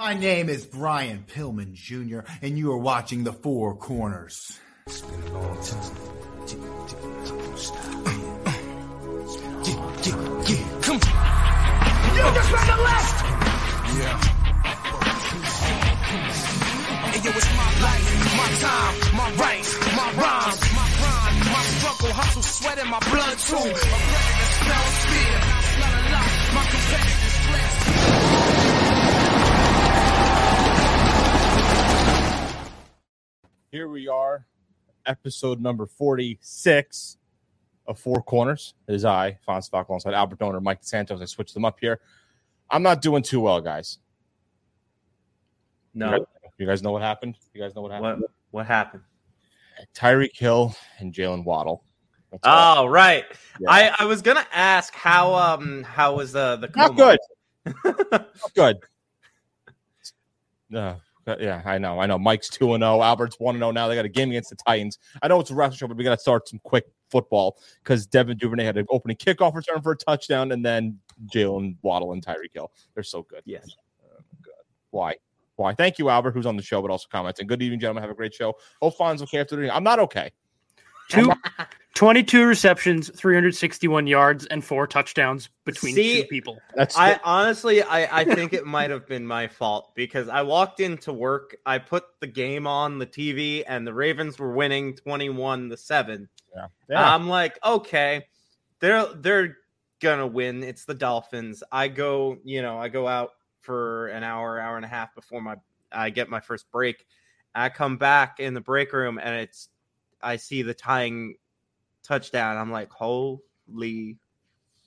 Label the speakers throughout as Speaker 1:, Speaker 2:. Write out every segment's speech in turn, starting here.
Speaker 1: My name is Brian Pillman Jr., and you are watching The Four Corners.
Speaker 2: It's been a long time. Yeah, yeah, yeah. Come on. You just on the left. Yeah. And yo, it's my life, my time, my rights, my rhymes, my grind, my struggle, hustle, sweat in my blood too. I'm ready to spell fear. Not a lot. My competitors blessed.
Speaker 3: Here we are, episode number 46 of Four Corners. It is I, Fons Falco, alongside Albert Donor, Mike Santos. I switched them up here. I'm not doing too well, guys.
Speaker 4: No.
Speaker 3: You guys know what happened? You guys know what happened?
Speaker 4: What what happened?
Speaker 3: Tyreek Hill and Jalen Waddle. That's all.
Speaker 4: Oh right.
Speaker 3: Yeah.
Speaker 4: I, I was gonna ask how um how was uh, the
Speaker 3: Not
Speaker 4: coma?
Speaker 3: good. Not good. No. but Uh, yeah, I know. I know. Mike's 2 and 0. Albert's 1 and 0. Now they got a game against the Titans. I know it's a wrestling show, but we got to start some quick football because Devin Duvernay had an opening kickoff return for a touchdown, and then Jalen Waddle and Tyreek Hill. They're so good.
Speaker 4: Yes.
Speaker 3: Why? Why? Thank you, Albert, who's on the show, but also commenting. Good evening, gentlemen. Have a great show. Hope Fon's okay after the I'm not okay.
Speaker 5: Two, 22 receptions, 361 yards, and four touchdowns between
Speaker 4: See,
Speaker 5: two people.
Speaker 3: That's
Speaker 5: uh,
Speaker 4: I honestly I, I think it might have been my fault because I walked into work, I put the game on the TV, and the Ravens were winning 21 to 7.
Speaker 3: yeah.
Speaker 4: I'm like, okay, they're they're gonna win. It's the Dolphins. I go, you know, I go out for an hour, hour and a half before my I get my first break. I come back in the break room and it's I see the tying touchdown. I'm like, holy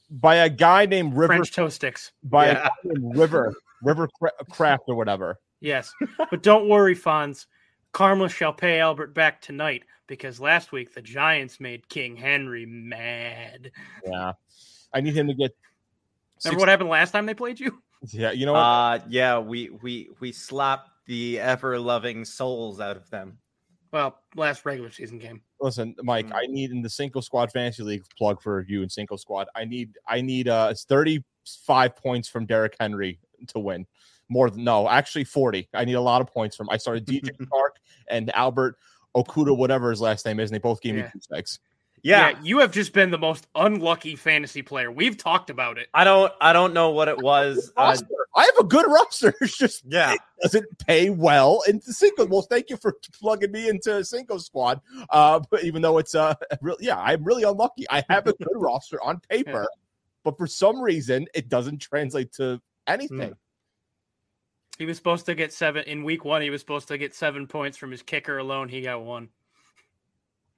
Speaker 3: by a guy named River
Speaker 5: French toast sticks.
Speaker 3: by a
Speaker 4: Yeah.
Speaker 3: guy named River River Cra- Craft or whatever.
Speaker 5: Yes. but don't worry, Fonz. Karma shall pay Albert back tonight because last week the Giants made King Henry mad.
Speaker 3: Yeah. I need him to get
Speaker 5: Remember what happened last time they played you?
Speaker 3: six- yeah, you know what?
Speaker 4: uh yeah, we we we slapped the ever loving souls out of them.
Speaker 5: Well, last regular season game.
Speaker 3: Listen, Mike,
Speaker 4: Mm.
Speaker 3: I need in the Cinco Squad Fantasy League plug for you and Cinco Squad. I need I need uh it's 35 points from Derrick Henry to win. More than no, actually 40. I need a lot of points from I started DJ Clark and Albert Okuda, whatever his last name is, and they both gave me
Speaker 5: Yeah.
Speaker 3: two sticks.
Speaker 4: Yeah.
Speaker 5: You have just been the most unlucky fantasy player. We've talked about it.
Speaker 4: I don't I don't know what it was. Uh,
Speaker 3: Roster. I have a good roster. It's just
Speaker 4: yeah.
Speaker 3: doesn't pay well into Cinco. Well, thank you for plugging me into Cinco Squad. Uh, but even though it's uh, real, yeah, I'm really unlucky. I have a good roster on paper, but for some reason, it doesn't translate to anything.
Speaker 5: He was supposed to get seven in week one. He was supposed to get seven points from his kicker alone. He got one.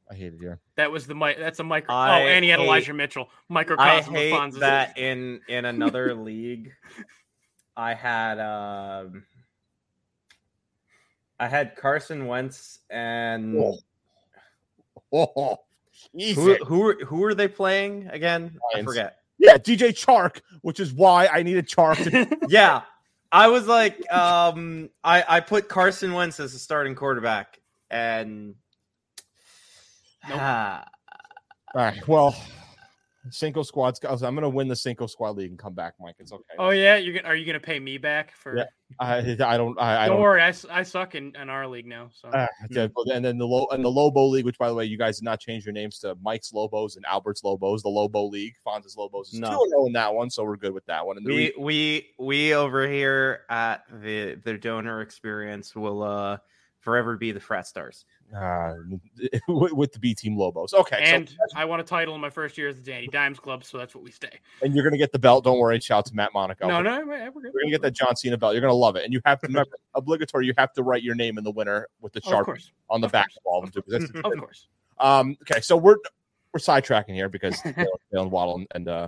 Speaker 3: I hate it here.
Speaker 5: That was the mic. That's a micro.
Speaker 4: I
Speaker 5: oh, and he had
Speaker 4: hate-
Speaker 5: Elijah Mitchell.
Speaker 4: I
Speaker 5: Microcosm of
Speaker 4: hate
Speaker 5: Fonz's.
Speaker 4: that in in another league. I had um, I had Carson Wentz and
Speaker 3: Oh, Oh, Jesus.
Speaker 4: who who were who were they playing again? I
Speaker 3: Lions.
Speaker 4: forget.
Speaker 3: yeah, DJ Chark, which is why I needed Chark. To,
Speaker 4: Yeah, I was like, um, I I put Carson Wentz as a starting quarterback, and
Speaker 5: Nope.
Speaker 4: Ah,
Speaker 3: all right, well, Cinco Squad's. I'm going to win the Cinco Squad league and come back, Mike. It's okay.
Speaker 5: Oh yeah, you're gonna, are you gonna pay me back for?
Speaker 3: Yeah, I, I don't. I, I
Speaker 5: don't,
Speaker 3: don't.
Speaker 5: worry, I, s- I suck in, in our league now. So
Speaker 3: Uh, yeah, but- and then the low and the Lobo League, which by the way, you guys did not change your names to Mike's Lobos and Albert's Lobos. The Lobo League, Fonz's Lobos is
Speaker 4: No.
Speaker 3: two zero in that one, so we're good with that one. And the
Speaker 4: we
Speaker 3: re-
Speaker 4: we we over here at the the donor experience will uh forever be the frat stars.
Speaker 3: uh, with, with the B Team Lobos, okay. so-
Speaker 5: and I won a title in my first year as the Danny Dimes Club, so that's what we stay.
Speaker 3: and you're gonna get the belt. Don't worry. Shout out to Matt Monaco.
Speaker 5: No, no, we're good.
Speaker 3: You're gonna get that John Cena belt. You're gonna love it, and you have to remember obligatory. You have to write your name in the winner with the
Speaker 5: Oh, of
Speaker 3: sharp
Speaker 5: course,
Speaker 3: on the
Speaker 5: Of
Speaker 3: back
Speaker 5: course.
Speaker 3: of all of them. Too, 'cause that's the
Speaker 5: of course.
Speaker 3: Um, okay, so we're we're sidetracking here because Jalen Jalen Waddle and, and uh,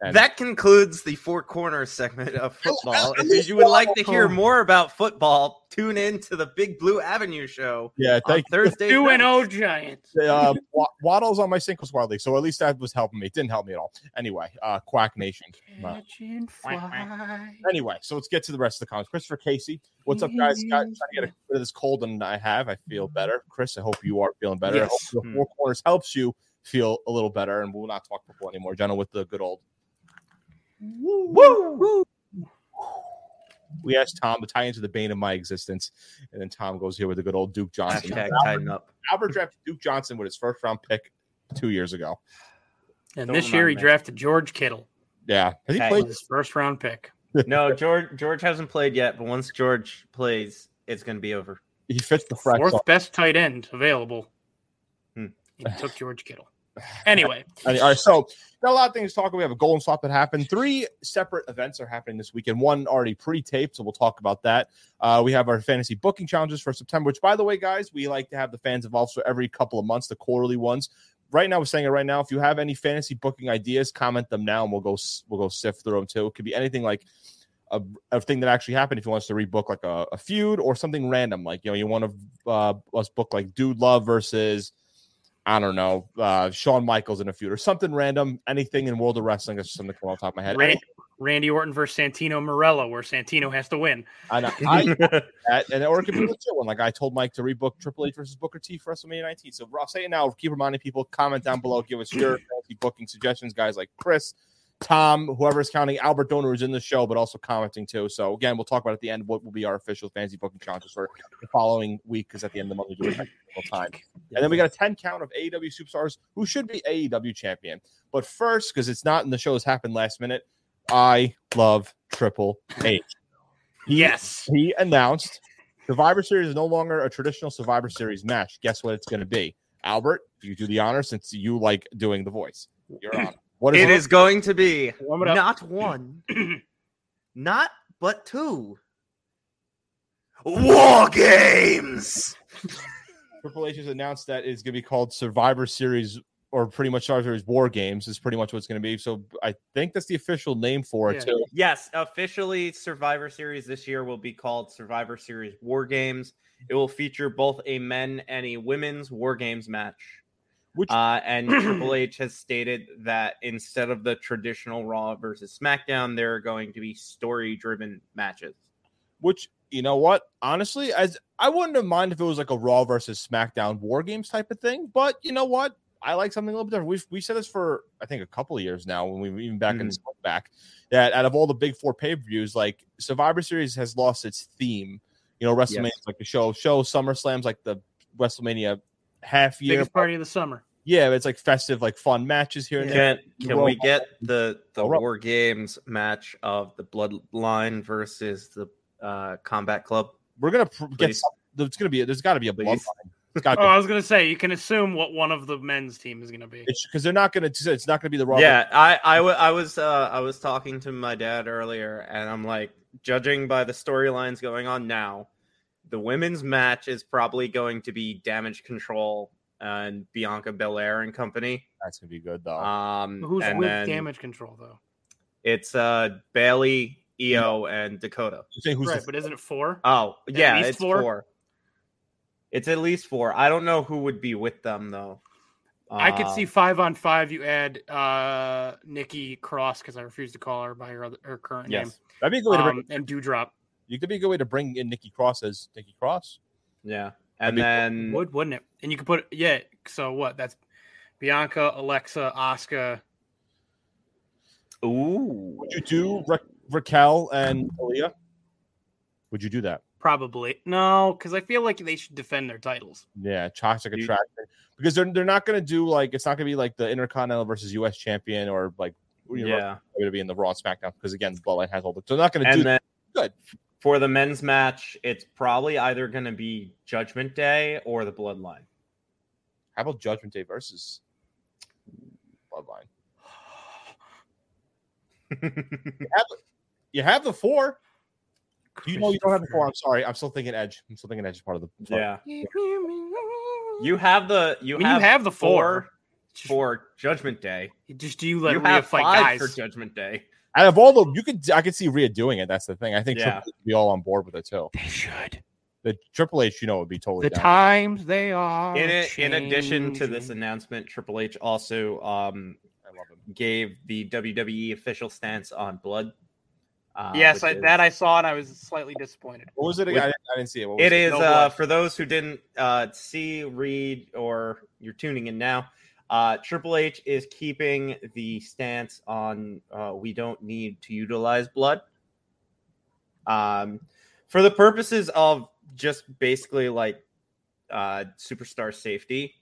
Speaker 3: and-
Speaker 4: that concludes the four corners segment of football.
Speaker 3: I- I-
Speaker 4: if you would like to hear more about football, tune in to the Big Blue Avenue show
Speaker 3: yeah,
Speaker 4: on
Speaker 3: thank
Speaker 4: Thursday.
Speaker 5: Two and
Speaker 4: nights.
Speaker 5: O Giants.
Speaker 3: the, uh, Wa- Waddle's on my single squad league, so at least that was helping me. It didn't help me at all. Anyway, uh, Quack Nation. Wow.
Speaker 5: Catching fly.
Speaker 3: Anyway, so let's get to the rest of the comments. Christopher Casey, what's up, guys? Got, trying to get rid of this cold and I have. I feel better. Chris, I hope you are feeling better. I
Speaker 4: Yes.
Speaker 3: hope the four corners helps you feel a little better, and we'll not talk football anymore. Jenna with the good old.
Speaker 4: Woo!
Speaker 3: We asked Tom. The Titans are the bane of my existence. And then Tom goes here with the good old Duke Johnson.
Speaker 4: Hashtag tighten up.
Speaker 3: Albert drafted Duke Johnson with his first round pick two years ago.
Speaker 5: And
Speaker 4: Throw
Speaker 5: this
Speaker 4: him
Speaker 5: year
Speaker 4: out,
Speaker 5: he
Speaker 4: man.
Speaker 5: drafted George Kittle,
Speaker 3: Yeah, has he
Speaker 4: Hey.
Speaker 3: played?
Speaker 5: his first round pick.
Speaker 4: No, George George hasn't played yet, but once George plays, it's gonna be over.
Speaker 3: He fits the fresh.
Speaker 5: Fourth best tight end available.
Speaker 4: Hmm.
Speaker 5: He took George Kittle. Anyway,
Speaker 3: All right, so got a lot of things to talk. about. We have a golden swap that happened. Three separate events are happening this weekend. One already pre-taped, so we'll talk about that. Uh, we have our fantasy booking challenges for September, which, by the way, guys, we like to have the fans involved. So every couple of months, the quarterly ones. Right now, we're saying it right now. If you have any fantasy booking ideas, comment them now, and we'll go s- we'll go sift through them too. It could be anything like a, a thing that actually happened. If you want us to rebook like a, a feud or something random, like you know, you want to uh, us book like Dude Love versus I don't know uh, Shawn Michaels in a feud or something random. Anything in world of wrestling that's something that come off the top of my head.
Speaker 5: Ran- Randy Orton versus Santino Morella, where Santino has to win.
Speaker 3: I, know- I that, and or it could be a legit one. Like I told Mike to rebook Triple H versus Booker T for WrestleMania 19. So I'll say it now. Keep reminding people. Comment down below. Give us your fantasy booking suggestions, guys. Like Chris, Tom, whoever's counting. Albert Donor is in the show, but also commenting too. So again, we'll talk about at the end what will be our official fantasy booking challenges for the following week because at the end of the month we do it every single time. And then we got a 10 count of AEW superstars who should be AEW champion. But first, because it's not in the show, this happened last minute. I love Triple H. He
Speaker 5: Yes.
Speaker 3: he announced Survivor Series is no longer a traditional Survivor Series match. Guess what it's going to be? Albert, you do the honor since you like doing the voice. You're on. What is
Speaker 4: It is going to be
Speaker 5: Warm it up.
Speaker 4: not one, not but two. War games.
Speaker 3: Triple H has announced that it's going to be called Survivor Series or pretty much Survivor Series War Games is pretty much what it's going to be. So I think that's the official name for it
Speaker 5: Yeah.
Speaker 3: too.
Speaker 4: Yes, officially, Survivor Series this year will be called Survivor Series War Games. It will feature both a men and a women's War Games match.
Speaker 3: Which
Speaker 4: Uh, and Triple H has stated that instead of the traditional Raw versus SmackDown, there are going to be story driven matches.
Speaker 3: which you know what honestly as i wouldn't have mind if it was like a raw versus smackdown war games type of thing but you know what i like something a little bit different we've, we said this for i think a couple of years now when we even back in
Speaker 4: Mhm.
Speaker 3: this back that out of all the big four pay-per-views like survivor series has lost its theme you know wrestlemania
Speaker 4: Yes.
Speaker 3: is like the show show summerslams like the wrestlemania half year
Speaker 5: Biggest party of the summer.
Speaker 3: yeah it's like festive like fun matches here and there
Speaker 4: Can, can we
Speaker 3: Raw.
Speaker 4: get the, the
Speaker 3: Raw.
Speaker 4: War Games match of the Bloodline versus the uh, Combat Club?
Speaker 3: we're gonna pr- get
Speaker 4: Please.
Speaker 3: some- there's gonna be there's gotta be a
Speaker 4: Please.
Speaker 3: bloodline it's gotta
Speaker 5: Oh,
Speaker 3: be
Speaker 5: I was gonna say you can assume what one of the men's team is gonna be.
Speaker 3: because they're not gonna it's not gonna be the raw
Speaker 4: yeah I I wa- I was uh i was talking to my dad earlier and i'm like judging by the storylines going on now the women's match is probably going to be damage control and bianca belair and company
Speaker 3: that's gonna be good though
Speaker 4: um
Speaker 5: Who's
Speaker 4: and
Speaker 5: with
Speaker 4: then
Speaker 5: damage control though?
Speaker 4: it's uh bailey eo and dakota
Speaker 3: You say who's the
Speaker 5: right, but isn't it four?
Speaker 4: oh yeah
Speaker 5: least
Speaker 4: it's
Speaker 5: four?
Speaker 4: four? it's at least four i don't know who would be with them though
Speaker 5: I could see
Speaker 4: Um,
Speaker 5: five on five. You add uh Nikki Cross because I refuse to call her by her other, her current
Speaker 4: yes
Speaker 3: That'd be a good way to bring.
Speaker 5: name, um, and Dewdrop
Speaker 3: You could be a good way to bring in Nikki Cross as Nikki Cross.
Speaker 4: yeah and
Speaker 3: be-
Speaker 4: then
Speaker 5: would, wouldn't it? And you could put yeah. So what? That's Bianca, Alexa, Oscar.
Speaker 4: ooh
Speaker 3: Would you do Ra- Raquel and Aaliyah? Would you do that?
Speaker 5: Probably no, because I feel like they should defend their titles.
Speaker 3: Yeah, toxic
Speaker 4: You-
Speaker 3: attraction because they're they're not going to do like it's not going to be like the Intercontinental versus U.S. champion or like you know,
Speaker 4: yeah
Speaker 3: going to be in the Raw and SmackDown because again, Bloodline has all the. They're not going to do
Speaker 4: and then
Speaker 3: Good.
Speaker 4: for the men's match it's probably either going to be judgment day or the bloodline
Speaker 3: How about Judgment Day versus Bloodline? You have the four. You know you don't have the four. I'm sorry. I'm still thinking Edge. I'm still thinking Edge is part of the.
Speaker 4: yeah
Speaker 5: You,
Speaker 4: you have the you,
Speaker 5: I mean,
Speaker 4: have,
Speaker 5: you have the four.
Speaker 4: four for judgment day
Speaker 5: Just do you let
Speaker 4: you
Speaker 5: Rhea
Speaker 4: have
Speaker 5: fight
Speaker 4: five
Speaker 5: guys?
Speaker 4: for judgment day
Speaker 3: Out of all the, you could I could see Rhea doing it. That's the thing. I think
Speaker 4: Yeah.
Speaker 3: Triple H would be all on board with it too.
Speaker 5: they should.
Speaker 3: The Triple H, you know, would be totally
Speaker 5: The
Speaker 3: down.
Speaker 5: times they are.
Speaker 4: in it, in addition to this
Speaker 5: changing.
Speaker 4: announcement triple h also um
Speaker 3: I love him.
Speaker 4: gave the wwe official stance on blood uh,
Speaker 5: yes,
Speaker 4: which
Speaker 5: I,
Speaker 4: is-
Speaker 5: that I saw and I was slightly disappointed.
Speaker 3: What was it? again? I, didn't- I didn't see it. What was
Speaker 4: It is
Speaker 5: No
Speaker 4: uh,
Speaker 5: what?
Speaker 4: for those who didn't uh, see, read, or you're tuning in now. Uh, Triple H is keeping the stance on uh, we don't need to utilize blood. Um, for the purposes of just basically like uh, superstar safety,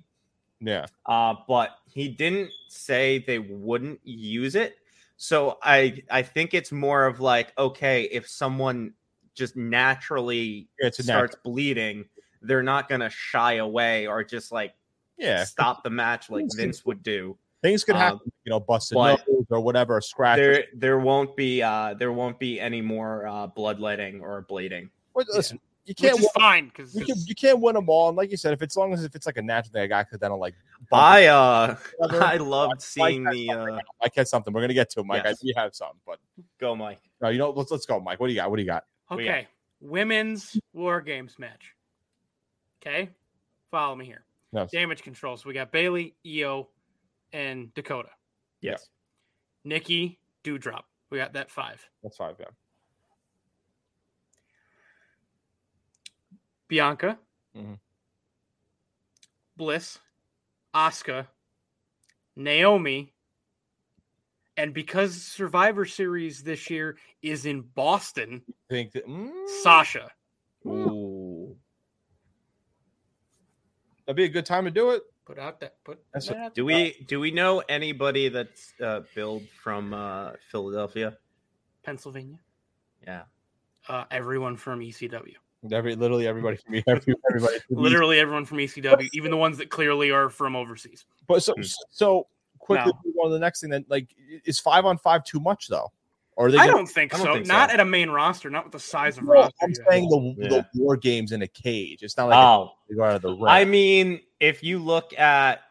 Speaker 3: Yeah.
Speaker 4: uh, but he didn't say they wouldn't use it. So I I think it's more of like okay, if someone just naturally
Speaker 3: Yeah, it's a
Speaker 4: starts bleeding, they're not gonna shy away or just like
Speaker 3: Yeah.
Speaker 4: stop the match like Vince would do.
Speaker 3: Things could
Speaker 4: Um,
Speaker 3: happen, you know, busted
Speaker 4: but-
Speaker 3: nose or whatever, a scratch. or
Speaker 4: There there won't be uh there won't be any more uh bloodletting or bleeding.
Speaker 3: Well, listen, you
Speaker 5: Which
Speaker 3: can't
Speaker 5: is
Speaker 3: win,
Speaker 5: fine because
Speaker 3: you, can, you can't win them all. And like you said, if it's as long as if it's like a natural thing, like accidental, like bump
Speaker 4: I uh
Speaker 3: or whatever,
Speaker 4: I loved seeing
Speaker 3: Mike
Speaker 4: the
Speaker 3: has something.
Speaker 4: uh
Speaker 3: Mike had something. We're gonna get to it, Mike.
Speaker 4: Yes.
Speaker 3: I, we have some, but
Speaker 4: go Mike.
Speaker 3: no, you know, let's let's go, Mike. What do you got? What do you got?
Speaker 4: we
Speaker 5: Okay. Women's War Games match. Okay. Follow me here.
Speaker 3: Yes.
Speaker 5: Damage control. So we got Bailey, Io, and Dakota.
Speaker 3: Yes.
Speaker 5: Nikki, Dewdrop. We got that five.
Speaker 3: That's five, yeah.
Speaker 5: Bianca,
Speaker 3: Mhm.
Speaker 5: Bliss, Asuka, Naomi. And because Survivor Series this year is in Boston,
Speaker 3: I think that, mm,
Speaker 5: Sasha.
Speaker 4: Ooh.
Speaker 3: that'd be a good time to do it.
Speaker 5: Put out that put
Speaker 3: That's
Speaker 5: that out
Speaker 4: Do we do we know anybody that's uh billed from uh Philadelphia?
Speaker 5: Pennsylvania.
Speaker 4: Yeah.
Speaker 5: Uh, everyone from ECW.
Speaker 3: Every literally everybody from every, everybody. from me.
Speaker 5: literally everyone from ECW, even the ones that clearly are from overseas.
Speaker 3: But so so quickly
Speaker 5: No.
Speaker 3: move on to the next thing. Then like, is five on five too much though? Or are they?
Speaker 5: I
Speaker 3: gonna-
Speaker 5: don't think
Speaker 4: I don't
Speaker 5: so.
Speaker 4: think so.
Speaker 5: not at a main roster, not with the size of
Speaker 3: No,
Speaker 5: roster.
Speaker 3: I'm
Speaker 5: you have.
Speaker 3: saying the,
Speaker 4: Yeah.
Speaker 3: the war games in a cage. It's not like
Speaker 5: Ah.
Speaker 4: Oh,
Speaker 3: they go out of the ring.
Speaker 4: I mean, if you look at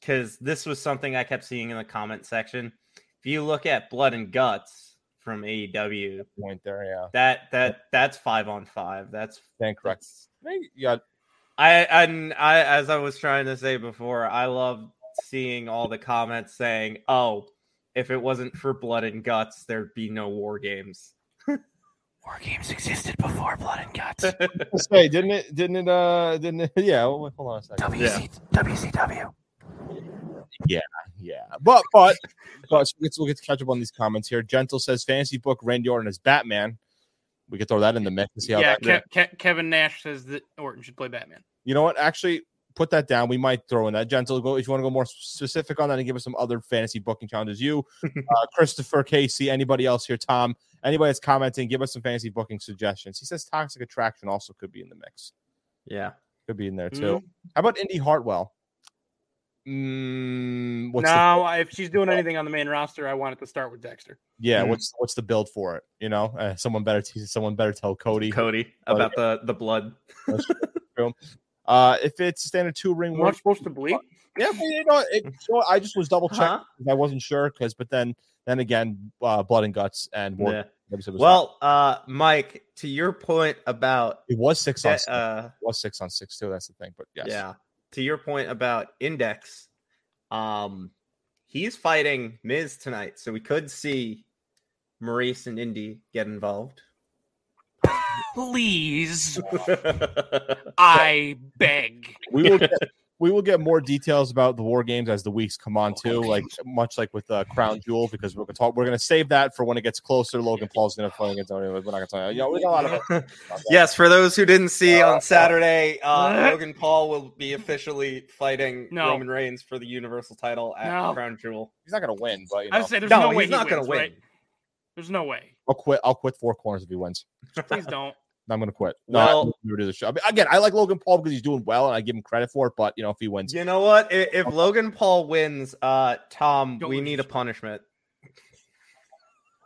Speaker 4: because this was something I kept seeing in the comment section. If you look at Blood and Guts from AEW,
Speaker 3: point there. Yeah,
Speaker 4: that that that's five on five. That's
Speaker 3: stand correct.
Speaker 4: that's-
Speaker 3: I think you got
Speaker 4: I and I as I was trying to say before, I love seeing all the comments saying, "Oh, if it wasn't for Blood and Guts, there'd be no War Games."
Speaker 2: War games existed before Blood and Guts.
Speaker 3: to say, didn't it? Didn't it? Uh, didn't it? Yeah. Hold on a second.
Speaker 2: WC, WCW.
Speaker 3: Yeah, but but but so let's look at catch up on these comments here. Gentle says fantasy book Randy Orton as Batman. We could throw that in the mix and see how
Speaker 5: yeah,
Speaker 3: that.
Speaker 5: Ke- Ke- Kevin Nash says that Orton should play Batman.
Speaker 3: You know what? Actually, put that down. We might throw in that. Gentle, go if you want to go more specific on that and give us some other fantasy booking challenges. You, uh, Christopher, Casey, anybody else here? Tom, anybody that's commenting, give us some fantasy booking suggestions. He says Toxic Attraction also could be in the mix.
Speaker 4: Yeah,
Speaker 3: Could be in there too. How about Indy Hartwell? Mm, what's the
Speaker 5: no, I- if she's doing anything on the main roster, I want it to start with Dexter.
Speaker 3: Yeah,
Speaker 4: Mhm.
Speaker 3: what's what's the build for it? You know, uh, someone better t- someone better tell Cody.
Speaker 4: Cody about the the blood.
Speaker 3: Uh, if it's standard two ring
Speaker 5: We're not
Speaker 3: one,
Speaker 5: supposed to bleed.
Speaker 3: yeah, but you know, it, you know, I just was double checking.
Speaker 4: Huh?
Speaker 3: I wasn't sure because, but then then again, uh, blood and guts and more.
Speaker 4: Yeah.
Speaker 3: episode was-
Speaker 4: Well, uh, Mike, to your point about
Speaker 3: it was six on six.
Speaker 4: uh,
Speaker 3: it was six on six too. That's the thing. But yes,
Speaker 4: yeah, to your point about Index, um, he's fighting Miz tonight, so we could see Maurice and Indy get involved.
Speaker 5: Please,
Speaker 4: yeah,
Speaker 5: I beg.
Speaker 3: we will. Get, we will get more details about the war games as the weeks come on too. Like much like with uh, Crown Jewel, because we're gonna talk. We're gonna save that for when it gets closer. Logan Paul's gonna play against. We're not gonna talk. You know, we got a lot of.
Speaker 4: yes, for those who didn't see on Saturday, uh, Logan Paul will be officially fighting
Speaker 5: No.
Speaker 4: Roman Reigns for the Universal title at
Speaker 5: No.
Speaker 4: Crown Jewel.
Speaker 3: He's not gonna win, but you
Speaker 5: I
Speaker 3: know,
Speaker 5: would say there's
Speaker 4: no,
Speaker 5: no, way
Speaker 4: he's not
Speaker 5: going
Speaker 4: going
Speaker 5: to
Speaker 4: to win.
Speaker 5: There's no way.
Speaker 3: I'll quit. I'll quit four corners if he wins.
Speaker 5: Please don't.
Speaker 3: I'm gonna quit. No,
Speaker 4: Well-
Speaker 3: I'm gonna do the show. I mean, again, I like Logan Paul because he's doing well, and I give him credit for it. But you know, if he wins,
Speaker 4: You know what? If, if Logan Paul wins, uh, Tom,
Speaker 5: Don't
Speaker 4: we
Speaker 5: lose.
Speaker 4: need a punishment.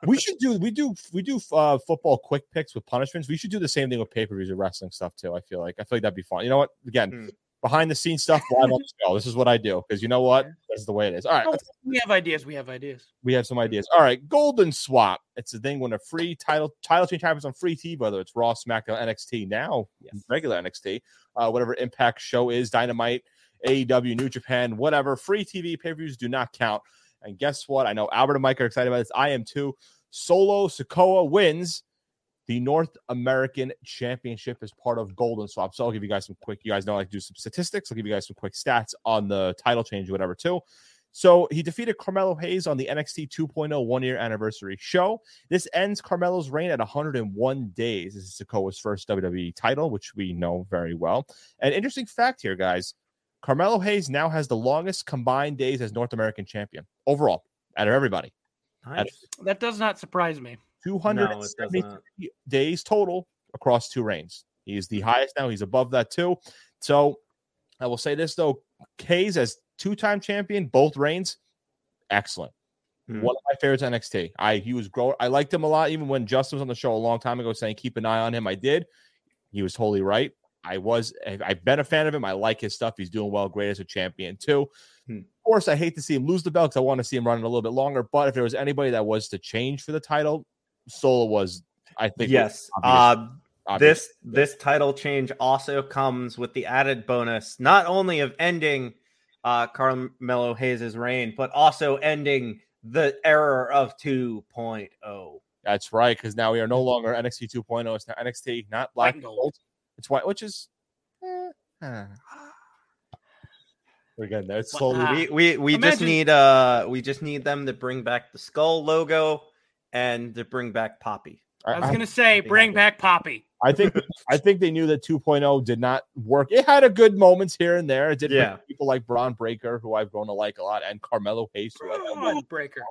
Speaker 3: we should do we do we do uh, football quick picks with punishments. We should do the same thing with pay per views and wrestling stuff too. I feel like I feel like that'd be fun. You know what? Again,
Speaker 4: Hmm.
Speaker 3: behind the scenes stuff live on the show. This is what I do because you know what? That's the way it is. All right,
Speaker 5: No, we have ideas. We have ideas.
Speaker 3: we have some ideas. All right, Golden Swap. It's a thing when a free title title change happens on free TV, whether it's Raw, SmackDown, NXT, now regular NXT, uh, whatever Impact show is, Dynamite, AEW, New Japan, whatever. Free TV pay per views do not count. And guess what? I know Albert and Mike are excited about this. I am too. Solo Sokoa wins the North American Championship as part of Golden Swap. So I'll give you guys some quick. You guys know I like to do some statistics. I'll give you guys some quick stats on the title change, or whatever. Too So he defeated Carmelo Hayes on the NXT 2.0 one year oh anniversary show. This ends Carmelo's reign at 101 days. This is Sokoa's first WWE title, which we know very well. An interesting fact here, guys Carmelo Hayes now has the longest combined days as North American champion overall out of everybody.
Speaker 4: Nice.
Speaker 5: That does not surprise me.
Speaker 4: No, it
Speaker 3: 273
Speaker 4: doesn't.
Speaker 3: days total across two reigns. He is
Speaker 4: Mm-hmm.
Speaker 3: the highest now. He's above that too. So I will say this though: Hayes as two-time champion, both reigns, excellent.
Speaker 4: Hmm.
Speaker 3: One of my favorites at NXT. I he was grow. I liked him a lot, even when Justin was on the show a long time ago, saying keep an eye on him. I did. He was totally right. I was. I- I've been a fan of him. I like his stuff. He's doing well. Great as a champion too.
Speaker 4: Hmm.
Speaker 3: Of course, I hate to see him lose the belt because I want to see him running a little bit longer. But if there was anybody that was to change for the title, Solo was. I think
Speaker 4: Yes.
Speaker 3: obvious-
Speaker 4: Uh,
Speaker 3: obvious.
Speaker 4: this this title change also comes with the added bonus not only of ending uh Carmelo Hayes' reign, but also ending the error of oh. 2.0.
Speaker 3: That's right, because now we are no longer NXT 2.0. oh, It's now NXT, not black and
Speaker 5: and
Speaker 3: gold.
Speaker 5: gold.
Speaker 3: It's white, which is. eh, huh. We're getting there. It's
Speaker 5: Wha-
Speaker 3: slowly.
Speaker 5: ah.
Speaker 4: We we, we just
Speaker 5: Imagine-
Speaker 4: need uh we just need them to bring back the skull logo and to bring back Poppy.
Speaker 3: I,
Speaker 5: I was
Speaker 3: I-
Speaker 5: gonna say, bring back Poppy.
Speaker 3: I think I think they knew that 2.0 did not work. It had a good moments here and there. It did bring
Speaker 4: Yeah.
Speaker 3: people like Braun Breaker, who I've grown to like a lot, and Carmelo Hayes, who I've grown to like.
Speaker 5: Breaker.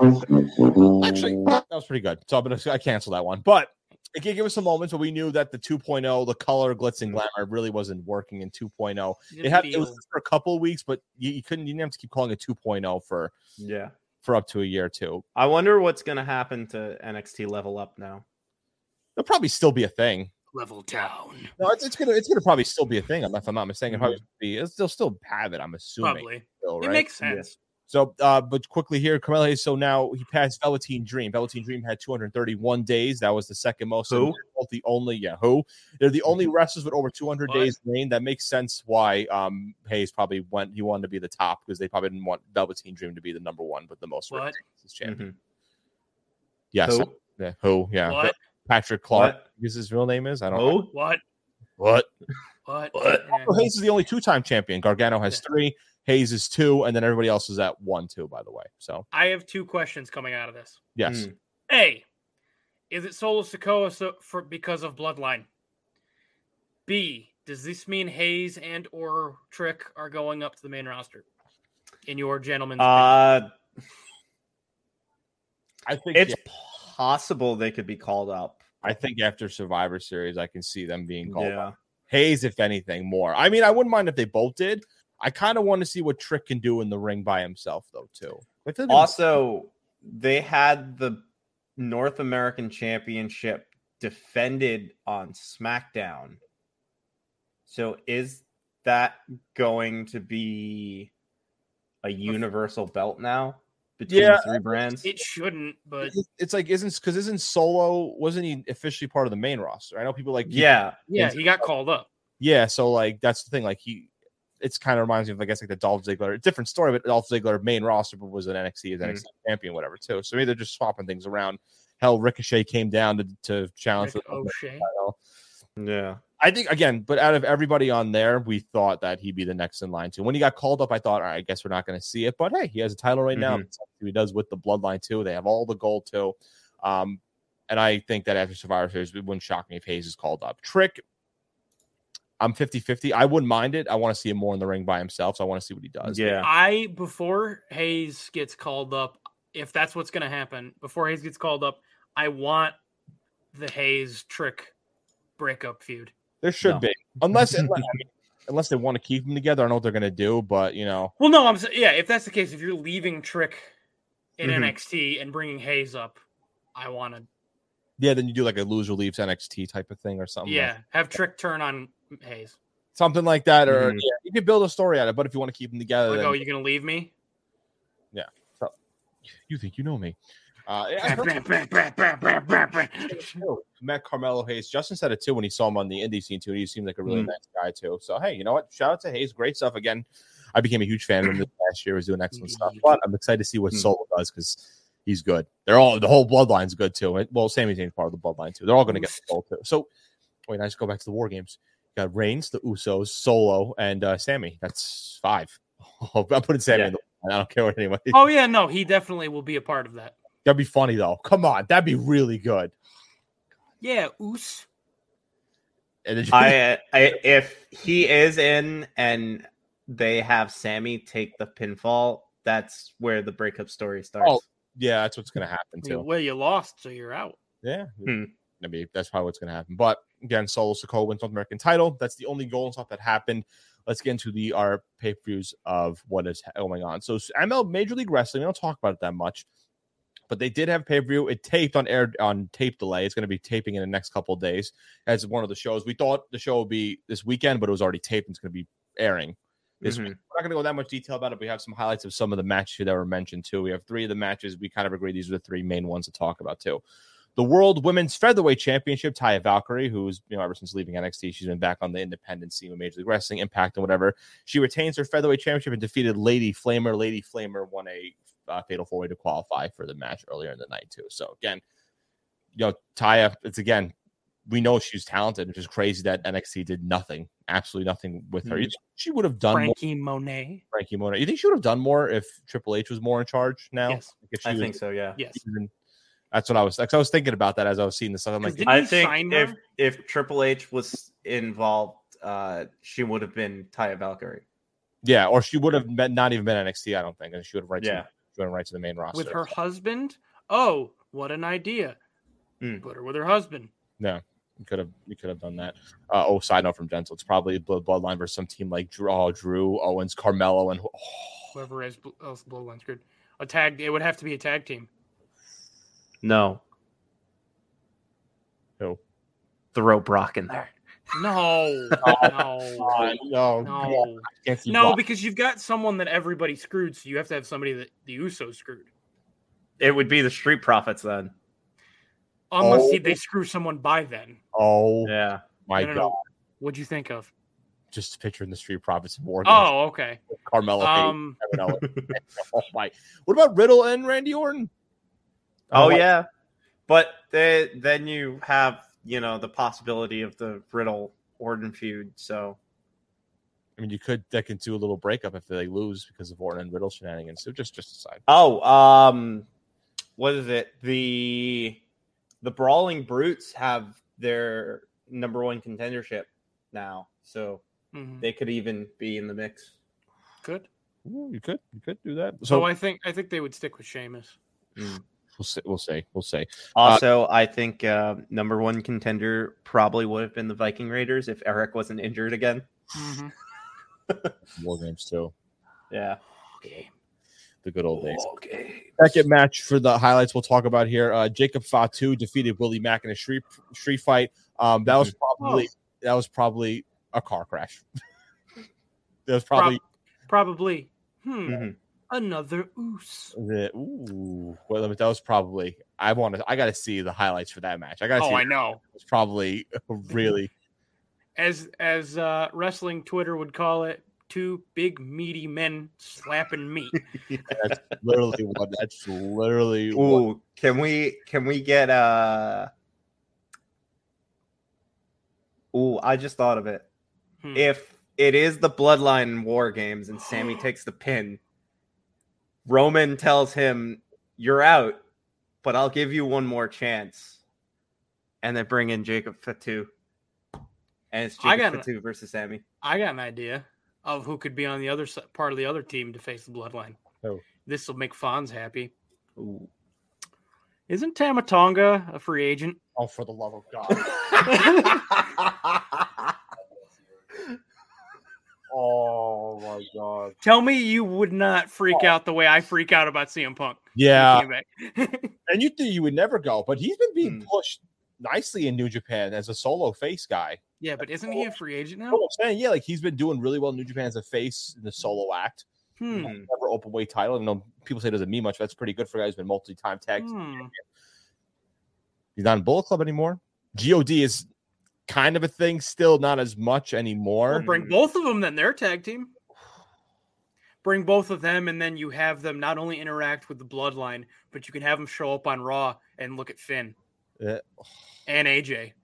Speaker 3: actually that was pretty good. So I'm gonna I cancel that one, but it did give us some moments where we knew that the 2.0, the color, glitz, and glamour really wasn't working in oh. 2.0. It had it was for a couple of weeks, but you, you couldn't you didn't have to keep calling it 2.0 for
Speaker 4: Yeah.
Speaker 3: for up to a year or two.
Speaker 4: I wonder what's going to happen to NXT level up now.
Speaker 3: It'll probably still be a thing.
Speaker 5: level down.
Speaker 3: No, it's, it's gonna it's gonna probably still be a thing. I'm- If I'm not mistaken, it'll probably be it's- they'll still have it. I'm assuming.
Speaker 5: Probably.
Speaker 3: still,
Speaker 5: It
Speaker 3: right?
Speaker 5: makes sense.
Speaker 3: So, uh, but quickly here, Carmelo. Hayes, So now he passed Velveteen Dream. Velveteen Dream had 231 days. That was the second most. and
Speaker 4: Who?
Speaker 3: they're both the only, yeah, who? They're the only wrestlers with over 200
Speaker 5: What?
Speaker 3: days reign. That makes sense. Why um, Hayes probably went. He wanted to be the top because they probably didn't want Velveteen Dream to be the number one, but the most
Speaker 5: What?
Speaker 3: reigns as champion.
Speaker 4: Mhm.
Speaker 3: Yes,
Speaker 4: Who?
Speaker 3: yeah, who? Yeah,
Speaker 5: What?
Speaker 3: Patrick Clark.
Speaker 4: What?
Speaker 3: Is his real name is I don't know
Speaker 4: Who?
Speaker 5: What?
Speaker 3: what. What?
Speaker 5: What?
Speaker 3: Oh,
Speaker 5: Yeah.
Speaker 3: Well, Hayes is the only two-time champion. Gargano has three. Hayes is two, and then everybody else is at one, too. By the way, so
Speaker 5: I have two questions coming out of this.
Speaker 3: yes.
Speaker 4: Mm.
Speaker 5: A, is it Solo Sokoa so, for because of Bloodline? B, does this mean Hayes and or Trick are going up to the main roster? In your gentleman's
Speaker 4: Uh
Speaker 3: I think
Speaker 4: it's
Speaker 3: yeah,
Speaker 4: possible they could be called up.
Speaker 3: I think after Survivor Series, I can see them being called
Speaker 4: Yeah.
Speaker 3: Hayes, if anything, more. I mean, I wouldn't mind if they both did. I kind of want to see what Trick can do in the ring by himself, though, too. I feel like-
Speaker 4: Also, they had the North American Championship defended on SmackDown. So is that going to be a universal belt now between
Speaker 3: Yeah.
Speaker 4: the three brands?
Speaker 5: It shouldn't, but
Speaker 3: It's- it's like isn't because isn't Solo wasn't he officially part of the main roster? I know people like
Speaker 4: yeah.
Speaker 5: yeah, he got called up.
Speaker 3: yeah. So like that's the thing. Like he, it's kind of reminds me of I guess like the Dolph Ziggler, different story, but Dolph Ziggler main roster but was an NXT as
Speaker 4: Mhm.
Speaker 3: NXT champion, whatever too. So maybe they're just swapping things around. Hell, Ricochet came down to, to challenge
Speaker 5: Rick
Speaker 3: for the
Speaker 5: O'Shea.
Speaker 3: title.
Speaker 4: Yeah.
Speaker 3: I think again, but out of everybody on there, we thought that he'd be the next in line too. When he got called up, I thought, all right, I guess we're not going to see it. But hey, he has a title right now.
Speaker 4: Mhm.
Speaker 3: That's what He does with the bloodline too. They have all the gold too. Um, and I think that after Survivor Series, it wouldn't shock me if Hayes is called up. Trick, I'm 50 50. I wouldn't mind it. I want to see him more in the ring by himself. So I want to see what he does.
Speaker 4: Yeah.
Speaker 5: I before Hayes gets called up, if that's what's going to happen, before Hayes gets called up, I want the Hayes trick breakup feud.
Speaker 3: There should
Speaker 4: No.
Speaker 3: be. Unless, unless, I mean, unless they want to keep them together. I don't know what they're going to do, but you know.
Speaker 5: Well, no, I'm s- yeah. If that's the case, if you're leaving Trick in
Speaker 4: Mhm.
Speaker 5: NXT and bringing Hayes up, I want to
Speaker 3: Yeah, then you do like a loser leaves NXT type of thing or something. like
Speaker 5: yeah have Trick turn on Hayes.
Speaker 3: something like that, or
Speaker 4: Mhm.
Speaker 3: yeah, you could build a story out of it. But if you want to keep them together,
Speaker 5: Mm-hmm. Like,
Speaker 3: Uh, then
Speaker 5: oh, you're gonna leave me?
Speaker 3: you think you know me. Uh, yeah, I heard that
Speaker 5: That's
Speaker 3: too. Met Carmelo Hayes. Justin said it too when he saw him on the indie scene too. He seemed like a really
Speaker 4: Mhm.
Speaker 3: nice guy too. So hey, you know what? Shout out to Hayes. Great stuff again. I became a huge fan of him this last year. He was doing excellent stuff.
Speaker 5: Indeed.
Speaker 3: But I'm excited to see what
Speaker 4: Mhm.
Speaker 3: Solo does because he's good. They're all the whole bloodline's good too. And- Well, Sami Zayn's part of the bloodline too. They're all going to get
Speaker 5: Usos.
Speaker 3: Solo too. So wait, I just go back to the war games. You got Reigns, the Usos, Solo, and uh, Sammy. That's five. Oh, I'm putting Sammy
Speaker 4: Yeah.
Speaker 3: in the I don't care what anyone.
Speaker 5: Oh yeah, no, he definitely will be a part of that.
Speaker 3: That'd be funny though. Come on, that'd be really good.
Speaker 5: Yeah, Oos.
Speaker 3: And then
Speaker 4: I, uh, I if he is in and they have Sammy take the pinfall, that's where the breakup story starts.
Speaker 3: Oh. yeah, that's what's gonna happen
Speaker 5: I mean,
Speaker 3: too.
Speaker 5: well, you lost, so you're out.
Speaker 3: Yeah.
Speaker 4: Hmm.
Speaker 3: I mean, that's probably what's going to happen. But again, Solo Sokoa wins North American title. That's the only goal and stuff that happened. Let's get into the our pay per views of what is going on. So ML Major League Wrestling, we don't talk about it that much, but they did have pay per view. It taped on air on tape delay. It's going to be taping in the next couple of days as one of the shows. We thought the show would be this weekend, but it was already taped and it's going to be airing this
Speaker 4: Mhm.
Speaker 3: we're not going to go that much detail about it. But we have some highlights of some of the matches here that were mentioned too. We have three of the matches. We kind of agree these are the three main ones to talk about too. The World Women's Featherweight Championship, Taya Valkyrie, who's you know ever since leaving NXT, she's been back on the independent scene with Major League Wrestling, Impact, and whatever. She retains her featherweight championship and defeated Lady Flamer. Lady Flamer won a uh, fatal four way to qualify for the match earlier in the night too. So again, you know Taya, it's again we know she's talented, which is crazy that NXT did nothing, absolutely nothing with her.
Speaker 4: Mhm.
Speaker 3: She would have done more
Speaker 5: Frankie Monet.
Speaker 3: Frankie Mona. You think she would have done more if Triple H was more in charge now?
Speaker 5: Yes.
Speaker 3: Like, if she
Speaker 4: I
Speaker 3: was
Speaker 4: think so, yeah.
Speaker 5: Yes.
Speaker 3: even- that's what I was. 'cause I was thinking about that as I was seeing this. stuff. I'm
Speaker 5: 'Cause
Speaker 3: like,
Speaker 5: didn't
Speaker 4: I
Speaker 5: he sign
Speaker 4: think if
Speaker 5: her?
Speaker 4: if Triple H was involved, uh, she would have been Taya Valkyrie.
Speaker 3: yeah, or she would have been, not even been NXT. I don't think, and she would have right.
Speaker 4: Yeah.
Speaker 3: To, she would have right to the main roster
Speaker 5: with her husband. Oh, what an idea!
Speaker 4: Mm.
Speaker 5: Put her with her husband.
Speaker 3: You could have you could have done that. Uh, oh, side note from Gentle, it's probably Blood Bloodline versus some team like Drew, oh, Drew Owens, Carmelo, and oh,
Speaker 5: Whoever is bl- else bloodline's good. A tag. It would have to be a tag team.
Speaker 4: No.
Speaker 3: Who?
Speaker 4: Throw Brock in there.
Speaker 5: No,
Speaker 3: Oh, God,
Speaker 5: no,
Speaker 3: no, God,
Speaker 5: no,
Speaker 3: I can't see
Speaker 5: no.
Speaker 3: why.
Speaker 5: Because you've got someone that everybody screwed, so you have to have somebody that the Usos screwed.
Speaker 4: It would be the Street Profits then.
Speaker 5: Unless
Speaker 3: Oh.
Speaker 5: he- they screw someone by then.
Speaker 3: oh
Speaker 4: Yeah.
Speaker 3: my
Speaker 5: No, no,
Speaker 3: god,
Speaker 5: no. What'd you think of?
Speaker 3: just picturing the Street Profits and War Games,
Speaker 5: Oh, okay.
Speaker 3: Carmelo. Hayes.
Speaker 5: Um,
Speaker 3: Kevin Owens. oh my! What about Riddle and Randy Orton?
Speaker 4: Oh
Speaker 3: like-
Speaker 4: yeah. But they, then you have, you know, the possibility of the Riddle Orton feud, so
Speaker 3: I mean, you could they can do a little breakup if they lose because of Orton and Riddle shenanigans. So just just aside.
Speaker 4: Oh, um, what is it? The the Brawling Brutes have their number one contendership now, so
Speaker 5: mhm,
Speaker 4: they could even be in the mix.
Speaker 5: good.
Speaker 3: Ooh, you could you could do that.
Speaker 5: So
Speaker 3: So
Speaker 5: Oh, I think I think they would stick with Sheamus.
Speaker 3: we'll see. We'll see. We'll see.
Speaker 4: Also, I think uh, number one contender probably would have been the Viking Raiders if Eric wasn't injured again.
Speaker 5: Mhm.
Speaker 3: War games too.
Speaker 4: Yeah.
Speaker 3: The good old days.
Speaker 4: Okay.
Speaker 3: Second match for the highlights we'll talk about here. Uh, Jacob Fatu defeated Willie Mack in a street street fight. Um, that was probably
Speaker 5: Oh.
Speaker 3: that was probably a car crash. that was
Speaker 5: Prob-
Speaker 3: probably Mm-hmm.
Speaker 5: probably. Hmm.
Speaker 4: Mhm.
Speaker 5: Another oos.
Speaker 3: The, ooh, well, that was probably. I want to. I got to see the highlights for that match. I got to
Speaker 5: Oh,
Speaker 3: see.
Speaker 5: I know.
Speaker 3: It's probably a really.
Speaker 5: As as uh, wrestling Twitter would call it, two big meaty men slapping meat.
Speaker 3: That's literally what. That's literally. What,
Speaker 4: Ooh, can we can we get uh Ooh, I just thought of it.
Speaker 5: Hmm.
Speaker 4: If it is the bloodline war games and Sammy takes the pin, Roman tells him, You're out, but I'll give you one more chance. And they bring in Jacob Fatu. And it's
Speaker 5: I
Speaker 4: Jacob
Speaker 5: got-
Speaker 4: Fatu versus Sammy.
Speaker 5: I got an idea of who could be on the other si- part of the other team to face the bloodline.
Speaker 3: Who?
Speaker 5: This will make Fonz happy.
Speaker 4: Ooh.
Speaker 5: Isn't Tamatonga a free agent?
Speaker 3: oh, for the love of God! oh my God!
Speaker 5: Tell me you would not freak out the way I freak out about CM Punk. when he
Speaker 3: Yeah,
Speaker 5: came back.
Speaker 3: and you think you would never go, but he's been being
Speaker 4: Hmm.
Speaker 3: pushed nicely in New Japan as a solo face guy.
Speaker 5: yeah, but isn't he a free agent
Speaker 3: You
Speaker 5: now?
Speaker 3: know what I'm saying, yeah, like he's been doing really well in New Japan as a face in the solo act.
Speaker 5: Hmm.
Speaker 4: Mm-hmm.
Speaker 3: Never open weight title. You know, people say it doesn't mean much. That's pretty good for a guy who's been multi time tag
Speaker 5: Hmm.
Speaker 3: He's not in Bullet Club anymore. God is kind of a thing, still not as much
Speaker 5: Well,
Speaker 3: anymore.
Speaker 5: bring both of them, then they're a tag team. Bring both of them, and then you have them not only interact with the bloodline, but you can have them show up on Raw and look at Finn
Speaker 3: Uh,
Speaker 5: and AJ.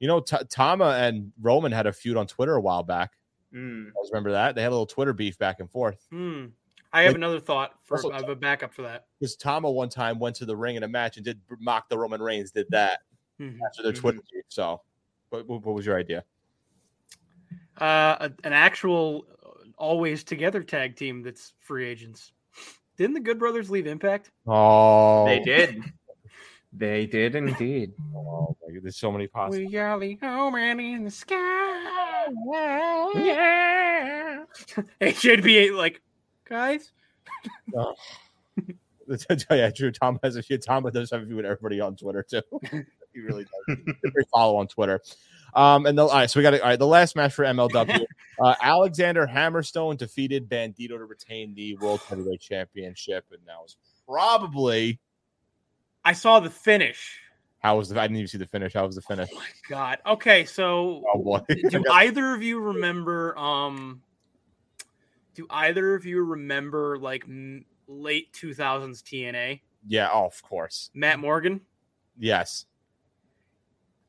Speaker 3: You know, T- Tama and Roman had a feud on Twitter a while back.
Speaker 4: Mm.
Speaker 3: Always remember that they had a little Twitter beef back and forth.
Speaker 5: Hmm. I have
Speaker 3: Like-
Speaker 5: another thought for
Speaker 3: Also-
Speaker 5: I have a backup for that.
Speaker 3: Because Tama one time went to the ring in a match and did mock the Roman Reigns. Did that
Speaker 4: Mm-hmm.
Speaker 5: Mhm.
Speaker 3: after their Twitter beef. So, what, what what was your idea?
Speaker 5: Uh, a- an actual uh, always together tag team that's free agents. Didn't the Good Brothers leave Impact?
Speaker 3: Oh,
Speaker 4: They did. They did indeed.
Speaker 3: Oh, my God, there's so many possibilities.
Speaker 5: We are the Omen in the sky.
Speaker 3: Yeah.
Speaker 5: It should be like, guys,
Speaker 3: I tell you, Drew Tom has a few. Tom does have a few with everybody on Twitter too. he really does. Every follow on Twitter. Um, and the, all right, so we got all right. The last match for MLW, uh, Alexander Hammerstone defeated Bandito to retain the World Heavyweight Championship, and that was probably
Speaker 5: I saw the finish.
Speaker 3: how was the I didn't even see the finish. How was the finish?
Speaker 5: God. Okay, so
Speaker 3: Oh boy,
Speaker 5: do either of you remember um do either of you remember like m- late 2000s TNA?
Speaker 3: yeah. Oh, of course,
Speaker 5: Matt Morgan?
Speaker 3: yes.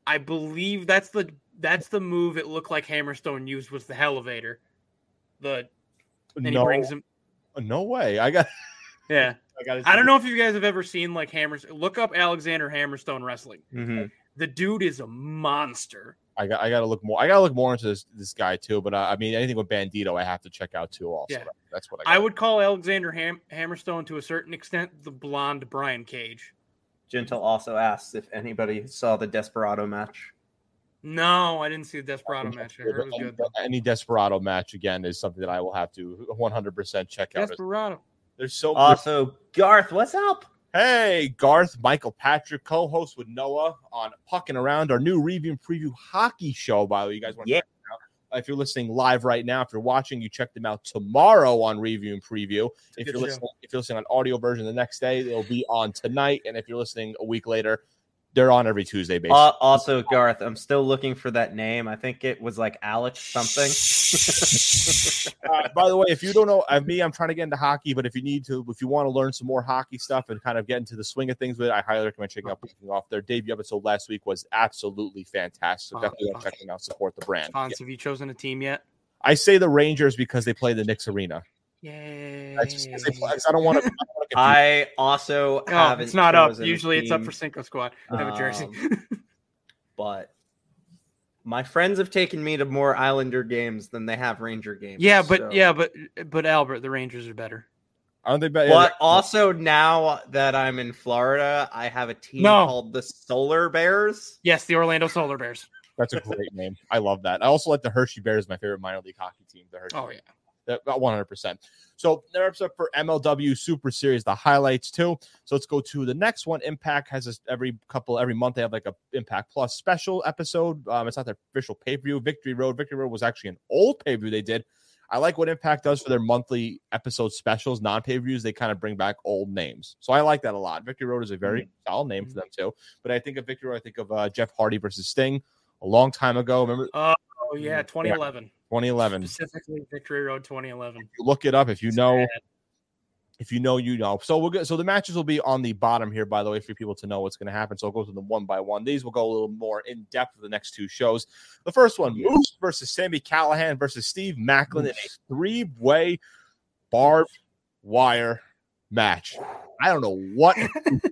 Speaker 5: I believe that's the that's the move it looked like Hammerstone used was the elevator. The and he
Speaker 3: No,
Speaker 5: brings him
Speaker 3: no way. I got.
Speaker 5: Yeah.
Speaker 3: I, got
Speaker 5: I don't know if you guys have ever seen like Hammers look up Alexander Hammerstone wrestling.
Speaker 4: Mhm.
Speaker 5: The dude is a monster.
Speaker 3: I got. I got to look more. I got to look more into this this guy too. But uh, I mean, anything with Bandito, I have to check out too. Also,
Speaker 5: Yeah.
Speaker 3: that's what I.
Speaker 5: I would call Alexander Ham- Hammerstone to a certain extent the blonde Brian Cage.
Speaker 4: Gentle also asks if anybody saw the Desperado match.
Speaker 5: No, I didn't see the Desperado match. I heard it was
Speaker 3: any,
Speaker 5: good. though.
Speaker 3: any Desperado match again is something that I will have to 100% check out.
Speaker 5: Desperado.
Speaker 3: There's so
Speaker 5: Uh,
Speaker 3: much.
Speaker 4: Also, Garth, what's up?
Speaker 3: Hey, Garth, Michael Patrick, co host with Noah on Pucking Around, our new review and preview hockey show, by the way. You guys want
Speaker 4: Yeah.
Speaker 3: to check it out. If you're listening live right now, if you're watching, you check them out tomorrow on review and preview. If
Speaker 5: good
Speaker 3: you're
Speaker 5: show.
Speaker 3: listening, if you're listening on audio version the next day, they'll be on tonight. And if you're listening a week later, they're on every Tuesday, basically.
Speaker 4: Al- Uh, also, Garth, I'm still looking for that name. I think it was like Alex something.
Speaker 3: Uh, by the way, if you don't know uh, me, I'm trying to get into hockey, but if you need to, if you want to learn some more hockey stuff and kind of get into the swing of things with it, I highly recommend checking out Picking Off. Their debut episode last week was absolutely fantastic. So
Speaker 5: Oh,
Speaker 3: definitely want to
Speaker 5: fuck.
Speaker 3: check them out, support the brand.
Speaker 5: Fonz, have you chosen a team yet?
Speaker 3: Yeah. I say the Rangers because they play the Knicks Arena.
Speaker 5: Yay.
Speaker 3: That's just 'cause they play- 'cause I don't want to.
Speaker 4: I also
Speaker 5: Oh,
Speaker 4: haven't.
Speaker 5: it's not up.
Speaker 4: chosen a
Speaker 5: Usually it's up
Speaker 4: team, um,
Speaker 5: for Cinco Squad. I have a jersey.
Speaker 4: but my friends have taken me to more Islander games than they have Ranger games.
Speaker 5: yeah, but
Speaker 4: so-
Speaker 5: yeah, but but Albert, the Rangers are better.
Speaker 3: Aren't they better?
Speaker 4: But also now that I'm in Florida, I have a team
Speaker 5: No.
Speaker 4: called the Solar Bears.
Speaker 5: Yes, the Orlando Solar Bears.
Speaker 3: That's a great name. I love that. I also like the Hershey Bears, my favorite minor league hockey team. The Hershey
Speaker 5: Oh yeah.
Speaker 3: That about 100%. So that wraps up for MLW Super Series, the highlights too. So let's go to the next one. Impact has this every couple, every month, they have like a Impact Plus special episode. Um, it's not their official pay per view. Victory Road. Victory Road was actually an old pay per view they did. I like what Impact does for their monthly episode specials, non pay per views. They kind of bring back old names. So I like that a lot. Victory Road is a very solid name for them too. But I think of Victory Road, I think of uh, Jeff Hardy versus Sting a long time ago. Remember
Speaker 5: Oh yeah, 2011.
Speaker 3: 2011.
Speaker 5: Specifically Victory Road 2011.
Speaker 3: You look it up if you know.
Speaker 5: Sad.
Speaker 3: If you know, you know. So we're good. So the matches will be on the bottom here, by the way, for people to know what's going to happen. So I'll go through them one by one. These will go a little more in depth for the next two shows. The first one, Moose versus Sammy Callahan versus Steve Macklin in a three-way barbed wire match. I don't know what to think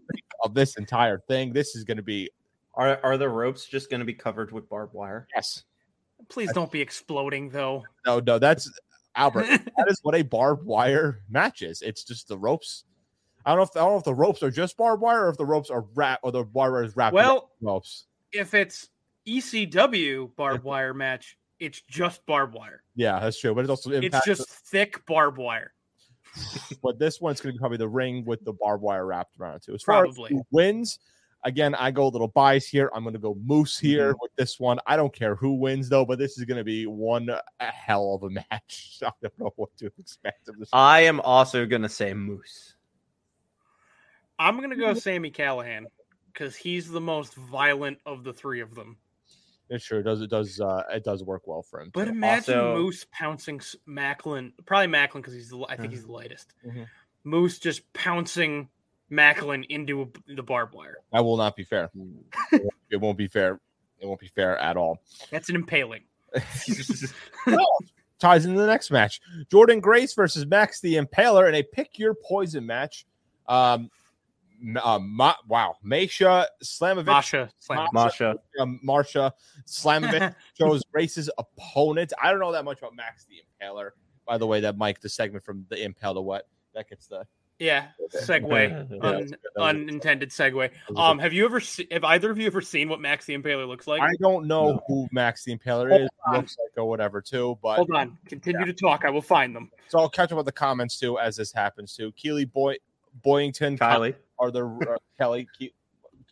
Speaker 3: of this entire thing. This is going to be
Speaker 4: Are are the ropes just going to be covered with barbed wire?
Speaker 3: yes,
Speaker 5: Please don't be exploding though.
Speaker 3: no, no. That's Albert. that is what a barbed wire match is. It's just the ropes. I don't know if I don't know if the ropes are just barbed wire or if the ropes are wrapped or the wire is wrapped.
Speaker 5: well,
Speaker 3: around the ropes.
Speaker 5: if it's ECW barbed wire match, it's just barbed wire.
Speaker 3: Yeah, that's true. But it's also
Speaker 5: It's
Speaker 3: impact.
Speaker 5: just thick barbed wire.
Speaker 3: but this one's going to be probably the ring with the barbed wire wrapped around it too. As far as
Speaker 5: Probably.
Speaker 3: who wins, again, I go a little bias here. I'm going to go moose
Speaker 5: Mm-hmm.
Speaker 3: here with this one. I don't care who wins though, but this is going to be one uh, hell of a match. I don't know what to expect of this.
Speaker 5: Uh,
Speaker 4: I am also going to say moose.
Speaker 5: I'm gonna
Speaker 3: Mm-hmm.
Speaker 5: go Sammy Callahan because he's the most violent of the three of them.
Speaker 3: it sure does. It does. Uh, it does work well for him.
Speaker 5: But
Speaker 3: too.
Speaker 5: imagine
Speaker 4: Also-
Speaker 5: Moose pouncing S- Macklin, probably Macklin because he's the, li- I
Speaker 3: Uh-huh.
Speaker 5: think he's the lightest.
Speaker 3: Mhm.
Speaker 5: Moose just pouncing Macklin into a- the barbed wire.
Speaker 3: That will not be fair. it won't- it won't be fair. It won't be fair at all.
Speaker 5: That's an impaling.
Speaker 3: No. ties into the next match Jordan Grace versus Max the Impaler in a pick your poison match. Um, m- uh, Ma- wow, Masha Slamovich,
Speaker 5: Masha, slam.
Speaker 4: Masha.
Speaker 3: um, Marsha Slamovich chose Grace's opponent. I don't know that much about Max the Impaler, by the way. That Mike, the segment from the Impel to what that gets the
Speaker 5: yeah, segue,
Speaker 3: Yeah,
Speaker 5: Un-
Speaker 3: that was-
Speaker 5: unintended segue.
Speaker 3: that was a
Speaker 5: Um, have you ever, se- have either of you ever seen what Max the Impaler looks like?
Speaker 3: I don't know who Max the Impaler is,
Speaker 5: on.
Speaker 3: looks like or whatever too, but
Speaker 5: Hold on, continue to talk. I will find them.
Speaker 3: so I'll catch up with the comments too as this happens too. Keely Boy Boyington,
Speaker 4: Kylie.
Speaker 3: are the uh, Kelly Ke-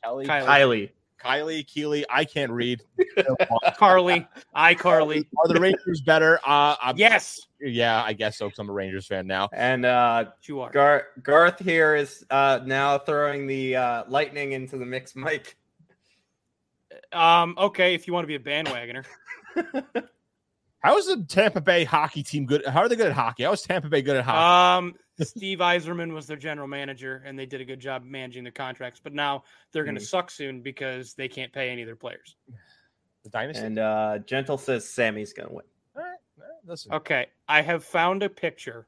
Speaker 3: Kelly
Speaker 5: Kylie.
Speaker 4: Kylie.
Speaker 3: Kylie Keely. I can't read.
Speaker 5: Carly, I Carly.
Speaker 3: Are the Rangers better? Uh, I'm,
Speaker 5: Yes,
Speaker 3: yeah, I guess so. 'cause I'm a Rangers fan now.
Speaker 4: And uh,
Speaker 5: you are.
Speaker 4: Gar- Garth here is uh, now throwing the uh, lightning into the mix mic.
Speaker 5: Um, okay, if you want to be a bandwagoner,
Speaker 3: How is the Tampa Bay hockey team good? How are they good at hockey? How is Tampa Bay good at hockey?
Speaker 5: um, Steve Eiserman was their general manager, and they did a good job managing their contracts. But now they're going to
Speaker 3: Mm.
Speaker 4: Hmm.
Speaker 5: suck soon because they can't pay any of their players.
Speaker 3: the dynasty.
Speaker 4: And uh, Gentle says Sammy's going to win.
Speaker 3: All right, all right, listen.
Speaker 5: Okay, I have found a picture.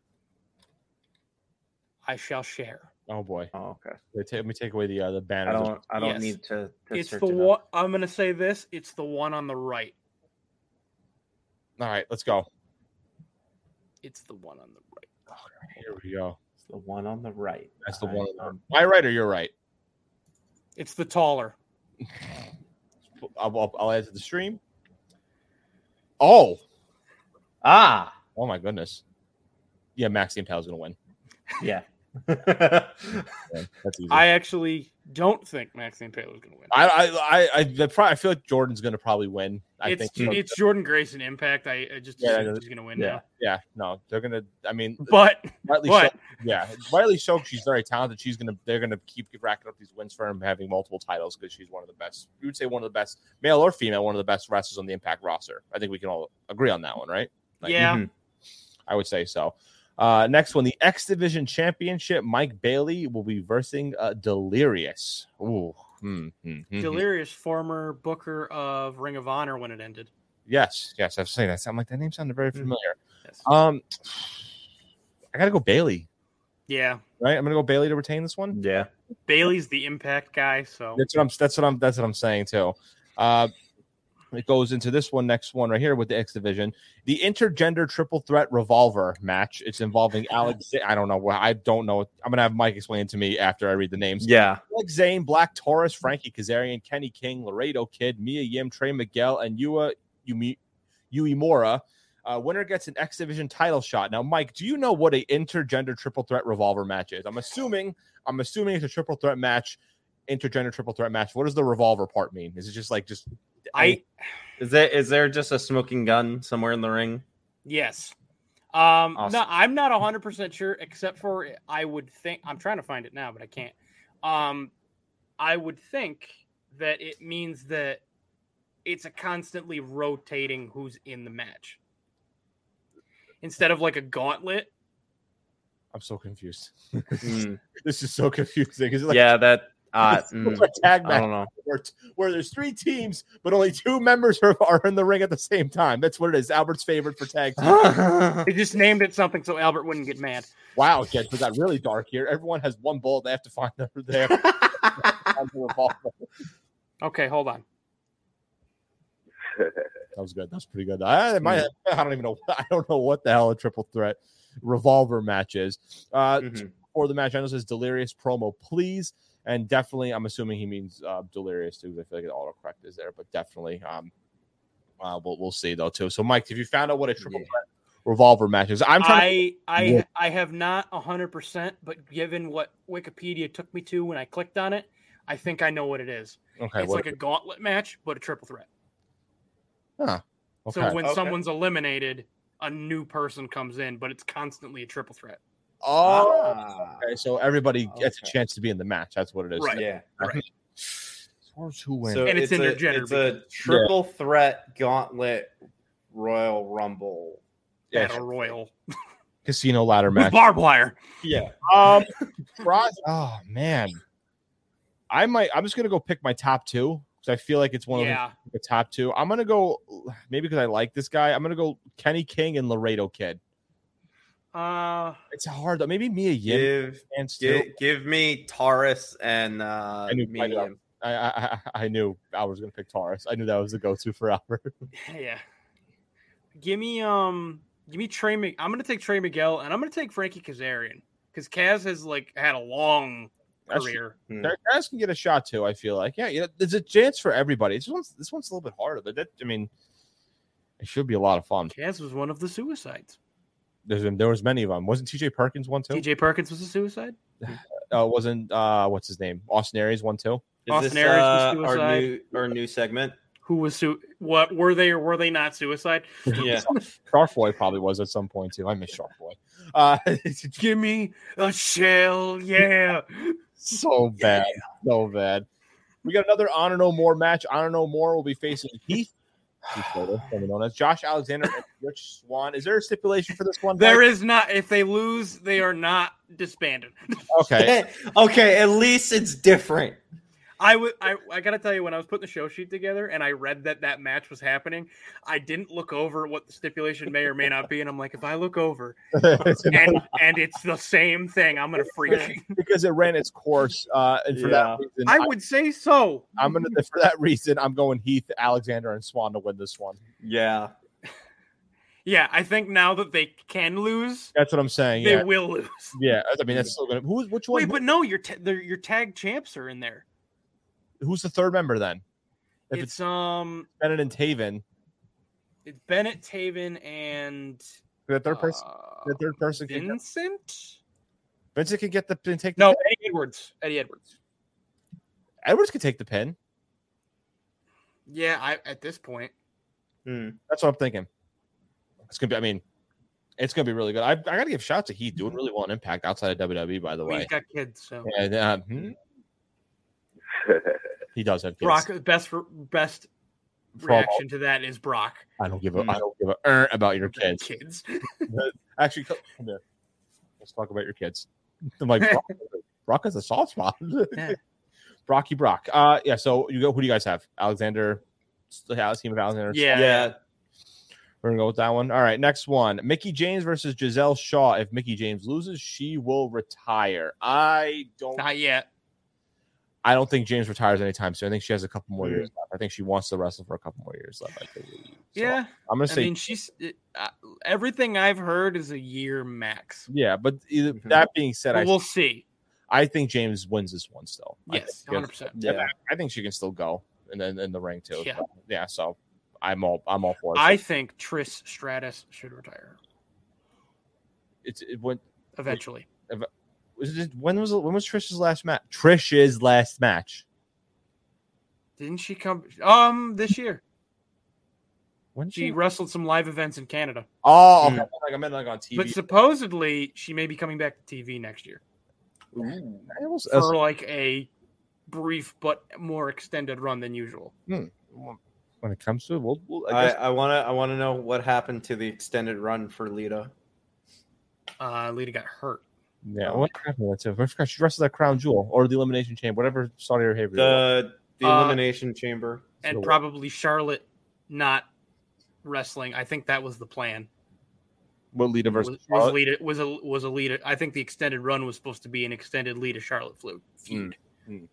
Speaker 5: I shall share.
Speaker 3: Oh boy,
Speaker 4: Oh, okay.
Speaker 3: they ta- let me take away the uh, the banner.
Speaker 4: I don't. I don't
Speaker 5: Yes.
Speaker 4: need to. to
Speaker 5: it's
Speaker 4: search
Speaker 5: the
Speaker 4: it up.
Speaker 5: one. I'm going to say this. It's the one on the right.
Speaker 3: All right, let's go.
Speaker 5: It's the one on the right.
Speaker 3: Here we go.
Speaker 4: It's the one on the right.
Speaker 3: That's the
Speaker 4: I,
Speaker 3: one.
Speaker 4: um,
Speaker 3: My right or your right?
Speaker 5: It's the taller.
Speaker 3: I'll, I'll, I'll add to the stream. Oh,
Speaker 4: ah,
Speaker 3: oh my goodness. Yeah, Max the Impaler's gonna win.
Speaker 4: yeah.
Speaker 3: Yeah, that's easy.
Speaker 5: I actually don't think Maxine Taylor's going to win.
Speaker 3: I, I, I, I, the pro- I feel like Jordan's gonna probably win. I
Speaker 5: it's
Speaker 3: think.
Speaker 5: it's Jordan Grayson Impact. I, I just
Speaker 3: Yeah,
Speaker 5: assume
Speaker 3: I know.
Speaker 5: he's going to win
Speaker 4: Yeah.
Speaker 5: now.
Speaker 3: yeah, no, they're gonna. I mean,
Speaker 5: But
Speaker 3: rightly so,
Speaker 5: but
Speaker 3: yeah, rightly so. She's very talented. She's gonna. They're gonna keep racking up these wins for him, having multiple titles because she's one of the best. You would say one of the best, male or female, one of the best wrestlers on the Impact roster. I think we can all agree on that one, right? Like,
Speaker 5: yeah,
Speaker 4: Mhm.
Speaker 3: I would say so. Uh, next one, the X Division Championship. Mike Bailey will be versing uh, Delirious. Ooh, hmm, hmm, hmm, hmm.
Speaker 5: Delirious, former Booker of Ring of Honor when it ended.
Speaker 3: yes, yes, I've seen that. I'm like that name sounded very familiar.
Speaker 5: Yes.
Speaker 3: Um, I gotta go Bailey,
Speaker 5: Yeah,
Speaker 3: right? I'm gonna go Bailey to retain this one.
Speaker 4: Yeah.
Speaker 5: Bailey's the Impact guy, so
Speaker 3: That's what I'm. That's what I'm. That's what I'm saying too. Uh, it goes into this one, next one right here with the X division, the intergender triple threat revolver match. It's involving Alex. I don't know. what- I don't know. I'm gonna have Mike explain it to me after I read the names.
Speaker 4: Yeah.
Speaker 3: Alex Zane, Black Taurus, Frankie Kazarian, Kenny King, Laredo Kid, Mia Yim, Trey Miguel, and Yua Yumi, Uemura. Uh, winner gets an X Division title shot. Now, Mike, do you know what a intergender triple threat revolver match is? I'm assuming, I'm assuming it's a triple threat match, intergender triple threat match. What does the revolver part mean? Is it just like just
Speaker 5: I
Speaker 4: Is there is there just a smoking gun somewhere in the ring?
Speaker 5: yes. Um,
Speaker 4: Awesome.
Speaker 5: no, I'm not 100 percent sure, except for I would think I'm trying to find it now, but I can't. Um, I would think that it means that it's a constantly rotating who's in the match instead of like a gauntlet.
Speaker 3: I'm so confused.
Speaker 4: Mm,
Speaker 3: this is so confusing. Is it like
Speaker 4: yeah. That. Uh,
Speaker 3: it's
Speaker 4: mm,
Speaker 3: like a tag
Speaker 4: I
Speaker 3: match
Speaker 4: don't know.
Speaker 3: where, where there's three teams, but only two members are, are in the ring at the same time. That's what it is. Albert's favorite for tag team.
Speaker 5: They just named it something so Albert wouldn't get mad.
Speaker 3: Wow, Jed, we got really dark here. Everyone has one ball. They have to find their there. that
Speaker 5: Okay, hold on.
Speaker 3: was good. That was pretty good. I, it might- I don't even know. I don't know what the hell a triple threat revolver match is. Uh,
Speaker 5: Mm-hmm.
Speaker 4: Mhm.
Speaker 3: For the match, I know it says delirious promo, please. And definitely, I'm assuming he means uh, delirious too. 'cause I feel like the autocorrect is there, but definitely, um, uh, we'll we'll see though too. So, Mike, if you found out what a triple
Speaker 4: Yeah.
Speaker 3: threat revolver match is, I'm trying. to,
Speaker 5: I I
Speaker 3: Yeah.
Speaker 5: I have not hundred percent, but given what Wikipedia took me to when I clicked on it, I think I know what it is.
Speaker 3: okay,
Speaker 5: it's
Speaker 3: what,
Speaker 5: like a gauntlet match, but a triple threat.
Speaker 3: okay.
Speaker 5: So when
Speaker 4: Okay.
Speaker 5: someone's eliminated, a new person comes in, but it's constantly a triple threat.
Speaker 3: oh,
Speaker 4: Ah,
Speaker 3: okay, so everybody gets a
Speaker 4: Okay.
Speaker 3: chance to be in the match. That's what it is.
Speaker 5: Right.
Speaker 4: Yeah.
Speaker 3: who wins?
Speaker 4: So
Speaker 5: And it's
Speaker 4: a,
Speaker 5: intergender
Speaker 4: It's a triple threat gauntlet Royal Rumble.
Speaker 3: Yeah,
Speaker 5: Battle royal
Speaker 3: casino ladder
Speaker 5: with
Speaker 3: match.
Speaker 5: barbed wire.
Speaker 4: Yeah.
Speaker 3: Um, Roz- oh man, I might. I'm just gonna go pick my top two because I feel like it's one of
Speaker 5: yeah,
Speaker 3: the top two. I'm gonna go maybe because I like this guy. I'm gonna go Kenny King and Laredo Kid.
Speaker 5: uh,
Speaker 3: It's hard though. Maybe Mia Yim
Speaker 4: Give,
Speaker 3: and still.
Speaker 4: give give me Taurus and uh
Speaker 3: I knew Mike
Speaker 4: medium.
Speaker 3: Evans. I, I I I knew I was gonna pick Taurus. I knew that was the go-to for Albert.
Speaker 5: yeah. Give me um, give me Trey. Mc- I'm gonna take Trey Miguel, and I'm gonna take Frankie Kazarian because Kaz has like had a long
Speaker 3: That's-
Speaker 5: career.
Speaker 3: Derek Harris can get a shot too. I feel like yeah, you know, there's a chance for everybody. This one's this one's a little bit harder, but that I mean, it should be a lot of fun.
Speaker 5: Kaz was one of the suicides.
Speaker 3: There's been, there was many of them. Wasn't T.J. Perkins one too?
Speaker 5: T.J. Perkins was a suicide.
Speaker 3: Uh, wasn't uh what's his name? Austin Aries one too.
Speaker 4: Is
Speaker 5: Austin
Speaker 4: this,
Speaker 5: Aries
Speaker 4: uh,
Speaker 5: was
Speaker 4: our
Speaker 5: suicide.
Speaker 4: new our new segment?
Speaker 5: Who was su- what were they or were they not suicide?
Speaker 4: Yeah.
Speaker 3: Sharfoy probably was at some point too. I miss Sharfoy. Uh, it's
Speaker 5: Give me a shell, yeah.
Speaker 3: so bad, so bad. We got another Honor No More match. Honor No More will be facing Heath. Heath Slater, formerly known as Josh Alexander and Rich Swan. Is there a stipulation for this one?
Speaker 5: There is not. If they lose, they are not disbanded.
Speaker 3: Okay.
Speaker 4: okay, at least it's different.
Speaker 5: I would. I, I gotta tell you, when I was putting the show sheet together and I read that that match was happening, I didn't look over what the stipulation may or may not be, and I'm like, if I look over
Speaker 3: It's an
Speaker 5: and and it's the same thing, I'm gonna freak.
Speaker 3: because it ran its course. Uh, and for that reason,
Speaker 5: I would say so.
Speaker 3: I, am gonna for that reason I'm going Heath, Alexander, and Swan to win this one.
Speaker 4: Yeah.
Speaker 5: Yeah, I think now that they can lose,
Speaker 3: That's what I'm saying.
Speaker 5: they
Speaker 3: Yeah,
Speaker 5: will lose.
Speaker 3: yeah. I mean, that's still gonna. Who's which one?
Speaker 5: Wait, but no, your ta- their- your tag champs are in there.
Speaker 3: who's the third member then? If
Speaker 5: It's um,
Speaker 3: Bennett and Taven.
Speaker 5: it's Bennett, Taven, and
Speaker 3: The third person.
Speaker 5: uh,
Speaker 3: the third person. Can get,
Speaker 5: Vincent.
Speaker 3: Vincent can get the pin. Take the
Speaker 5: No,
Speaker 3: pin.
Speaker 5: Eddie Edwards. Eddie Edwards.
Speaker 3: Edwards can take the pin.
Speaker 5: Yeah, I at this point.
Speaker 4: Hmm.
Speaker 3: That's what I'm thinking. It's gonna be. I mean, it's gonna be really good. I, I gotta give shout out to Heath doing really well in Impact outside of WWE. By the
Speaker 5: Well,
Speaker 3: way,
Speaker 5: he's got kids, so
Speaker 3: and um, hmm? he does have kids.
Speaker 5: Brock best for, best
Speaker 3: Promo.
Speaker 5: reaction to that is Brock.
Speaker 3: I don't give a.
Speaker 4: Hmm.
Speaker 3: I don't give a er about your kids.
Speaker 5: Kids.
Speaker 3: Actually, co- come here. Let's talk about your kids. I'm like Brock, Brock has a soft spot.
Speaker 5: Yeah.
Speaker 3: Brocky Brock. Uh, yeah. So you go. Who do you guys have? Alexander. House team of Alexander.
Speaker 5: Yeah.
Speaker 4: Yeah.
Speaker 3: We're gonna go with that one. All right, next one: Mickey James versus Giselle Shaw. If Mickey James loses, she will retire. I don't.
Speaker 5: Not yet.
Speaker 3: I don't think James retires anytime soon. I think she has a couple more
Speaker 4: Hmm.
Speaker 5: Mm.
Speaker 3: years left. I think she wants to wrestle for a couple more years left. I believe. So,
Speaker 5: yeah.
Speaker 3: I'm gonna
Speaker 5: I
Speaker 3: say
Speaker 5: mean, she's it, uh, everything I've heard is a year max.
Speaker 3: yeah. But either,
Speaker 4: Mhm.
Speaker 3: that being said,
Speaker 5: But
Speaker 3: I
Speaker 5: Mm-hmm. we'll see.
Speaker 3: I think James wins this one still. I
Speaker 5: Yes,
Speaker 3: think-
Speaker 5: hundred percent.
Speaker 4: Yeah.
Speaker 3: I think she can still go and then in the ring too.
Speaker 5: Yeah.
Speaker 3: But, yeah. So I'm all I'm all for it.
Speaker 5: I think Triss Stratus should retire
Speaker 3: it's it went.
Speaker 5: eventually.
Speaker 3: Was it, when was when was Trish's last match? Trish's last match.
Speaker 5: Didn't she come? Um, this year
Speaker 3: When did
Speaker 5: she wrestled some live events in Canada,
Speaker 3: Oh,
Speaker 4: Hmm.
Speaker 3: okay. like I meant like on TV.
Speaker 5: but supposedly she may be coming back to TV next year.
Speaker 3: I was- I was-
Speaker 5: for like a brief but more extended run than usual.
Speaker 3: when it comes to it, we'll, we'll I
Speaker 4: I,
Speaker 3: guess
Speaker 4: I wanna I wanna know what happened to the extended run for Lita.
Speaker 5: Uh, Lita got hurt.
Speaker 3: yeah. What happened? That's it. I forgot She wrestled that crown jewel or the elimination chamber, whatever Saudi Arabia. was.
Speaker 4: The the
Speaker 5: Uh,
Speaker 4: elimination chamber.
Speaker 5: And
Speaker 3: So-
Speaker 5: probably Charlotte not wrestling. I think that was the plan.
Speaker 3: what Lita
Speaker 5: Was,
Speaker 3: versus
Speaker 5: was
Speaker 3: Charlotte?
Speaker 5: Lita was a was a Lita. I think the extended run was supposed to be an extended Lita Charlotte flu
Speaker 3: Mm,
Speaker 5: feud.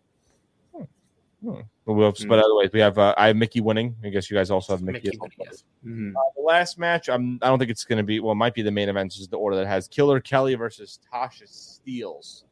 Speaker 3: But we'll- but otherwise, we have uh, I have Mickey winning. I guess you guys also have Mickey.
Speaker 5: Hmm. Mickey
Speaker 3: as well.
Speaker 4: Mhm.
Speaker 5: winning, yes.
Speaker 3: Uh, the last match, I'm, I don't think it's going to be. Well, it might be the main event. Is the order that has Killer Kelly versus Tasha Steeles.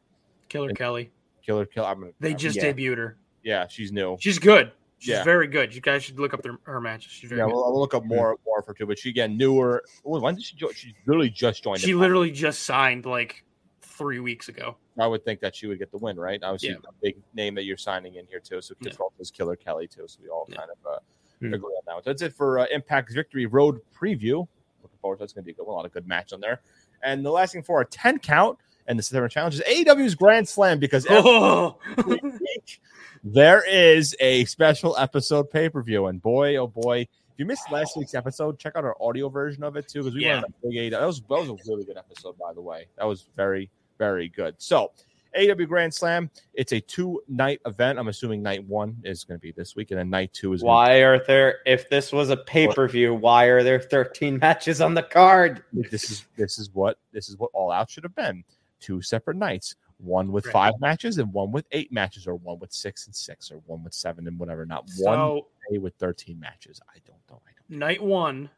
Speaker 5: Killer
Speaker 3: And-
Speaker 5: Kelly.
Speaker 3: Killer Kelly. I'm gonna,
Speaker 5: They just
Speaker 3: yeah,
Speaker 5: debuted her.
Speaker 3: Yeah, she's new.
Speaker 5: She's good. She's
Speaker 3: Yeah.
Speaker 5: very good. You guys should look up their, her matches. She's very
Speaker 3: Yeah,
Speaker 5: good. Hmm.
Speaker 3: we'll, I'll look up more more for two. But she again newer. Oh, when did she join? She literally just joined.
Speaker 5: she
Speaker 3: Impact.
Speaker 5: literally just signed like three weeks ago.
Speaker 3: I would think that she would get the win, right? Obviously,
Speaker 5: Yeah.
Speaker 3: a big name that you're signing in here too. So
Speaker 5: Yeah.
Speaker 3: Kiss is Killer Kelly too. So we all
Speaker 5: Yeah.
Speaker 3: kind of uh,
Speaker 4: Hmm.
Speaker 3: agree on that. one. So that's it for uh, Impact's Victory Road preview. Looking forward to that's going to be a good one. A lot of good match on there. And the last thing for our ten count and the September challenge is AEW's Grand Slam because every
Speaker 5: Oh,
Speaker 3: week there is a special episode pay per view, and boy, oh boy. If you missed last week's episode, check out our audio version of it too, because we
Speaker 5: Yeah.
Speaker 3: went on a big AEW. That was that was a really good episode, by the way. That was very very good. So AW Grand Slam. It's a two night event. I'm assuming night one is going to be this week, and then night two is gonna
Speaker 4: Why are there? If this was a pay per view, why are there 13 matches on the card?
Speaker 3: this is this is what this is what all out should have been two separate nights one with
Speaker 5: Right.
Speaker 3: five matches and one with eight matches or one with six and six or one with seven and whatever not one
Speaker 5: So
Speaker 3: day with 13 matches i don't know i don't
Speaker 5: night one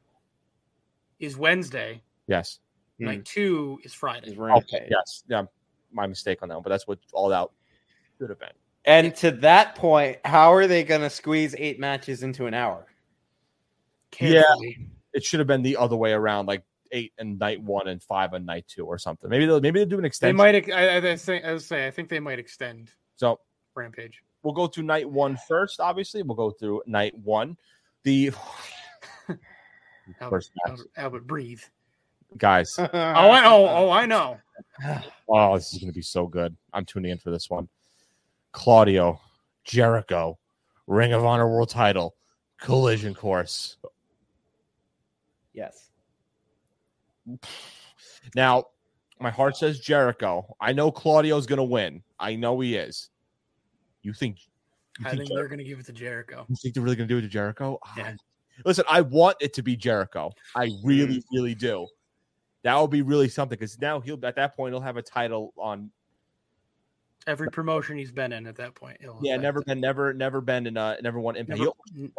Speaker 5: is Wednesday.
Speaker 3: yes
Speaker 4: Hmm.
Speaker 5: Night two is Friday.
Speaker 4: Is Rampage.
Speaker 3: yes yeah my mistake on that one but that's what all out should have been
Speaker 4: And to that point, how are they going to squeeze eight matches into an hour?
Speaker 3: Yeah.
Speaker 5: Carefully.
Speaker 3: it should have been the other way around like eight and night one and five and night two or something maybe they'll maybe they'll do an
Speaker 5: They
Speaker 3: extension
Speaker 5: might. ex- I, I, I, say, I would say. I think they might extend
Speaker 3: so
Speaker 5: Rampage.
Speaker 3: we'll go through night one first. Obviously, we'll go through night one. The
Speaker 5: Albert,
Speaker 3: first match,
Speaker 5: Albert, Albert, breathe.
Speaker 3: guys.
Speaker 4: oh,
Speaker 5: Oh, I, oh, oh, I know.
Speaker 3: Oh, this is going to be so good. I'm tuning in for this one. Claudio, Jericho, Ring of Honor World Title, Collision Course.
Speaker 4: Yes.
Speaker 3: Now, my heart says Jericho. I know Claudio's going to win. I know he is. You think? You
Speaker 5: I
Speaker 3: think,
Speaker 5: think
Speaker 3: Jer-
Speaker 5: they're going to give it to Jericho.
Speaker 3: you think they're really going to do it to Jericho? I-
Speaker 5: Yeah.
Speaker 3: listen, I want it to be Jericho. I really, really do. That would be really something because now he'll at that point he'll have a title on
Speaker 5: Every promotion he's been in at that point. he'll
Speaker 3: Yeah,
Speaker 5: affect
Speaker 3: never
Speaker 5: it.
Speaker 3: been, never, never been in uh, never won impact.
Speaker 5: Never-
Speaker 3: He-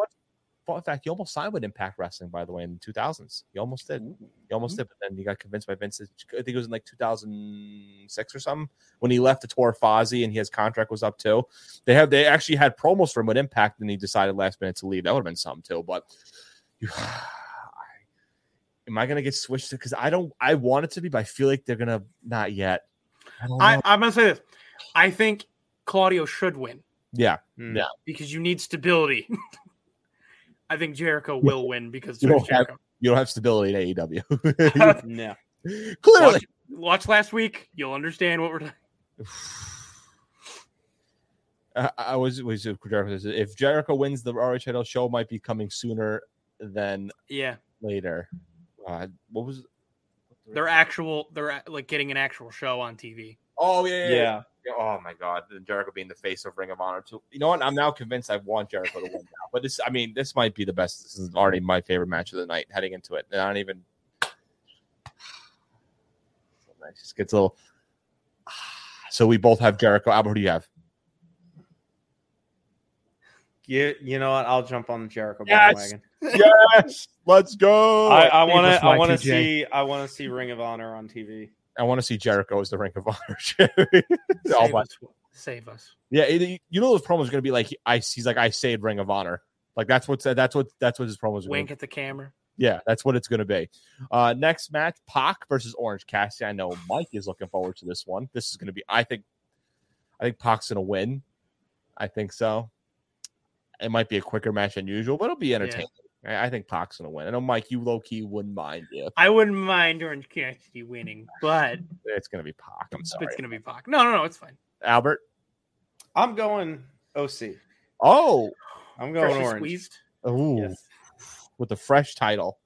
Speaker 3: well, in fact, he almost signed with Impact Wrestling, by the way, in the 2000s. He almost did. He almost
Speaker 5: Hmm.
Speaker 3: did, but then he got convinced by Vince. I think it was in like 2006 or something when he left the tour Fozzy and his contract was up too. They have they actually had promos for him with Impact, and he decided last minute to leave. That would have been something too. But you, am I gonna get switched? Because I don't. I want it to be, but I feel like they're gonna not yet. I don't know.
Speaker 5: I, I'm going to say this. I think Claudio should win
Speaker 3: yeah,
Speaker 4: Hmm.
Speaker 3: Yeah.
Speaker 5: because you need stability. I think Jericho will win because
Speaker 3: You
Speaker 5: there's
Speaker 3: don't have-
Speaker 5: Jericho.
Speaker 3: you don't have stability in E AEW.
Speaker 4: No.
Speaker 3: Clearly,
Speaker 5: Watch, watch last week. You'll understand what we're talking
Speaker 3: I, I was was if Jericho, if Jericho wins the ROH title, show might be coming sooner than
Speaker 5: Yeah.
Speaker 3: later. Uh, what was?
Speaker 5: They're actual, they're a- like getting an actual show on TV.
Speaker 3: Oh yeah, yeah,
Speaker 4: Yeah.
Speaker 3: yeah. Oh my God, Jericho being the face of Ring of Honor too. You know what? I'm now convinced I want Jericho to win now. But this, I mean, this might be the best. This is already my favorite match of the night heading into it, and I don't even. It just gets a little. So we both have Jericho. Albert, who do you have?
Speaker 4: You, you know what? I'll jump on the Jericho
Speaker 3: Yes.
Speaker 4: bandwagon.
Speaker 3: yes, let's go.
Speaker 4: I, I want to. I
Speaker 5: fly
Speaker 4: want to
Speaker 5: to Jay.
Speaker 4: see. I want to see Ring of Honor on TV.
Speaker 3: I want to see Jericho as the Ring of Honor. champion. All
Speaker 5: Save
Speaker 3: by-
Speaker 5: us. Save us.
Speaker 3: yeah, it- you know those promos going to be like I. He's like I saved Ring of Honor. Like that's what that's what that's what his promos. Gonna
Speaker 5: Wink
Speaker 3: be.
Speaker 5: at the camera.
Speaker 3: Yeah, that's what it's going to be. Uh, next match: Pac versus Orange Cassidy. I know Mike is looking forward to this one. This is going to be. I think. I think Pac's going to win. I think so. It might be a quicker match than usual, but it'll be entertaining. I I think Pac's going to win. I know Mike, you low key wouldn't mind if
Speaker 5: I wouldn't mind Orange Cassidy winning, but
Speaker 3: it's going to be Pac. I'm sorry,
Speaker 5: it's going to be Pac. No, no, no. It's fine.
Speaker 3: Albert.
Speaker 4: I'm going OC.
Speaker 3: Oh,
Speaker 4: I'm going
Speaker 5: Freshly
Speaker 4: orange.
Speaker 5: squeezed.
Speaker 3: Ooh,
Speaker 4: Yes.
Speaker 3: with a fresh title.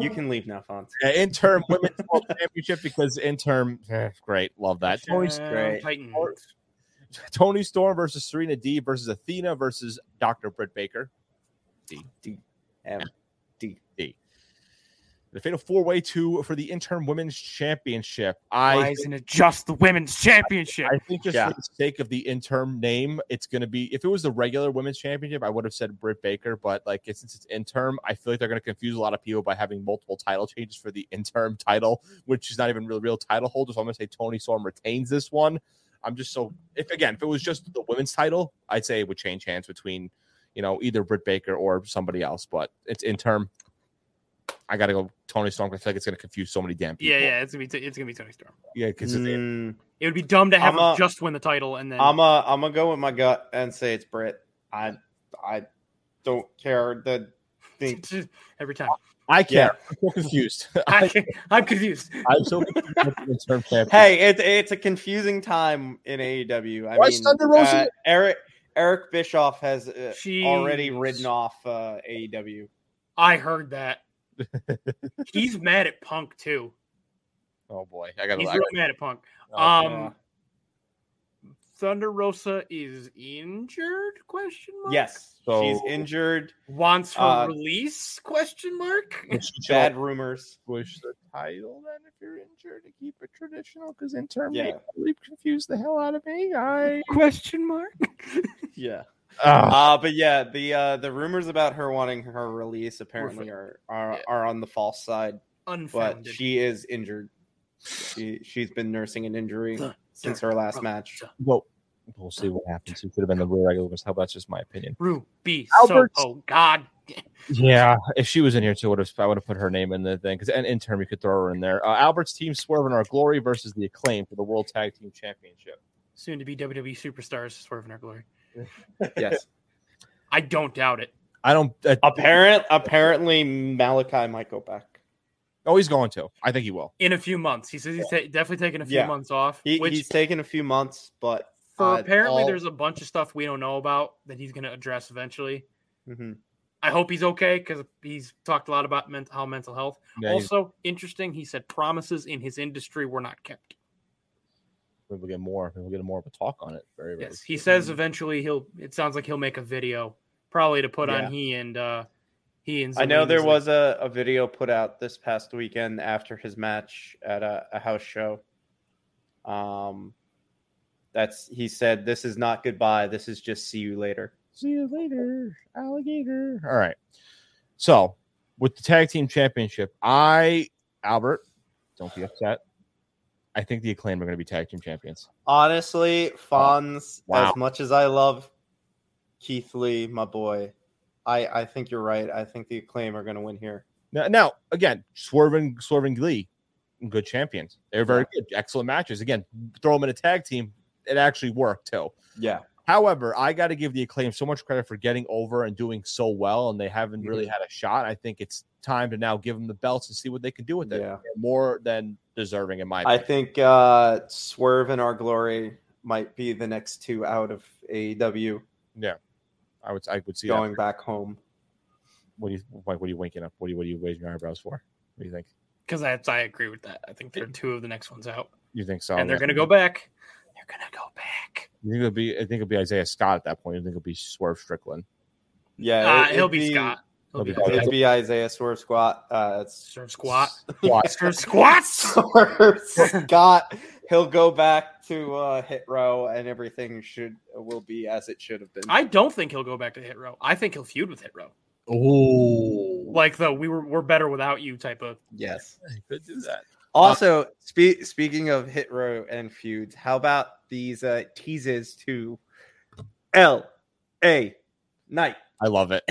Speaker 4: You can leave now, Fonz.
Speaker 3: Yeah, interim women's world championship because interim, eh, great, love that. Tony,
Speaker 5: Shout
Speaker 4: great.
Speaker 5: Titan.
Speaker 3: Tony Storm versus Serena D versus Athena versus Dr. Britt Baker.
Speaker 4: D D M.
Speaker 3: The fatal four way two for the interim women's championship.
Speaker 5: Why
Speaker 3: I
Speaker 5: isn't it just the women's championship?
Speaker 3: I think just
Speaker 4: Yeah.
Speaker 3: for the sake of the interim name, it's going to be. If it was the regular women's championship, I would have said Britt Baker, but like it- since it's interim, I feel like they're going to confuse a lot of people by having multiple title changes for the interim title, which is not even real real title holder. So I'm going to say Tony Storm retains this one. I'm just so if again, if it was just the women's title, I'd say it would change hands between you know either Britt Baker or somebody else, but it's interim. I got to go Tony Storm. 'cause I feel like it's going to confuse so many damn people.
Speaker 5: yeah, yeah. It's gonna be. T- it's gonna be Tony Storm.
Speaker 3: yeah, because
Speaker 4: Mm,
Speaker 5: It would be dumb to have
Speaker 4: I'm
Speaker 5: him
Speaker 4: a-
Speaker 5: just win the title and then.
Speaker 4: I'm a. I'm gonna go with my gut and say it's Brit. I. I don't care that. Think
Speaker 5: every time.
Speaker 3: I
Speaker 4: Yeah.
Speaker 3: care. I'm so confused.
Speaker 5: I, I'm confused.
Speaker 3: I'm so confused with the term champion.
Speaker 4: Hey, it, it's a confusing time in AEW. I
Speaker 3: Why is
Speaker 4: mean,
Speaker 3: Thunder Rosa-
Speaker 4: uh, Eric Eric Bischoff has uh,
Speaker 5: She
Speaker 4: already ridden off uh, AEW.
Speaker 5: I heard that. He's mad at Punk too.
Speaker 3: Oh boy, I got. Oh,
Speaker 5: He's
Speaker 3: to
Speaker 5: real mad at Punk. um, Thunder Rosa is injured? Question mark.
Speaker 4: Yes,
Speaker 3: So-
Speaker 4: she's injured.
Speaker 5: Wants her
Speaker 4: Uh,
Speaker 5: release? Question mark.
Speaker 4: Bad rumors.
Speaker 3: Push the title then if you're injured to keep it traditional because in term
Speaker 4: Yeah.
Speaker 3: really confused the hell out of me. I Ah.
Speaker 5: question mark.
Speaker 4: Yeah. Uh, but yeah, the uh, the rumors about her wanting her release apparently are are,
Speaker 3: Yeah.
Speaker 4: are on the false side. But
Speaker 5: Unfounded.
Speaker 4: she is injured. She she's been nursing an injury
Speaker 5: Thunder
Speaker 4: since her last
Speaker 5: Rosa.
Speaker 4: match.
Speaker 3: well, we'll see what happens. It could have been the real regular. How that's just my opinion.
Speaker 5: Ruby
Speaker 3: Albert-
Speaker 5: Soho. God.
Speaker 3: Yeah, if she was in here too, would have I would have put her name in the thing because and in term you could throw her in there. Uh, Albert's team swerve in our glory versus the acclaim for the World Tag Team Championship.
Speaker 5: Soon to be WWE superstars swerving our glory.
Speaker 4: Yes.
Speaker 5: I don't doubt it.
Speaker 3: I don't. Uh,
Speaker 4: Apparent apparently Malachi might go back.
Speaker 3: oh, he's going to. I think he will.
Speaker 5: In a few months, he says he's ta- definitely taking a few
Speaker 4: Yeah.
Speaker 5: months off.
Speaker 4: He,
Speaker 5: which
Speaker 4: he's taken a few months, but
Speaker 5: for
Speaker 4: uh,
Speaker 5: apparently
Speaker 4: all-
Speaker 5: there's a bunch of stuff we don't know about that he's going to address eventually.
Speaker 4: Mhm.
Speaker 5: I hope he's okay because he's talked a lot about mental how mental health.
Speaker 3: Yeah, he's-
Speaker 5: also, interesting, he said promises in his industry were not kept.
Speaker 3: we'll get more. We'll get more of a talk on it. Very very
Speaker 5: Yes, he
Speaker 4: Mm-hmm.
Speaker 5: says eventually he'll. It sounds like he'll make a video, probably to put
Speaker 4: Yeah.
Speaker 5: on he and uh he and.
Speaker 4: I know there
Speaker 5: Zelina's, like,
Speaker 4: was a, a video put out this past weekend after his match at a, a house show. Um, that's he said, "This is not goodbye. This is just see you later."
Speaker 3: See you later, alligator. All right. So with the tag team championship, I Albert, don't be upset. I think the acclaim are going to be tag team champions.
Speaker 4: Honestly, Fonz,
Speaker 3: Wow.
Speaker 4: as much as I love Keith Lee, my boy, I I think you're right. I think the acclaim are going to win here.
Speaker 3: Now, now again, swerving, swerving Glee, good champions. They're very good, excellent matches. Again, throw them in a tag team, it actually worked too.
Speaker 4: Yeah,
Speaker 3: However, I got to give the acclaim so much credit for getting over and doing so well, and they haven't really had a shot. I think it's time to now give them the belts and see what they can do with it.
Speaker 4: Yeah.
Speaker 3: They're more than deserving, in my
Speaker 4: I
Speaker 3: opinion.
Speaker 4: think uh, Swerve and Our Glory might be the next two out of AEW
Speaker 3: I would I would see
Speaker 4: going
Speaker 3: that.
Speaker 4: back home.
Speaker 3: What do you Mike, what are you winking up? What do you what are you raising your eyebrows for? What do you think?
Speaker 5: because I, I agree with that. I think they're two of the next ones out,
Speaker 3: You think
Speaker 4: Oh,
Speaker 3: so?
Speaker 5: and they're
Speaker 3: yeah?
Speaker 5: going to go back. They're going to go back.
Speaker 3: You think it'll be I think it'll be Isaiah Scott at that point. You think it'll be Swerve Strickland.
Speaker 4: Yeah,
Speaker 5: Uh,
Speaker 4: it-
Speaker 5: he'll
Speaker 4: it'd
Speaker 5: be, Scott. He'll be
Speaker 3: He'll be-
Speaker 4: It'd be Isaiah Swerve Squat. Uh, it's
Speaker 5: serve squat.
Speaker 3: Why?
Speaker 5: Serve squats.
Speaker 4: Swerve Scott. He'll go back to uh, hit row, and everything should will be as it should have been.
Speaker 5: I don't think he'll go back to Hit Row. I think he'll feud with Hit Row,
Speaker 3: oh
Speaker 5: like the we were we're better without you type of.
Speaker 4: yes.
Speaker 3: I could do that.
Speaker 4: Also, spe- speaking of hit row and feuds, how about these uh, teases to L A Night?
Speaker 3: I love it.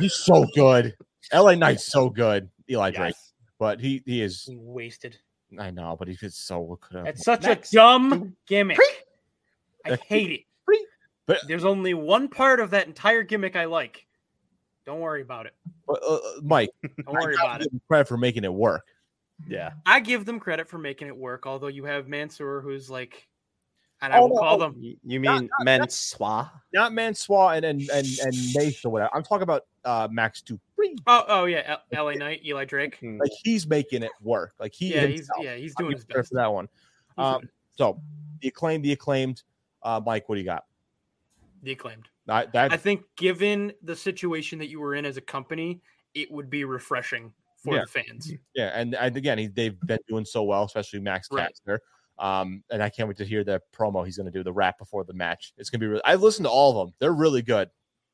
Speaker 3: He's so good. LA Knight's so good. Eli Drake. But he he is
Speaker 5: He wasted.
Speaker 3: I know, but he fits so good.
Speaker 5: That's such
Speaker 4: Next.
Speaker 5: a dumb gimmick. I
Speaker 3: Next.
Speaker 5: hate it.
Speaker 3: But-
Speaker 5: There's only one part of that entire gimmick I like. Don't worry about it.
Speaker 3: But, uh, uh, Mike,
Speaker 5: Don't worry
Speaker 3: I gotta
Speaker 5: about it.
Speaker 3: give him credit for making it work.
Speaker 4: Yeah.
Speaker 5: I give them credit for making it work, although you have Mansoor who's like, and I
Speaker 3: Oh,
Speaker 5: will
Speaker 3: no,
Speaker 5: call them.
Speaker 4: You, you mean men swa?
Speaker 3: Not Mansois and and and, and Mace or whatever. I'm talking about uh Max Dupree.
Speaker 5: Oh, oh yeah, L- L.A. Knight, Eli Drake.
Speaker 3: Like he's making it work. Like he
Speaker 5: Yeah, he's
Speaker 3: himself.
Speaker 5: yeah, he's
Speaker 3: I'll
Speaker 5: doing
Speaker 3: give
Speaker 5: his
Speaker 3: credit
Speaker 5: best.
Speaker 3: for that one.
Speaker 5: He's
Speaker 3: Um,
Speaker 5: doing-
Speaker 3: So the acclaimed, the acclaimed. Uh, Mike, what do you got?
Speaker 5: the acclaimed.
Speaker 3: That, that
Speaker 5: I think, given the situation that you were in as a company, it would be refreshing for
Speaker 3: Yeah. Mm-hmm.
Speaker 5: the fans.
Speaker 3: yeah, and, and again, he, they've been doing so well, especially Max
Speaker 5: Right.
Speaker 3: Caster. Um, and I can't wait to hear the promo he's going to do, the rap before the match. It's going to be. Really, I've listened to all of them. They're really good.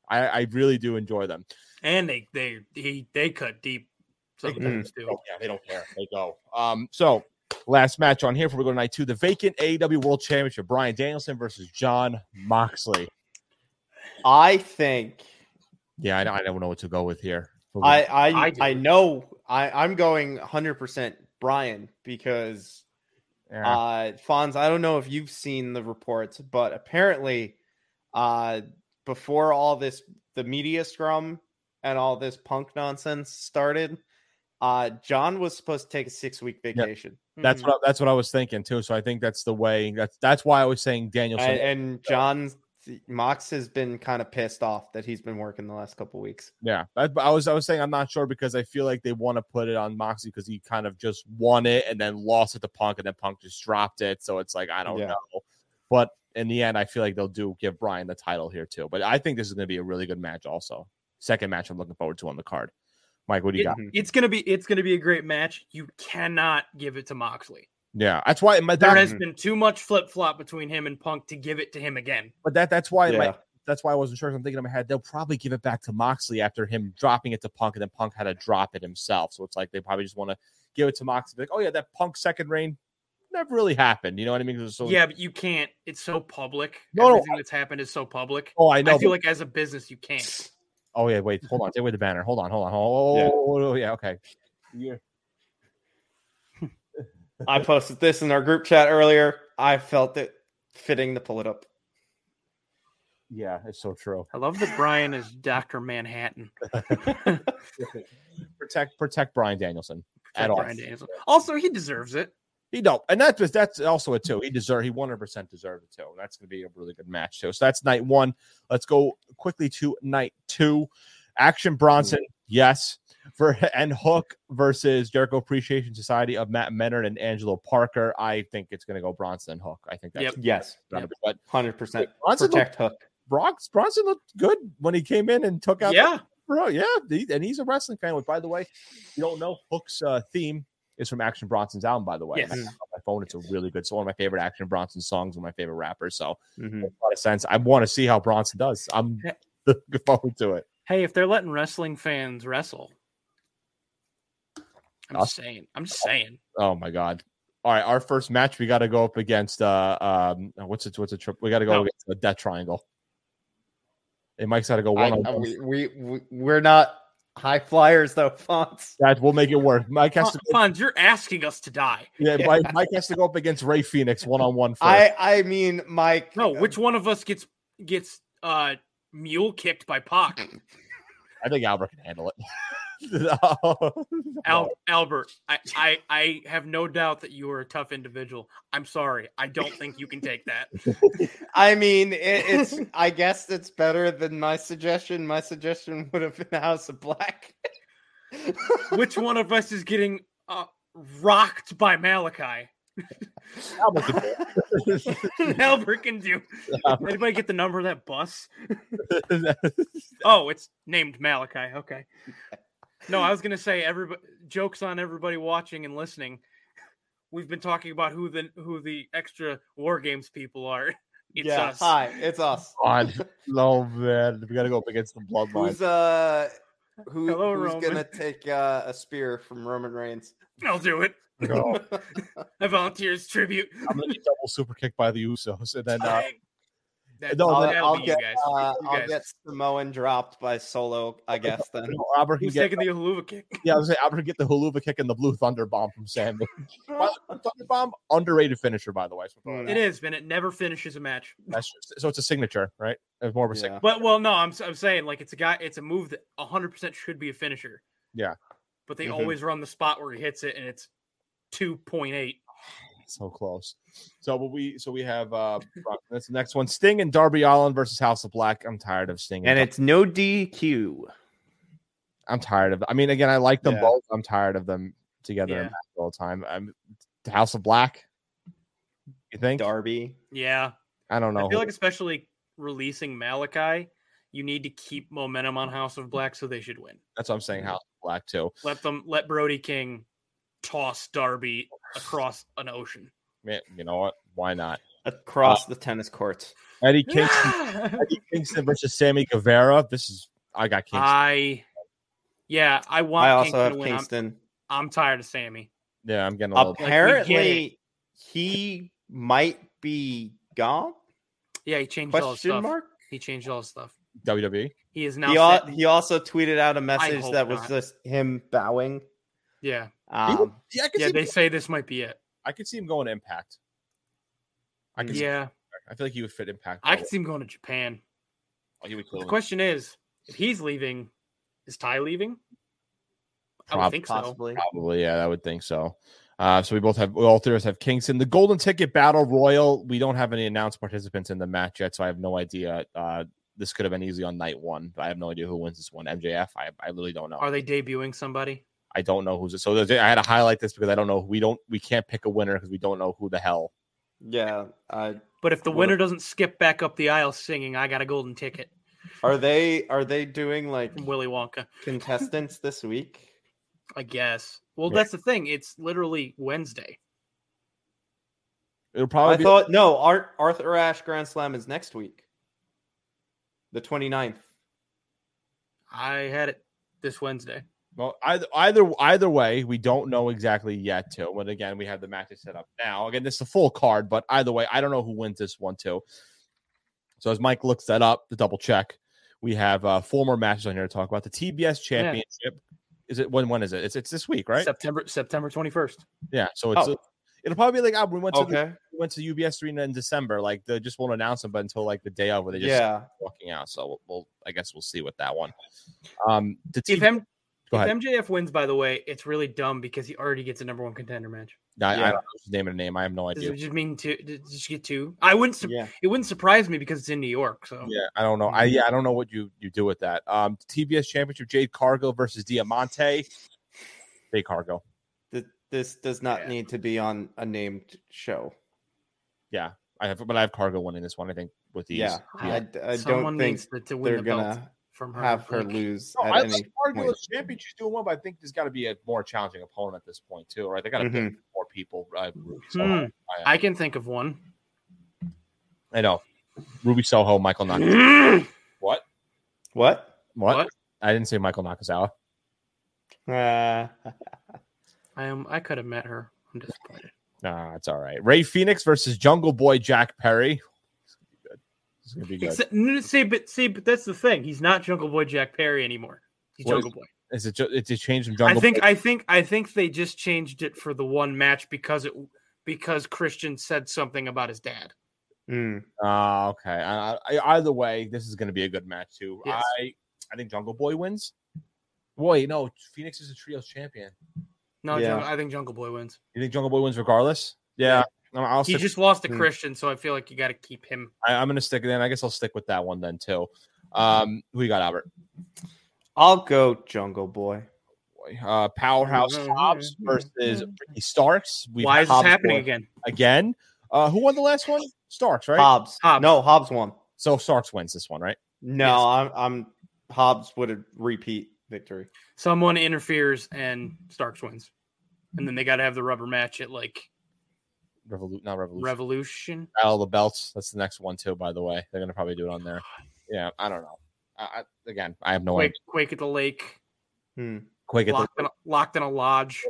Speaker 3: I, I really do enjoy them.
Speaker 5: And they they he they cut deep
Speaker 3: They cut
Speaker 5: sometimes too.
Speaker 3: Oh, yeah, they don't care. They go. Um, so last match on here before we go to night two, the vacant AEW World Championship, Brian Danielson versus John Moxley.
Speaker 4: I think
Speaker 3: Yeah, I, I don't know what to go with here.
Speaker 4: I I
Speaker 5: I
Speaker 4: I,
Speaker 5: do.
Speaker 4: know I I'm going 100% Brian because
Speaker 3: Yeah.
Speaker 4: uh Fonz I don't know if you've seen the reports but apparently uh before all this the media scrum and all this punk nonsense started uh John was supposed to take a 6 week vacation
Speaker 3: That's
Speaker 5: Mhm.
Speaker 3: what I, that's what I was thinking too. So I think that's the way. That's that's why I was saying Danielson.
Speaker 4: and, and John Mox has been kind of pissed off that he's been working the last couple weeks.
Speaker 3: Yeah, I, I was I was saying I'm not sure because I feel like they want to put it on Moxie because he kind of just won it and then lost it to Punk and then Punk just dropped it. So it's like I don't
Speaker 4: Yeah.
Speaker 3: know, but in the end, I feel like they'll do give Brian the title here too. But I think this is going to be a really good match. Also, second match I'm looking forward to on the card. Mike, what do you
Speaker 5: It-
Speaker 4: Mm-hmm.
Speaker 3: got?
Speaker 5: it's gonna be it's gonna be a great match. You cannot give it to Moxley.
Speaker 3: Yeah, that's why. My,
Speaker 5: There
Speaker 3: that- Mm-hmm.
Speaker 5: has been too much flip flop between him and Punk to give it to him again.
Speaker 3: but that that's why.
Speaker 4: yeah.
Speaker 3: My, that's why I wasn't sure. 'cause I'm thinking in my head they'll probably give it back to Moxley after him dropping it to Punk, and then Punk had to drop it himself. So it's like they probably just want to give it to Moxley. Like, oh yeah, that Punk second reign never really happened. You know what I mean? So
Speaker 5: yeah, but you can't. It's so public.
Speaker 3: No, no,
Speaker 5: Everything that's happened is so public.
Speaker 3: Oh, I know.
Speaker 5: I feel
Speaker 3: but-
Speaker 5: like as a business, you can't.
Speaker 3: oh yeah, wait, hold on. Stay with the banner. Hold on, hold on. Oh
Speaker 4: Yeah.
Speaker 3: yeah, oh, yeah okay.
Speaker 4: I posted this in our group chat earlier. I felt it fitting to pull it up.
Speaker 3: Yeah, it's so true.
Speaker 5: I love that Brian is Doctor Manhattan.
Speaker 3: Protect, protect Brian Danielson at
Speaker 5: Brian
Speaker 3: all.
Speaker 5: Danielson. Also, he deserves it.
Speaker 3: He don't, and that's just- that's also a two. He deserve he one hundred percent deserved it too. And that's going to be a really good match too. So that's night one. Let's go quickly to night two. Action Bronson, yes, for and Hook versus Jericho Appreciation Society of Matt Menard and Angelo Parker. I think it's going to go Bronson and Hook. I think that's
Speaker 5: Yep.
Speaker 4: Yes,
Speaker 3: gonna
Speaker 5: Yep.
Speaker 3: be- but
Speaker 4: hundred percent.
Speaker 3: Bronson looked,
Speaker 4: Protect Hook.
Speaker 3: Brock- Bronson looked good when he came in and took out
Speaker 5: Yeah,
Speaker 3: bro. Oh, Yeah, he- and he's a wrestling fan. Which, by the way, you don't know Hook's uh, theme is from Action Bronson's album. By the way,
Speaker 5: Yes.
Speaker 3: I have it on my phone. It's a really good. It's one of my favorite Action Bronson songs. One of my favorite rappers. So
Speaker 4: Mhm.
Speaker 3: makes a lot of sense. I want to see how Bronson does. I'm looking forward to it.
Speaker 5: Hey, if they're letting wrestling fans wrestle, I'm just saying. I'm just saying.
Speaker 3: Oh my god. All right, our first match we got to go up against uh um what's it what's a trip we got to go
Speaker 5: No.
Speaker 3: against a death triangle. And Mike's got to go
Speaker 4: I-
Speaker 3: one on one.
Speaker 4: we, we we we're not high flyers though, fonts.
Speaker 3: That will make it work. Mike has
Speaker 5: Fons,
Speaker 3: to
Speaker 5: Fons, you're asking us to die.
Speaker 3: yeah, Mike, Mike has to go up against Ray Phoenix one on one first.
Speaker 4: I I mean, Mike.
Speaker 5: No, which one of us gets gets uh mule kicked by Pac?
Speaker 3: I think Albert can handle it.
Speaker 5: Al- Albert, I, I I have no doubt that you are a tough individual. I'm sorry, I don't think you can take that.
Speaker 4: I mean, it, it's. I guess it's better than my suggestion. My suggestion would have been House of Black.
Speaker 5: Which one of us is getting uh, rocked by Malachi?
Speaker 3: Albert can do it.
Speaker 5: Albert can do. Anybody get the number of that bus? Oh, it's named Malachi. Okay. No, I was gonna say everybody jokes on everybody watching and listening. We've been talking about who the who the extra war games people are. It's
Speaker 4: yeah,
Speaker 5: us.
Speaker 4: hi, it's us.
Speaker 3: God, no man, we gotta go up against the bloodline.
Speaker 4: Who's uh, who,
Speaker 5: Hello,
Speaker 4: who's gonna
Speaker 5: Roman.
Speaker 4: take uh, a spear from Roman Reigns? Uh,
Speaker 5: I'll do it.
Speaker 3: No,
Speaker 5: I volunteer as tribute.
Speaker 3: I'm gonna get double super kick by the Usos, and then uh,
Speaker 5: That-
Speaker 3: No,
Speaker 4: I'll,
Speaker 3: then
Speaker 5: that'll
Speaker 4: I'll
Speaker 5: be
Speaker 4: get
Speaker 5: you guys.
Speaker 4: uh,
Speaker 5: You
Speaker 4: I'll
Speaker 5: guys.
Speaker 4: get Samoan dropped by Solo. I guess then.
Speaker 3: Albert can
Speaker 5: Who's
Speaker 3: get
Speaker 5: taking the haluva kick?
Speaker 3: yeah, I was gonna say Albert can get the haluva kick and the blue thunder bomb from Sam. By the way, thunder bomb, underrated finisher by the way. So,
Speaker 4: Mm.
Speaker 5: It is, and it never finishes a match.
Speaker 3: that's just- so it's a signature, right? It's more of a signature.
Speaker 4: Yeah.
Speaker 5: But well, no, I'm s- I'm saying like it's a guy, it's a move that 100 percent should be a finisher.
Speaker 3: Yeah.
Speaker 5: but they
Speaker 4: Mhm.
Speaker 5: always run the spot where he hits it, and it's 2.8.
Speaker 3: So close. So but we so we have uh Brock- that's the next one. Sting and Darby Allen versus House of Black. I'm tired of Sting Darby-
Speaker 4: it's no DQ.
Speaker 3: I'm tired of. I mean, again, I like them
Speaker 4: Yeah.
Speaker 3: both. I'm tired of them together in
Speaker 5: Yeah.
Speaker 3: match all the time. I'm the House of Black. You think?
Speaker 4: Darby.
Speaker 5: Yeah,
Speaker 3: I don't know.
Speaker 4: Oh.
Speaker 5: I feel like especially releasing Malachi, you need to keep momentum on House of Black, so they should win.
Speaker 3: That's what I'm saying. House of Black too.
Speaker 5: Let them let Brody King toss Darby across an ocean.
Speaker 3: Man, you know what? Why not?
Speaker 4: Across the tennis courts.
Speaker 3: Eddie Kingston, Eddie Kingston versus Sammy Guevara. This is I got Kingston.
Speaker 5: Ah. I, yeah, I want
Speaker 4: I also
Speaker 5: Kingston
Speaker 4: have
Speaker 5: to win. I'm-
Speaker 4: Kingston.
Speaker 5: I'm tired of Sammy.
Speaker 3: yeah, I'm getting a little.
Speaker 4: Apparently, he might be gone.
Speaker 5: Yeah, he changed all his
Speaker 4: Question
Speaker 5: stuff.
Speaker 4: mark.
Speaker 5: He changed all his stuff.
Speaker 3: WWE.
Speaker 5: He is now.
Speaker 4: He, al-
Speaker 5: set-
Speaker 4: he also tweeted out a message
Speaker 5: hope
Speaker 4: that was
Speaker 5: not.
Speaker 4: just him bowing.
Speaker 5: yeah,
Speaker 4: Um,
Speaker 3: Yeah, I can
Speaker 5: yeah.
Speaker 3: see.
Speaker 5: They
Speaker 3: him,
Speaker 5: say this might be it.
Speaker 3: I could see him going to Impact. I can. see-
Speaker 5: Yeah,
Speaker 3: I feel like he would fit Impact.
Speaker 5: I
Speaker 3: well.
Speaker 5: could see him going to Japan.
Speaker 3: He would kill
Speaker 5: The
Speaker 3: him.
Speaker 5: question is, if he's leaving, is Ty leaving? I would
Speaker 3: Prob-
Speaker 5: think so.
Speaker 4: possibly.
Speaker 3: Probably, yeah, I would think so. Uh, so we both have we all three of us have Kingston. The Golden Ticket Battle Royal. We don't have any announced participants in the match yet, so I have no idea. Uh, this could have been easily on night one. But I have no idea who wins this one. MJF. I I really don't know.
Speaker 5: Are they debuting somebody?
Speaker 3: I don't know who's so. there's- I had to highlight this because I don't know. We don't. We can't pick a winner because we don't know who the hell.
Speaker 4: Yeah. I
Speaker 5: But if the
Speaker 4: Well-
Speaker 5: winner doesn't skip back up the aisle singing, I got a golden ticket
Speaker 4: are they are they doing like
Speaker 5: from Willy Wonka.
Speaker 4: contestants this week?
Speaker 5: I guess. Well,
Speaker 3: Yeah.
Speaker 5: that's the thing. It's literally Wednesday.
Speaker 3: It'll
Speaker 4: I
Speaker 3: probably be.
Speaker 4: thought no, Art, Arthur Ashe Grand Slam is next week. The 29th.
Speaker 5: I had it this Wednesday.
Speaker 3: Well, either either either way, we don't know exactly yet. Too, but again, we have the matches set up now. Again, this is a full card, but either way, I don't know who wins this one too. So as Mike looks that up to double check, we have uh, four more matches on here to talk about. The TBS Championship is it when when is it? It's it's this week, right?
Speaker 5: September September 21st.
Speaker 3: yeah. So it's uh,
Speaker 4: Oh.
Speaker 3: it'll probably be like ah, we went to the,
Speaker 4: Okay.
Speaker 3: we went to UBS Arena in December. Like they just won't announce them, but until like the day of, where they just
Speaker 4: Yeah.
Speaker 3: walking out. So we'll, we'll I guess we'll see with that one. Um, the
Speaker 5: If,
Speaker 3: TBS,
Speaker 5: M-
Speaker 3: go
Speaker 5: if
Speaker 3: ahead.
Speaker 5: MJF wins, by the way, it's really dumb because he already gets a number one contender match.
Speaker 3: No, I, I
Speaker 4: Yeah.
Speaker 3: don't know who's naming a name. I have no
Speaker 5: Does
Speaker 3: idea.
Speaker 5: it just mean two? Does it just get two? I wouldn't. Su-
Speaker 4: Yeah.
Speaker 5: It wouldn't surprise me because it's in New York. So
Speaker 3: Yeah, I don't know. I yeah, I don't know what you you do with that. Um, TBS Championship: Jade Cargo versus Diamante. Jade Cargo.
Speaker 4: Th- this does not
Speaker 5: Yeah.
Speaker 4: need to be on a named show.
Speaker 3: Yeah, I have, but I have Cargo winning this one. I think with these.
Speaker 4: Yeah.
Speaker 5: Yeah.
Speaker 4: I, I
Speaker 5: someone
Speaker 4: don't think
Speaker 5: needs to, to win
Speaker 4: they're
Speaker 5: the belt
Speaker 4: gonna
Speaker 5: from her.
Speaker 4: have her
Speaker 5: like-
Speaker 4: lose
Speaker 3: No,
Speaker 4: at
Speaker 3: I
Speaker 4: any
Speaker 3: like Cargo
Speaker 4: point.
Speaker 3: as champion. She's doing well, but I think there's got to be a more challenging opponent at this point too, right? They got to
Speaker 4: Mm-hmm.
Speaker 3: pick more people. Uh, Ruby
Speaker 4: Hmm.
Speaker 3: Soho. I,
Speaker 5: Hmm. I can think of one.
Speaker 3: I know. Ruby Soho, Michael Nakazawa. what?
Speaker 4: What?
Speaker 3: What?
Speaker 5: What?
Speaker 3: I didn't say Michael Nakazawa.
Speaker 4: Uh,
Speaker 5: I am. I could have met her. I'm disappointed.
Speaker 3: Nah, it's all right. Ray Phoenix versus Jungle Boy Jack Perry. It's gonna be good.
Speaker 5: Except, no, see, but see, but that's the thing. He's not Jungle Boy Jack Perry anymore. He's
Speaker 3: What is-
Speaker 5: Jungle Boy.
Speaker 3: Is it? Ju- it's a change from
Speaker 5: I
Speaker 3: Jungle.
Speaker 5: think.
Speaker 3: Boy?
Speaker 5: I think. I think they just changed it for the one match because it because Christian said something about his dad.
Speaker 4: mm.
Speaker 3: Ah, okay. I, I, either way, this is going to be a good match too.
Speaker 5: Yes.
Speaker 3: I I think Jungle Boy wins. Wait, no, Phoenix is a trios champion.
Speaker 5: No,
Speaker 4: Yeah.
Speaker 5: Jungle, I think Jungle Boy wins.
Speaker 3: You think Jungle Boy wins regardless? Yeah. No, I'll
Speaker 5: He
Speaker 3: stick,
Speaker 5: just lost to
Speaker 4: Hmm.
Speaker 5: Christian, so I feel like you got to keep him.
Speaker 3: I, I'm going to stick then. I guess I'll stick with that one then too. Um, who you got, Albert?
Speaker 4: I'll go Jungle Boy.
Speaker 3: Uh, Powerhouse Hobbs versus Ricky Starks. We've
Speaker 5: Oh, Why is this
Speaker 4: Hobbs
Speaker 5: happening
Speaker 4: won.
Speaker 5: again?
Speaker 3: again. Uh, who won the last one? Starks, right?
Speaker 4: Hobbs.
Speaker 5: Hobbs.
Speaker 4: No, Hobbs won.
Speaker 3: So Starks wins this one, right?
Speaker 4: No, I'm,
Speaker 5: Yes.
Speaker 4: I'm Hobbs would have repeat victory.
Speaker 5: Someone interferes and Starks wins, and then they got to have the rubber match at like
Speaker 3: Revolu- not Revolution.
Speaker 5: Revolution.
Speaker 3: Battle of the Belts. That's the next one too. By the way, they're gonna probably do it on there. Yeah, I don't know. I, I, again, I have no
Speaker 5: Quake,
Speaker 3: idea.
Speaker 5: Quake at the lake.
Speaker 4: Hmm.
Speaker 3: Quake at
Speaker 5: Locked in, a, locked in a lodge.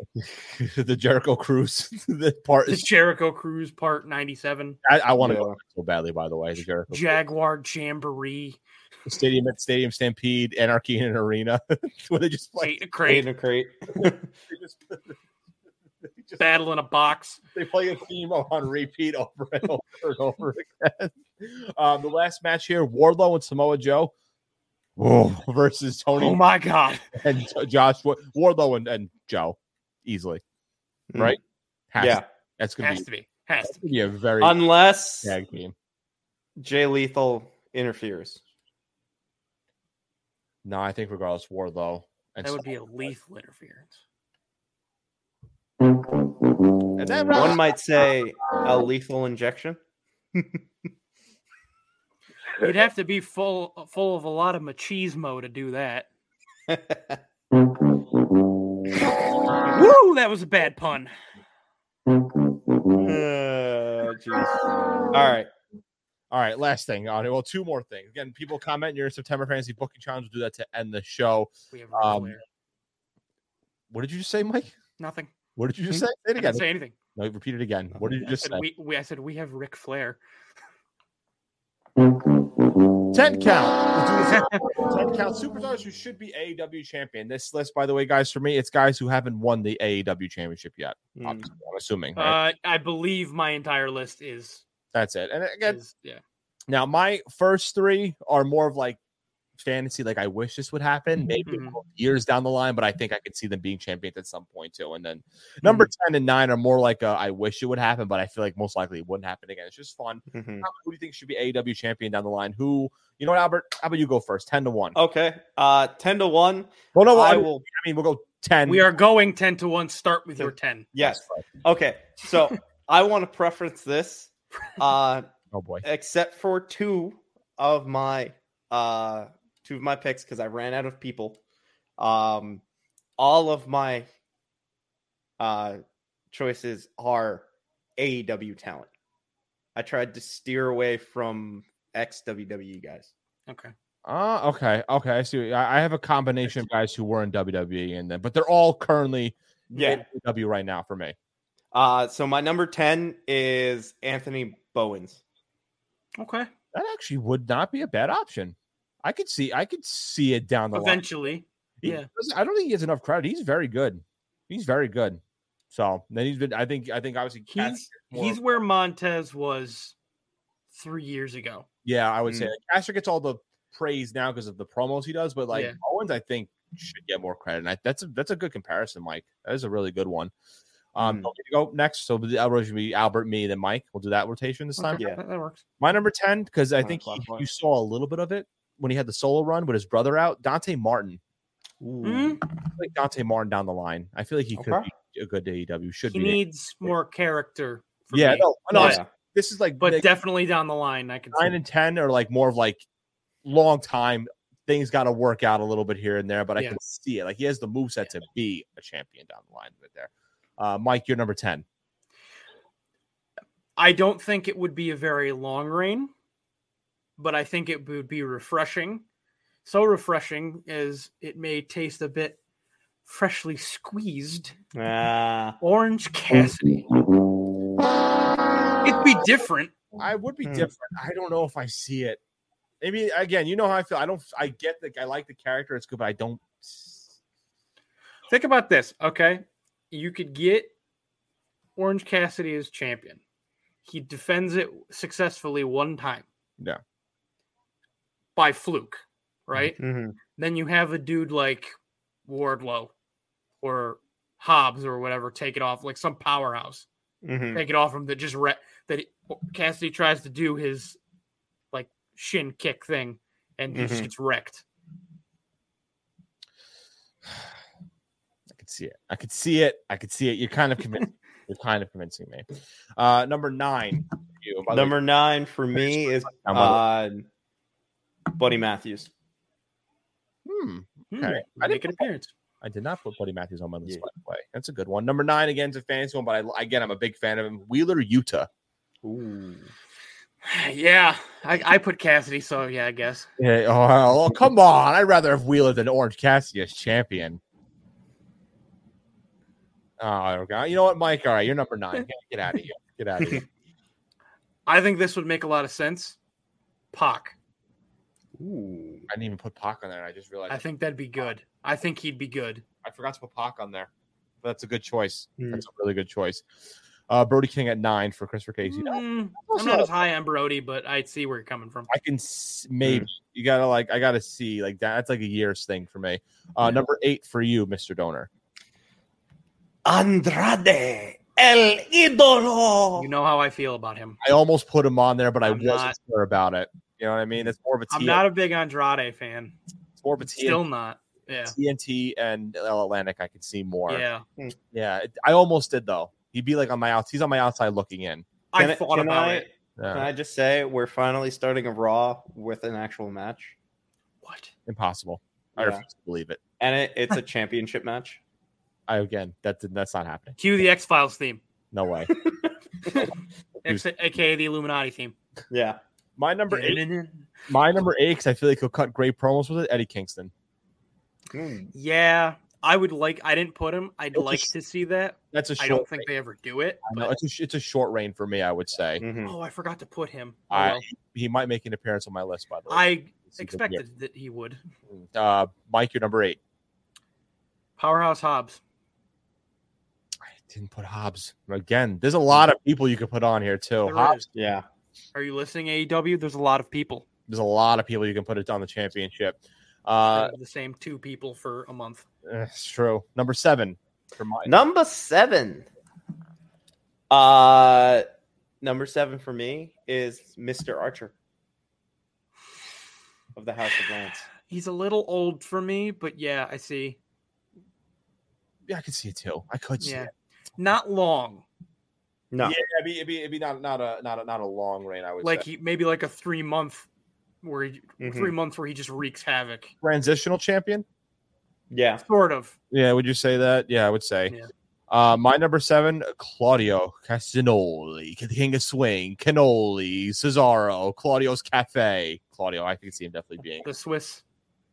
Speaker 3: the, the Jericho Cruise. the part
Speaker 5: The
Speaker 3: is,
Speaker 5: Jericho Cruise Part 97.
Speaker 3: I, I want to
Speaker 4: Yeah.
Speaker 3: go so badly. By the way, the Jericho
Speaker 5: Jaguar Jamboree.
Speaker 3: Cruise. Stadium at Stadium Stampede, Anarchy in an Arena, where they just play.
Speaker 5: Eight in a crate.
Speaker 4: Eight in a crate.
Speaker 3: They just, they just-
Speaker 5: Battle in a box.
Speaker 3: they play a theme on repeat over and over and over again. Um, the last match here: Wardlow and Samoa Joe. versus Tony
Speaker 5: Oh my God.
Speaker 3: and Josh Wa- Wardlow and, and Joe easily,
Speaker 4: Mm.
Speaker 3: right? Has-
Speaker 4: yeah.
Speaker 3: that's gonna
Speaker 5: Has
Speaker 3: be,
Speaker 5: to be. Has
Speaker 3: that's
Speaker 5: to be.
Speaker 3: gonna be a very
Speaker 4: Unless
Speaker 3: tag team.
Speaker 4: Jay Lethal interferes.
Speaker 3: No, I think regardless, Wardlow and
Speaker 5: That would be a lethal interference.
Speaker 3: and then
Speaker 4: One might say a lethal injection.
Speaker 5: You'd have to be full full of a lot of machismo to do that.
Speaker 4: Uh,
Speaker 5: Woo! That was a bad pun.
Speaker 4: Uh, jeez. All right.
Speaker 3: All right, last thing on it. Well, two more things. Again, people comment your September fantasy booking challenge. We'll do that to end the show.
Speaker 5: We have
Speaker 3: Um,
Speaker 5: Ric Flair.
Speaker 3: What did you just say, Mike?
Speaker 5: nothing.
Speaker 3: What did you just say? Say it
Speaker 5: Hmm? I
Speaker 3: again.
Speaker 5: didn't say anything.
Speaker 3: No, repeat it again. What did you
Speaker 5: I
Speaker 3: just
Speaker 5: said,
Speaker 3: say?
Speaker 5: we, we, I said we have Ric Flair.
Speaker 3: Ten count. Let's do this. Ten count. Superstars who should be AEW champion. This list, by the way, guys, for me, it's guys who haven't won the AEW championship yet.
Speaker 4: Mm.
Speaker 3: obviously, I'm assuming. right?
Speaker 5: Uh, I believe my entire list is,
Speaker 3: That's it. And again,
Speaker 5: is yeah.
Speaker 3: now my first three are more of like fantasy. Like I wish this would happen. Maybe
Speaker 4: Mm-hmm.
Speaker 5: Mhm.
Speaker 3: years down the line, but I think I could see them being champions at some point too. And then number
Speaker 4: Mm-hmm.
Speaker 3: ten and nine are more like uh, I wish it would happen, but I feel like most likely it wouldn't happen again. It's just fun.
Speaker 4: Mhm.
Speaker 3: Who do you think should be AEW champion down the line? Who you know what, Albert? How about you go first? Ten to one.
Speaker 4: Okay. Uh, ten to one.
Speaker 3: well,
Speaker 5: Oh,
Speaker 3: no,
Speaker 4: I
Speaker 3: I,
Speaker 4: will.
Speaker 3: I mean we'll go ten.
Speaker 5: We are going 10 to 1. Start with your 10.
Speaker 4: Yes. Okay. So I want to preference this, uh,
Speaker 3: Oh boy.
Speaker 4: except for two of my uh, two of my picks because I ran out of people. Um, all of my uh, choices are AEW talent. I tried to steer away from ex WWE guys.
Speaker 5: Okay.
Speaker 3: Uh, okay, okay. I see. I, I have a combination of guys who were in WWE, and then but they're all currently in WWE right now for me.
Speaker 4: Uh, so my number 10 is Anthony Bowens.
Speaker 5: Okay.
Speaker 3: That actually would not be a bad option. I could see. I could see it down the line.
Speaker 5: Eventually.
Speaker 3: He
Speaker 5: yeah.
Speaker 3: doesn't- I don't think he has enough credit. He's very good. He's very good. So then he's been. I think. I think obviously.
Speaker 5: He's,
Speaker 3: Cass, more-
Speaker 5: he's where Montez was three years ago.
Speaker 3: yeah, I would say like, Caster gets all the praise now because of the promos he does, but like
Speaker 5: Mm. Yeah.
Speaker 3: Owens, I think should get more credit. And I, that's a, that's a good comparison, Mike. That is a really good one. Um,
Speaker 4: Mm.
Speaker 3: okay, go next. So the rotation should be Albert, me, then Mike. We'll do that rotation this time.
Speaker 5: Okay,
Speaker 4: yeah.
Speaker 5: That, that works.
Speaker 3: My number 10, because I
Speaker 4: Alright,
Speaker 3: think he,
Speaker 4: clockwise.
Speaker 3: you saw a little bit of it when he had the solo run with his brother out, Dante Martin. Mm-hmm.
Speaker 5: Mhm.
Speaker 3: I feel like Dante Martin down the line. I feel like he could
Speaker 4: Okay.
Speaker 3: be a good AEW. Should
Speaker 5: He
Speaker 3: be.
Speaker 5: needs more character. For
Speaker 3: yeah,
Speaker 5: me.
Speaker 3: no, no,
Speaker 4: Yeah.
Speaker 3: this is like
Speaker 5: But
Speaker 3: like
Speaker 5: definitely down the line, I can. see
Speaker 3: nine
Speaker 5: it.
Speaker 3: and 10 are like more of like long time. Things got to work out a little bit here and there, but I
Speaker 5: Yeah.
Speaker 3: can see it. Like he has the moveset to be a champion down the line right there. Uh, Mike, you're number 10.
Speaker 5: I don't think it would be a very long reign, but I think it would be refreshing. So refreshing as it may taste a bit freshly squeezed
Speaker 4: Ah.
Speaker 5: orange Cassidy.
Speaker 3: Mm-hmm.
Speaker 5: It'd be different.
Speaker 3: I would be
Speaker 4: Hmm.
Speaker 3: different. I don't know if I see it. Maybe again, you know how I feel. I don't. I get the. I like the character. It's good, but I don't.
Speaker 5: Think about this, okay? You could get Orange Cassidy as champion. He defends it successfully one time.
Speaker 3: Yeah.
Speaker 5: By fluke, right?
Speaker 4: Mhm.
Speaker 3: Mm-hmm.
Speaker 5: then you have a dude like Wardlow or Hobbs or whatever take it off, like some powerhouse,
Speaker 3: Mm.
Speaker 4: Mhm.
Speaker 5: take it off him that just re- that he- Cassidy tries to do his like shin kick thing and
Speaker 4: Mhm.
Speaker 5: he
Speaker 3: Mm-hmm.
Speaker 5: just gets wrecked.
Speaker 3: I could see it. I could see it. I could see it. You're kind of convincing. You're kind of convincing me. Uh, number nine. for You And by the way,
Speaker 4: Number nine for me is
Speaker 3: down by the way-
Speaker 4: uh, Buddy Matthews.
Speaker 3: hmm,
Speaker 5: Hmm,
Speaker 3: Okay. I
Speaker 5: make an
Speaker 3: didn't-
Speaker 5: appearance.
Speaker 3: I did not put Buddy Matthews on my list.
Speaker 4: Yeah.
Speaker 3: By the way, that's a good one. Number nine again is a fantasy one, but I, again, I'm a big fan of him. Wheeler Utah.
Speaker 4: Ooh.
Speaker 5: Yeah, I, I put Cassidy, so yeah, I guess.
Speaker 3: Yeah, oh, come on! I'd rather have Wheeler than Orange Cassidy as champion. Oh, God. you know what, Mike? All right, you're number nine. Get, get out of here. Get out of here.
Speaker 5: I think this would make a lot of sense. Pac,
Speaker 4: Ooh.
Speaker 3: I didn't even put Pac on there. and I just realized
Speaker 5: I
Speaker 3: I,
Speaker 5: think that'd be good. I think he'd be good.
Speaker 3: forgot to put Pac on there. But that's a good choice.
Speaker 4: Hmm.
Speaker 3: That's a really good choice. Uh, Brody King at nine for Christopher Casey.
Speaker 5: Mm, I'm
Speaker 3: Also,
Speaker 5: not as high on Brody, but I see where you're coming from.
Speaker 3: I can s- maybe you gotta like I gotta see like that. That's like a year's thing for me. Uh, Number eight for you, Mister Donor.
Speaker 4: Andrade El Idolo.
Speaker 5: You know how I feel about him.
Speaker 3: I almost put him on there, but I
Speaker 5: I'm
Speaker 3: wasn't
Speaker 5: not-
Speaker 3: sure about it. You know what I mean? It's more of a
Speaker 5: I'm
Speaker 3: TM
Speaker 5: not a big Andrade fan.
Speaker 3: It's more of a TNT,
Speaker 5: Still not. Yeah.
Speaker 3: TNT and L Atlantic. I could see more.
Speaker 5: Yeah.
Speaker 3: Yeah, it- I almost did though. He'd be like on my out. He's on my outside looking in. Uh,
Speaker 5: I thought
Speaker 4: can
Speaker 5: about
Speaker 4: I,
Speaker 5: it.
Speaker 3: Yeah,
Speaker 4: Can I just say we're finally starting a Raw with an actual match,
Speaker 5: What?
Speaker 3: impossible. I
Speaker 4: Yeah.
Speaker 3: refuse to believe it.
Speaker 4: and it, it's a championship match.
Speaker 3: I again, that did, that's not happening.
Speaker 5: Cue the X Files theme,
Speaker 3: No way.
Speaker 5: X- aka the Illuminati theme.
Speaker 4: Yeah.
Speaker 3: My number eight. My number eight because I feel like he'll cut great promos with it. Eddie Kingston.
Speaker 4: Hmm.
Speaker 5: Yeah, I would like. I didn't put him. I'd
Speaker 3: It's a
Speaker 5: like
Speaker 3: sh-
Speaker 5: to see that.
Speaker 3: That's a
Speaker 5: I
Speaker 3: short.
Speaker 5: don't think they ever do it.
Speaker 3: reign. I know,
Speaker 5: But,
Speaker 3: it's, a, sh- it's a short reign for me. I would say
Speaker 4: Mhm.
Speaker 5: oh, I forgot to put him. Oh,
Speaker 3: I-
Speaker 5: well.
Speaker 3: he might make an appearance on my list. By the way,
Speaker 5: I
Speaker 3: It's a good
Speaker 5: expected that he would.
Speaker 3: year. Uh, Mike, you're number eight.
Speaker 5: Powerhouse Hobbs.
Speaker 3: I didn't put Hobbs again. There's a lot of people you could put on here too.
Speaker 5: There it
Speaker 3: Hobbs
Speaker 5: is.
Speaker 4: Yeah.
Speaker 5: Are you listening, AEW? E There's a lot of people.
Speaker 3: There's a lot of people you can put it on the championship. Uh, eh,
Speaker 5: the same two people for a month.
Speaker 3: it's true. Number seven for my
Speaker 4: Number seven. Uh number seven for me is Mr. Archer of the House of Lance.
Speaker 5: He's a little old for me, but yeah, I see.
Speaker 3: Yeah, I could see it too. I could see
Speaker 5: Yeah,
Speaker 3: it.
Speaker 5: not long.
Speaker 4: No.
Speaker 3: Yeah, it'd be, it'd be, it'd be not not a not a not a long reign. I would
Speaker 5: Like
Speaker 3: say.
Speaker 5: he maybe like a three month where he,
Speaker 4: Mhm.
Speaker 5: three months where he just wreaks havoc.
Speaker 3: transitional champion.
Speaker 4: Yeah.
Speaker 5: Sort of.
Speaker 3: Yeah, would you say that? Yeah, I would say.
Speaker 5: Yeah.
Speaker 3: Uh, my number seven, Claudio Castagnoli, the King of Swing, Canoli, Cesaro, Claudio's Cafe. Claudio, I could see him definitely being
Speaker 5: The Swiss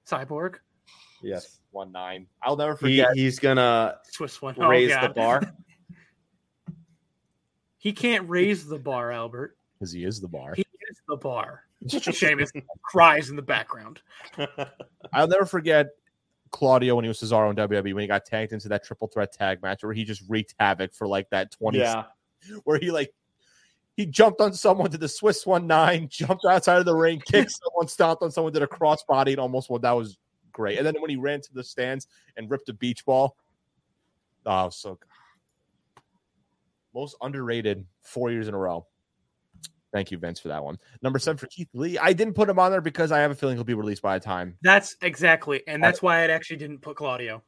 Speaker 5: cyborg,
Speaker 4: Yes.
Speaker 3: one nine. I'll never
Speaker 4: He,
Speaker 3: forget.
Speaker 4: he's gonna
Speaker 5: Swiss one. Oh,
Speaker 4: raise the
Speaker 5: God.
Speaker 4: bar.
Speaker 5: He can't raise the bar, Albert.
Speaker 3: Because he, is the bar.
Speaker 5: He is the bar. Seamus cries in the background.
Speaker 3: I'll never forget Claudio when he was Cesaro in WWE when he got tagged into that triple threat tag match where he just wreaked havoc for like that 20
Speaker 4: yeah.
Speaker 3: where he like he jumped on someone to the Swiss one nine, jumped outside of the ring, kicked someone, stomped on someone, did a crossbody, and almost well, that was great. And then when he ran to the stands and ripped a beach ball, oh, so good. most underrated four years in a row. Thank you, Vince, for that one. Number seven for Keith Lee. I didn't put him on there because I have a feeling he'll be released by the time.
Speaker 5: That's exactly, and that's why I actually didn't put Claudio.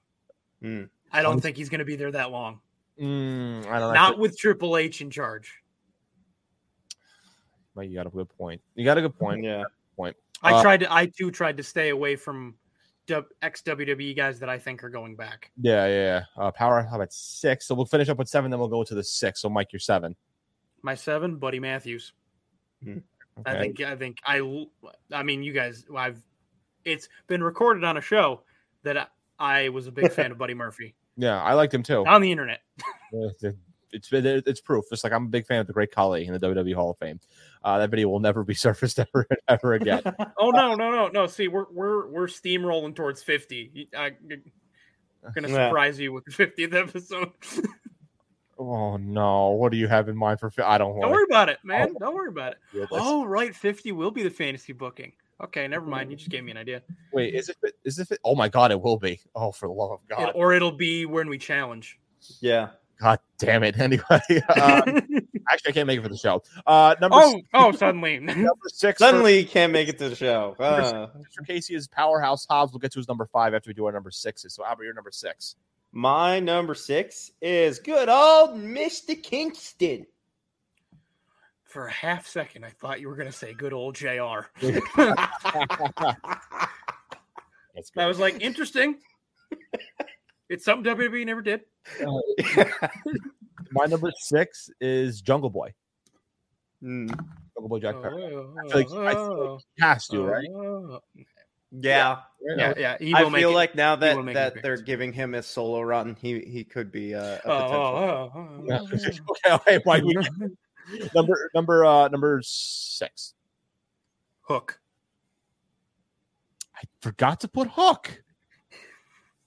Speaker 4: Mm.
Speaker 5: I don't think he's going to be there that long.
Speaker 3: Mm, I don't know.
Speaker 5: Not with Triple H in charge.
Speaker 3: Mike, you got a good point. You got a good point.
Speaker 4: Yeah.
Speaker 5: I
Speaker 3: Uh,
Speaker 5: tried to. I too tried to stay away from ex WWE E guys that I think are going back.
Speaker 3: Yeah, yeah. yeah. Uh, power. How about six? So we'll finish up with seven, then we'll go to the six. So Mike, you're seven.
Speaker 5: My seven, Buddy Matthews. I
Speaker 3: Okay.
Speaker 5: think. I think. I. l- I mean, you guys. I've. It's been recorded on a show that I, I was a big fan of Buddy Murphy
Speaker 3: Yeah, I liked him too.
Speaker 5: on the internet.
Speaker 3: It's it's proof. It's like I'm a big fan of the Great Khali in the WWE Hall of Fame. Uh, that video will never be surfaced ever ever again.
Speaker 5: Oh no, no, no, no! See, we're we're we're steamrolling towards fifty. I, am gonna
Speaker 4: Yeah.
Speaker 5: surprise you with the fiftieth episode.
Speaker 3: oh no, what do you have in mind for? Fi- I don't
Speaker 5: Don't
Speaker 3: want
Speaker 5: worry about it, man. Don't worry about it.
Speaker 3: to deal with this.
Speaker 5: Oh right, fifty will be the fantasy booking. Okay, never mind. You just gave me an idea.
Speaker 3: Wait, is it? Is it? Oh my God, it will be. Oh, for the love of
Speaker 5: It-
Speaker 3: God,
Speaker 5: or it'll be when we challenge.
Speaker 4: Yeah.
Speaker 3: God damn it. Anyway, uh, actually, I can't make it for the show. Uh, number
Speaker 5: oh, oh, suddenly.
Speaker 3: number six. for-
Speaker 4: Suddenly you can't make it to the show. Uh,
Speaker 3: Mr. Casey is powerhouse Hobbs. We'll get to his number five after we do our number sixes. So Albert, you're number six.
Speaker 4: my number six is good old Mr. Kingston.
Speaker 5: For a half second, I thought you were gonna say good old Jr.
Speaker 3: That's
Speaker 5: I was like, interesting. it's something WWE never did.
Speaker 3: My number six is Jungle Boy.
Speaker 4: Mm.
Speaker 3: Jungle Boy Jack Perry.
Speaker 5: Oh,
Speaker 3: like- I feel like- Has to, right?
Speaker 5: oh.
Speaker 4: yeah.
Speaker 5: Yeah, yeah. he
Speaker 4: I
Speaker 5: will make
Speaker 4: feel
Speaker 5: it.
Speaker 4: like now
Speaker 5: will
Speaker 4: that,
Speaker 5: make
Speaker 4: that
Speaker 5: an
Speaker 4: they're
Speaker 5: appearance.
Speaker 4: giving him a solo run, he he could be uh, a
Speaker 5: Oh,
Speaker 4: potential.
Speaker 5: oh, oh, oh, oh.
Speaker 3: okay, all right, Mike, we- number number uh number six.
Speaker 5: Hook.
Speaker 3: I forgot to put Hook.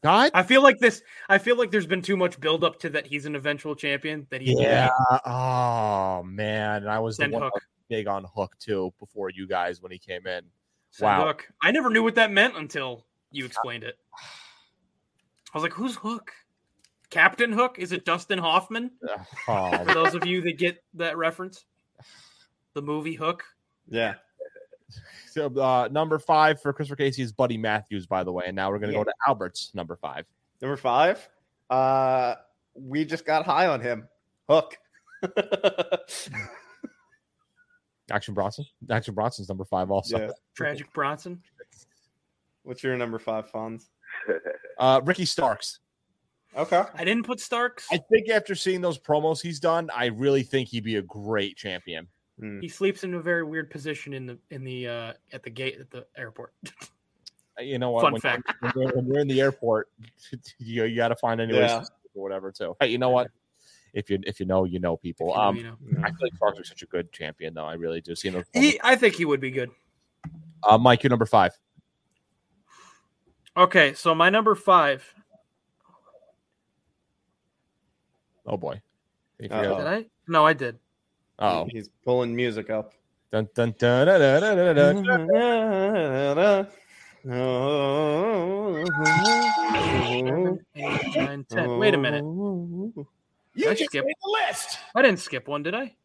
Speaker 3: God,
Speaker 5: I feel like this. I feel like there's been too much build up to that he's an eventual champion. That he
Speaker 3: yeah. Uh, Oh man, and I was the
Speaker 5: send
Speaker 3: one
Speaker 5: Hook.
Speaker 3: big on Hook too before you guys when he came in.
Speaker 5: Send
Speaker 3: Wow.
Speaker 5: Hook. I never knew what that meant until you explained it. I was like, "Who's Hook? Captain Hook? Is it Dustin Hoffman?"
Speaker 3: Oh,
Speaker 5: For those of you that get that reference, the movie Hook.
Speaker 4: Yeah.
Speaker 3: So, uh, number five for Christopher Casey is Buddy Matthews, by the way. And now we're going to go
Speaker 4: Yeah.
Speaker 3: to Albert's number five.
Speaker 4: Number five. Uh, we just got high on him. Hook.
Speaker 3: Action Bronson. Action Bronson's number five also.
Speaker 4: yeah.
Speaker 5: Tragic Bronson.
Speaker 4: What's your number five, Fonz?
Speaker 3: Uh, Ricky Starks.
Speaker 4: Okay.
Speaker 5: I didn't put Starks.
Speaker 3: I think after seeing those promos he's done, I really think he'd be a great champion.
Speaker 4: Hmm.
Speaker 5: He sleeps in a very weird position in the in the uh, at the gate at the airport.
Speaker 3: Uh, You know what?
Speaker 5: Fun
Speaker 3: when,
Speaker 5: fact.
Speaker 3: You're, when, you're, when you're in the airport, you, you got to find any ways
Speaker 4: Yeah.
Speaker 3: or whatever. too. hey, you know what? If you if you know, you know people.
Speaker 5: you
Speaker 3: Um,
Speaker 5: know.
Speaker 3: I feel like Starks is such a good champion, though. I really do. See him.
Speaker 5: he, I think he would be good.
Speaker 3: Uh, Mike, you're number five.
Speaker 5: Okay, so my number five.
Speaker 3: Oh boy.
Speaker 4: Uh-oh.
Speaker 5: Did I? No, I did.
Speaker 3: Oh,
Speaker 4: Oh. He's pulling music up.
Speaker 3: Dun, dun, dun, dun, dun, dun, dun, dun.
Speaker 4: Mm-hmm.
Speaker 3: Mm-hmm.
Speaker 5: Eight, nine, ten. Wait a minute.
Speaker 4: Oh,
Speaker 6: You
Speaker 5: I
Speaker 6: just
Speaker 5: skip-
Speaker 6: made the list.
Speaker 5: I didn't skip one, did I?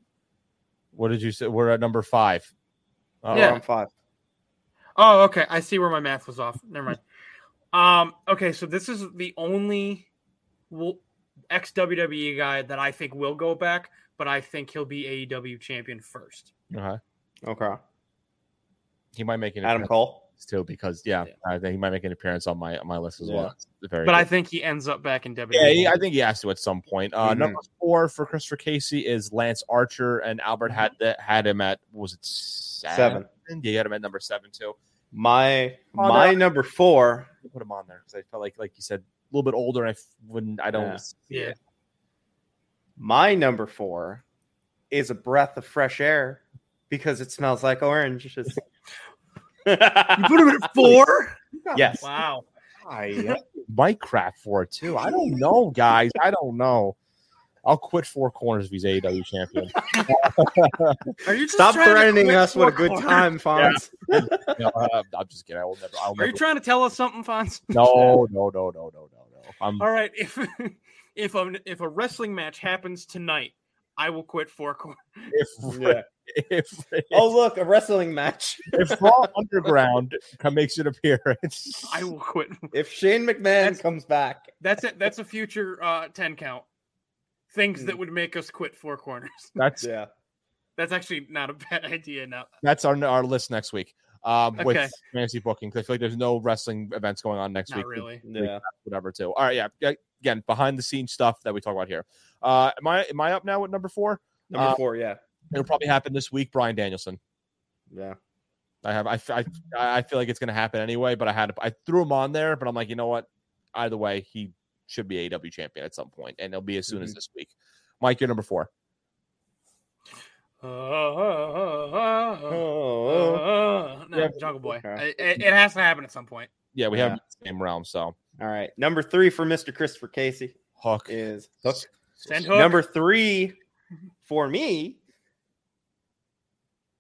Speaker 3: What did you say? We're at number five. Uh-oh.
Speaker 5: Yeah.
Speaker 4: I'm five.
Speaker 5: Oh, okay. I see where my math was off. Never mind. Um, okay, so this is the only ex WWE E guy that I think will go back, but I think he'll be AEW champion first.
Speaker 3: Uh-huh.
Speaker 4: Okay.
Speaker 3: He might make an
Speaker 4: Adam
Speaker 3: appearance
Speaker 4: Cole.
Speaker 3: too because yeah,
Speaker 5: Yeah.
Speaker 3: I think he might make an appearance on my on my list as
Speaker 4: Yeah.
Speaker 3: well. It's Very
Speaker 5: But I
Speaker 3: good.
Speaker 5: think he ends up back in E. WWE.
Speaker 3: yeah, he- I think he has to at some point. Uh,
Speaker 4: Mhm.
Speaker 5: Mm-hmm.
Speaker 3: Number four for Christopher Casey is Lance Archer, and Albert
Speaker 5: Mm-hmm.
Speaker 3: had that had him at was it seven?
Speaker 4: Seven.
Speaker 3: Yeah, he had him at number seven too.
Speaker 4: My
Speaker 3: Oh,
Speaker 4: my
Speaker 3: no.
Speaker 4: number four.
Speaker 3: I Put him on there because I felt like like you said a little bit older. And I f- wouldn't. I don't.
Speaker 4: Yeah.
Speaker 3: see
Speaker 5: Yeah.
Speaker 3: it.
Speaker 4: My number four is a breath of fresh air because it smells like oranges.
Speaker 5: You put him at four?
Speaker 4: yes.
Speaker 5: Wow.
Speaker 3: I Mike crap for it too. I don't know, guys. I don't know. I'll quit four corners if he's AEW champion.
Speaker 5: Are you just
Speaker 4: Stop
Speaker 5: trying to
Speaker 4: threatening
Speaker 5: quit
Speaker 4: us. What a
Speaker 5: four
Speaker 4: good
Speaker 5: corners?
Speaker 4: time, Fonz.
Speaker 3: No, I'm, I'm just kidding. I will never. I'll
Speaker 5: Are you
Speaker 3: never.
Speaker 5: trying to tell us something, Fonz?
Speaker 3: No, no, no, no, no, no, no. I'm.
Speaker 5: All right. If if a, if a wrestling match happens tonight, I will quit four corners.
Speaker 3: If
Speaker 4: Yeah.
Speaker 3: if
Speaker 4: Oh look, a wrestling match.
Speaker 3: if Raw Underground co- makes an appearance,
Speaker 5: I will quit.
Speaker 4: If Shane McMahon
Speaker 5: That's-
Speaker 4: comes back,
Speaker 5: That's it. That's a future uh, ten count. Things
Speaker 4: Hmm.
Speaker 5: that would make us quit four corners.
Speaker 3: that's
Speaker 4: yeah.
Speaker 5: That's actually not a bad idea. Now,
Speaker 3: that's our our list next week. Um,
Speaker 5: Okay.
Speaker 3: with fantasy booking, 'cause I feel like there's no wrestling events going on next
Speaker 5: not
Speaker 3: week.
Speaker 5: really.
Speaker 4: Yeah.
Speaker 3: Whatever, too. All right, yeah. yeah, Again, behind the scenes stuff that we talk about here. Uh, am I am I up now with number four?
Speaker 4: Number
Speaker 3: Uh,
Speaker 4: four, yeah.
Speaker 3: It'll probably happen this week. Brian Danielson.
Speaker 4: Yeah.
Speaker 3: I have. I, f- I, I feel like it's going to happen anyway. But I had. I threw him on there. But I'm like, you know what? Either way, he should be AW champion at some point, and it'll be as soon
Speaker 5: Mm-hmm.
Speaker 3: as this week. Mike, you're number four.
Speaker 5: Uh, uh, uh,
Speaker 4: Oh,
Speaker 5: uh, no,
Speaker 3: Yeah.
Speaker 5: Jungle Boy.
Speaker 4: Okay.
Speaker 5: It- It, it has to happen at some point.
Speaker 3: Yeah, we have
Speaker 4: Yeah.
Speaker 3: the same realm. So
Speaker 4: all right. Number three for Mr. Christopher Casey
Speaker 3: Hook.
Speaker 4: is
Speaker 5: Send hook.
Speaker 4: number three for me.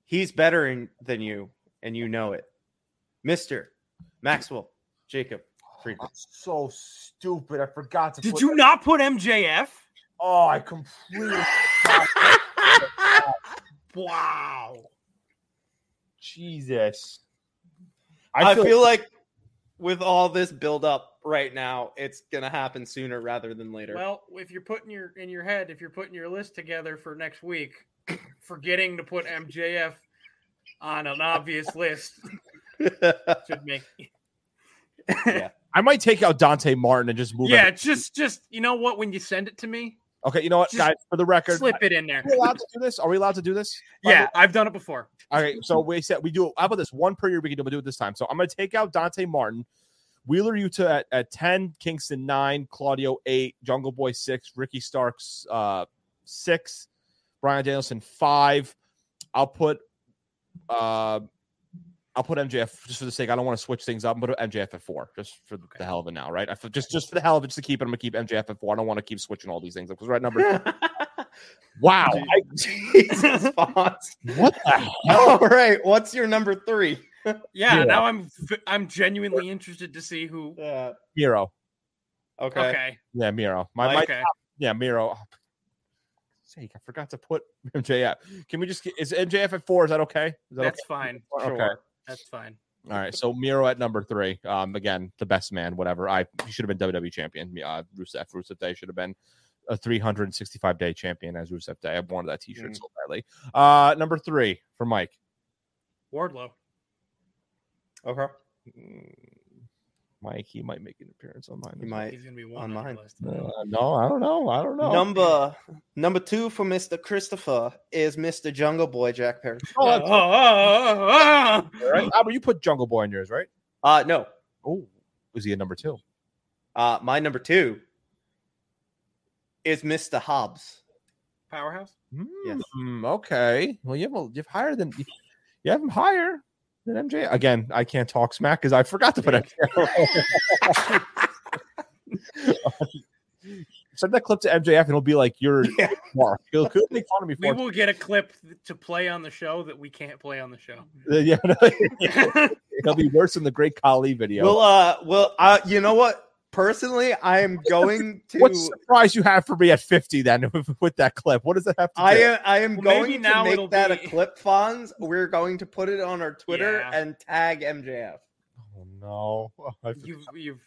Speaker 4: He's better in, than you, and you know it. Mr. Maxwell Jacob Friedman.
Speaker 3: so stupid. I forgot to.
Speaker 5: Did you not put MJF?
Speaker 3: Oh, I completely.
Speaker 5: Wow.
Speaker 3: Jesus.
Speaker 4: I feel, like with all this build up right now, it's gonna happen sooner rather than later.
Speaker 5: Well, if you're putting your in your head, if you're putting your list together for next week, forgetting to put MJF on an obvious list should make
Speaker 3: I might take out Dante Martin and just move.
Speaker 5: yeah,
Speaker 3: it.
Speaker 5: just just you know what? When you send it to me,
Speaker 3: Okay. You know what,
Speaker 5: just
Speaker 3: guys? For the record,
Speaker 5: slip it in there.
Speaker 3: are we allowed to do this? Are we allowed to do this? By the
Speaker 5: Yeah, I've done it before.
Speaker 3: All right, so we said we do. How about this one per year? We can do, we do it this time. So I'm going to take out Dante Martin, Wheeler Utah at, at ten, Kingston nine, Claudio eight, Jungle Boy six, Ricky Starks uh, six, Brian Danielson five. I'll put uh, I'll put MJF just for the sake. I don't want to switch things up. I'm going to put MJF at four just for the hell of it now, right? I feel, just just for the hell of it, just to keep it. I'm going to keep MJF at four. I don't want to keep switching all these things up because we're at number. wow, I-
Speaker 4: Jesus, Fonz.
Speaker 3: what the
Speaker 4: All right, what's your number three?
Speaker 5: Yeah,
Speaker 3: Yeah.
Speaker 5: now I'm I'm genuinely interested to see who.
Speaker 4: Yeah.
Speaker 3: Miro?
Speaker 4: Okay.
Speaker 5: Okay,
Speaker 3: Yeah, Miro. My, my
Speaker 5: okay.
Speaker 3: Yeah, Miro. Oh, sake, I forgot to put MJF. Can we just get is MJF at four? Is that okay? Is that
Speaker 5: That's fine.
Speaker 3: okay?
Speaker 4: Sure.
Speaker 3: Okay.
Speaker 5: That's fine.
Speaker 3: All right. So Miro at number three. Um, again, the best man, whatever. I he should have been WWE champion. Uh Rusev. Rusev Day should have been a 365 day champion as Rusev Day. I wanted that t-shirt
Speaker 4: Mm.
Speaker 3: so badly. Uh number three for Mike.
Speaker 5: Wardlow.
Speaker 4: Okay.
Speaker 3: Mm, Mike, he might make an appearance on mine.
Speaker 4: You might.
Speaker 5: He's gonna be one on
Speaker 4: Online.
Speaker 5: my list.
Speaker 3: Uh, no, I don't know. I don't know.
Speaker 4: Number number two for Mr. Christopher is Mr. Jungle Boy Jack Perry.
Speaker 5: Oh,
Speaker 3: Oh, that's-
Speaker 5: oh, oh, oh,
Speaker 3: all right. Albert, you put Jungle Boy in yours, right?
Speaker 4: Uh no.
Speaker 3: Oh, was he a number two?
Speaker 4: Uh my number two is Mr. Hobbs.
Speaker 5: Powerhouse.
Speaker 4: Yes.
Speaker 3: Mm, okay. Well, you have a, you've higher than you, you have him higher than MJ. Again, I can't talk smack because I forgot to put MJ. send that clip to MJF, and he'll be like, "You're
Speaker 6: Yeah.
Speaker 3: Mark." He'll he'll make fun of me
Speaker 5: We
Speaker 3: for it.
Speaker 5: will get a clip to play on the show that we can't play on the show.
Speaker 3: Yeah, he'll be worse than the Great Khali video.
Speaker 4: Well, uh, well, uh, you know what? Personally, I am going to.
Speaker 3: what surprise you have for me at 50 then with that clip? What does that have to
Speaker 4: I
Speaker 3: do?
Speaker 4: am, I am
Speaker 5: Well, maybe
Speaker 4: going
Speaker 5: now
Speaker 4: to
Speaker 5: it'll
Speaker 4: make that
Speaker 5: be-
Speaker 4: a clip, Fonz. We're going to put it on our Twitter
Speaker 5: Yeah.
Speaker 4: and tag MJF.
Speaker 3: oh no. I,
Speaker 5: You've you've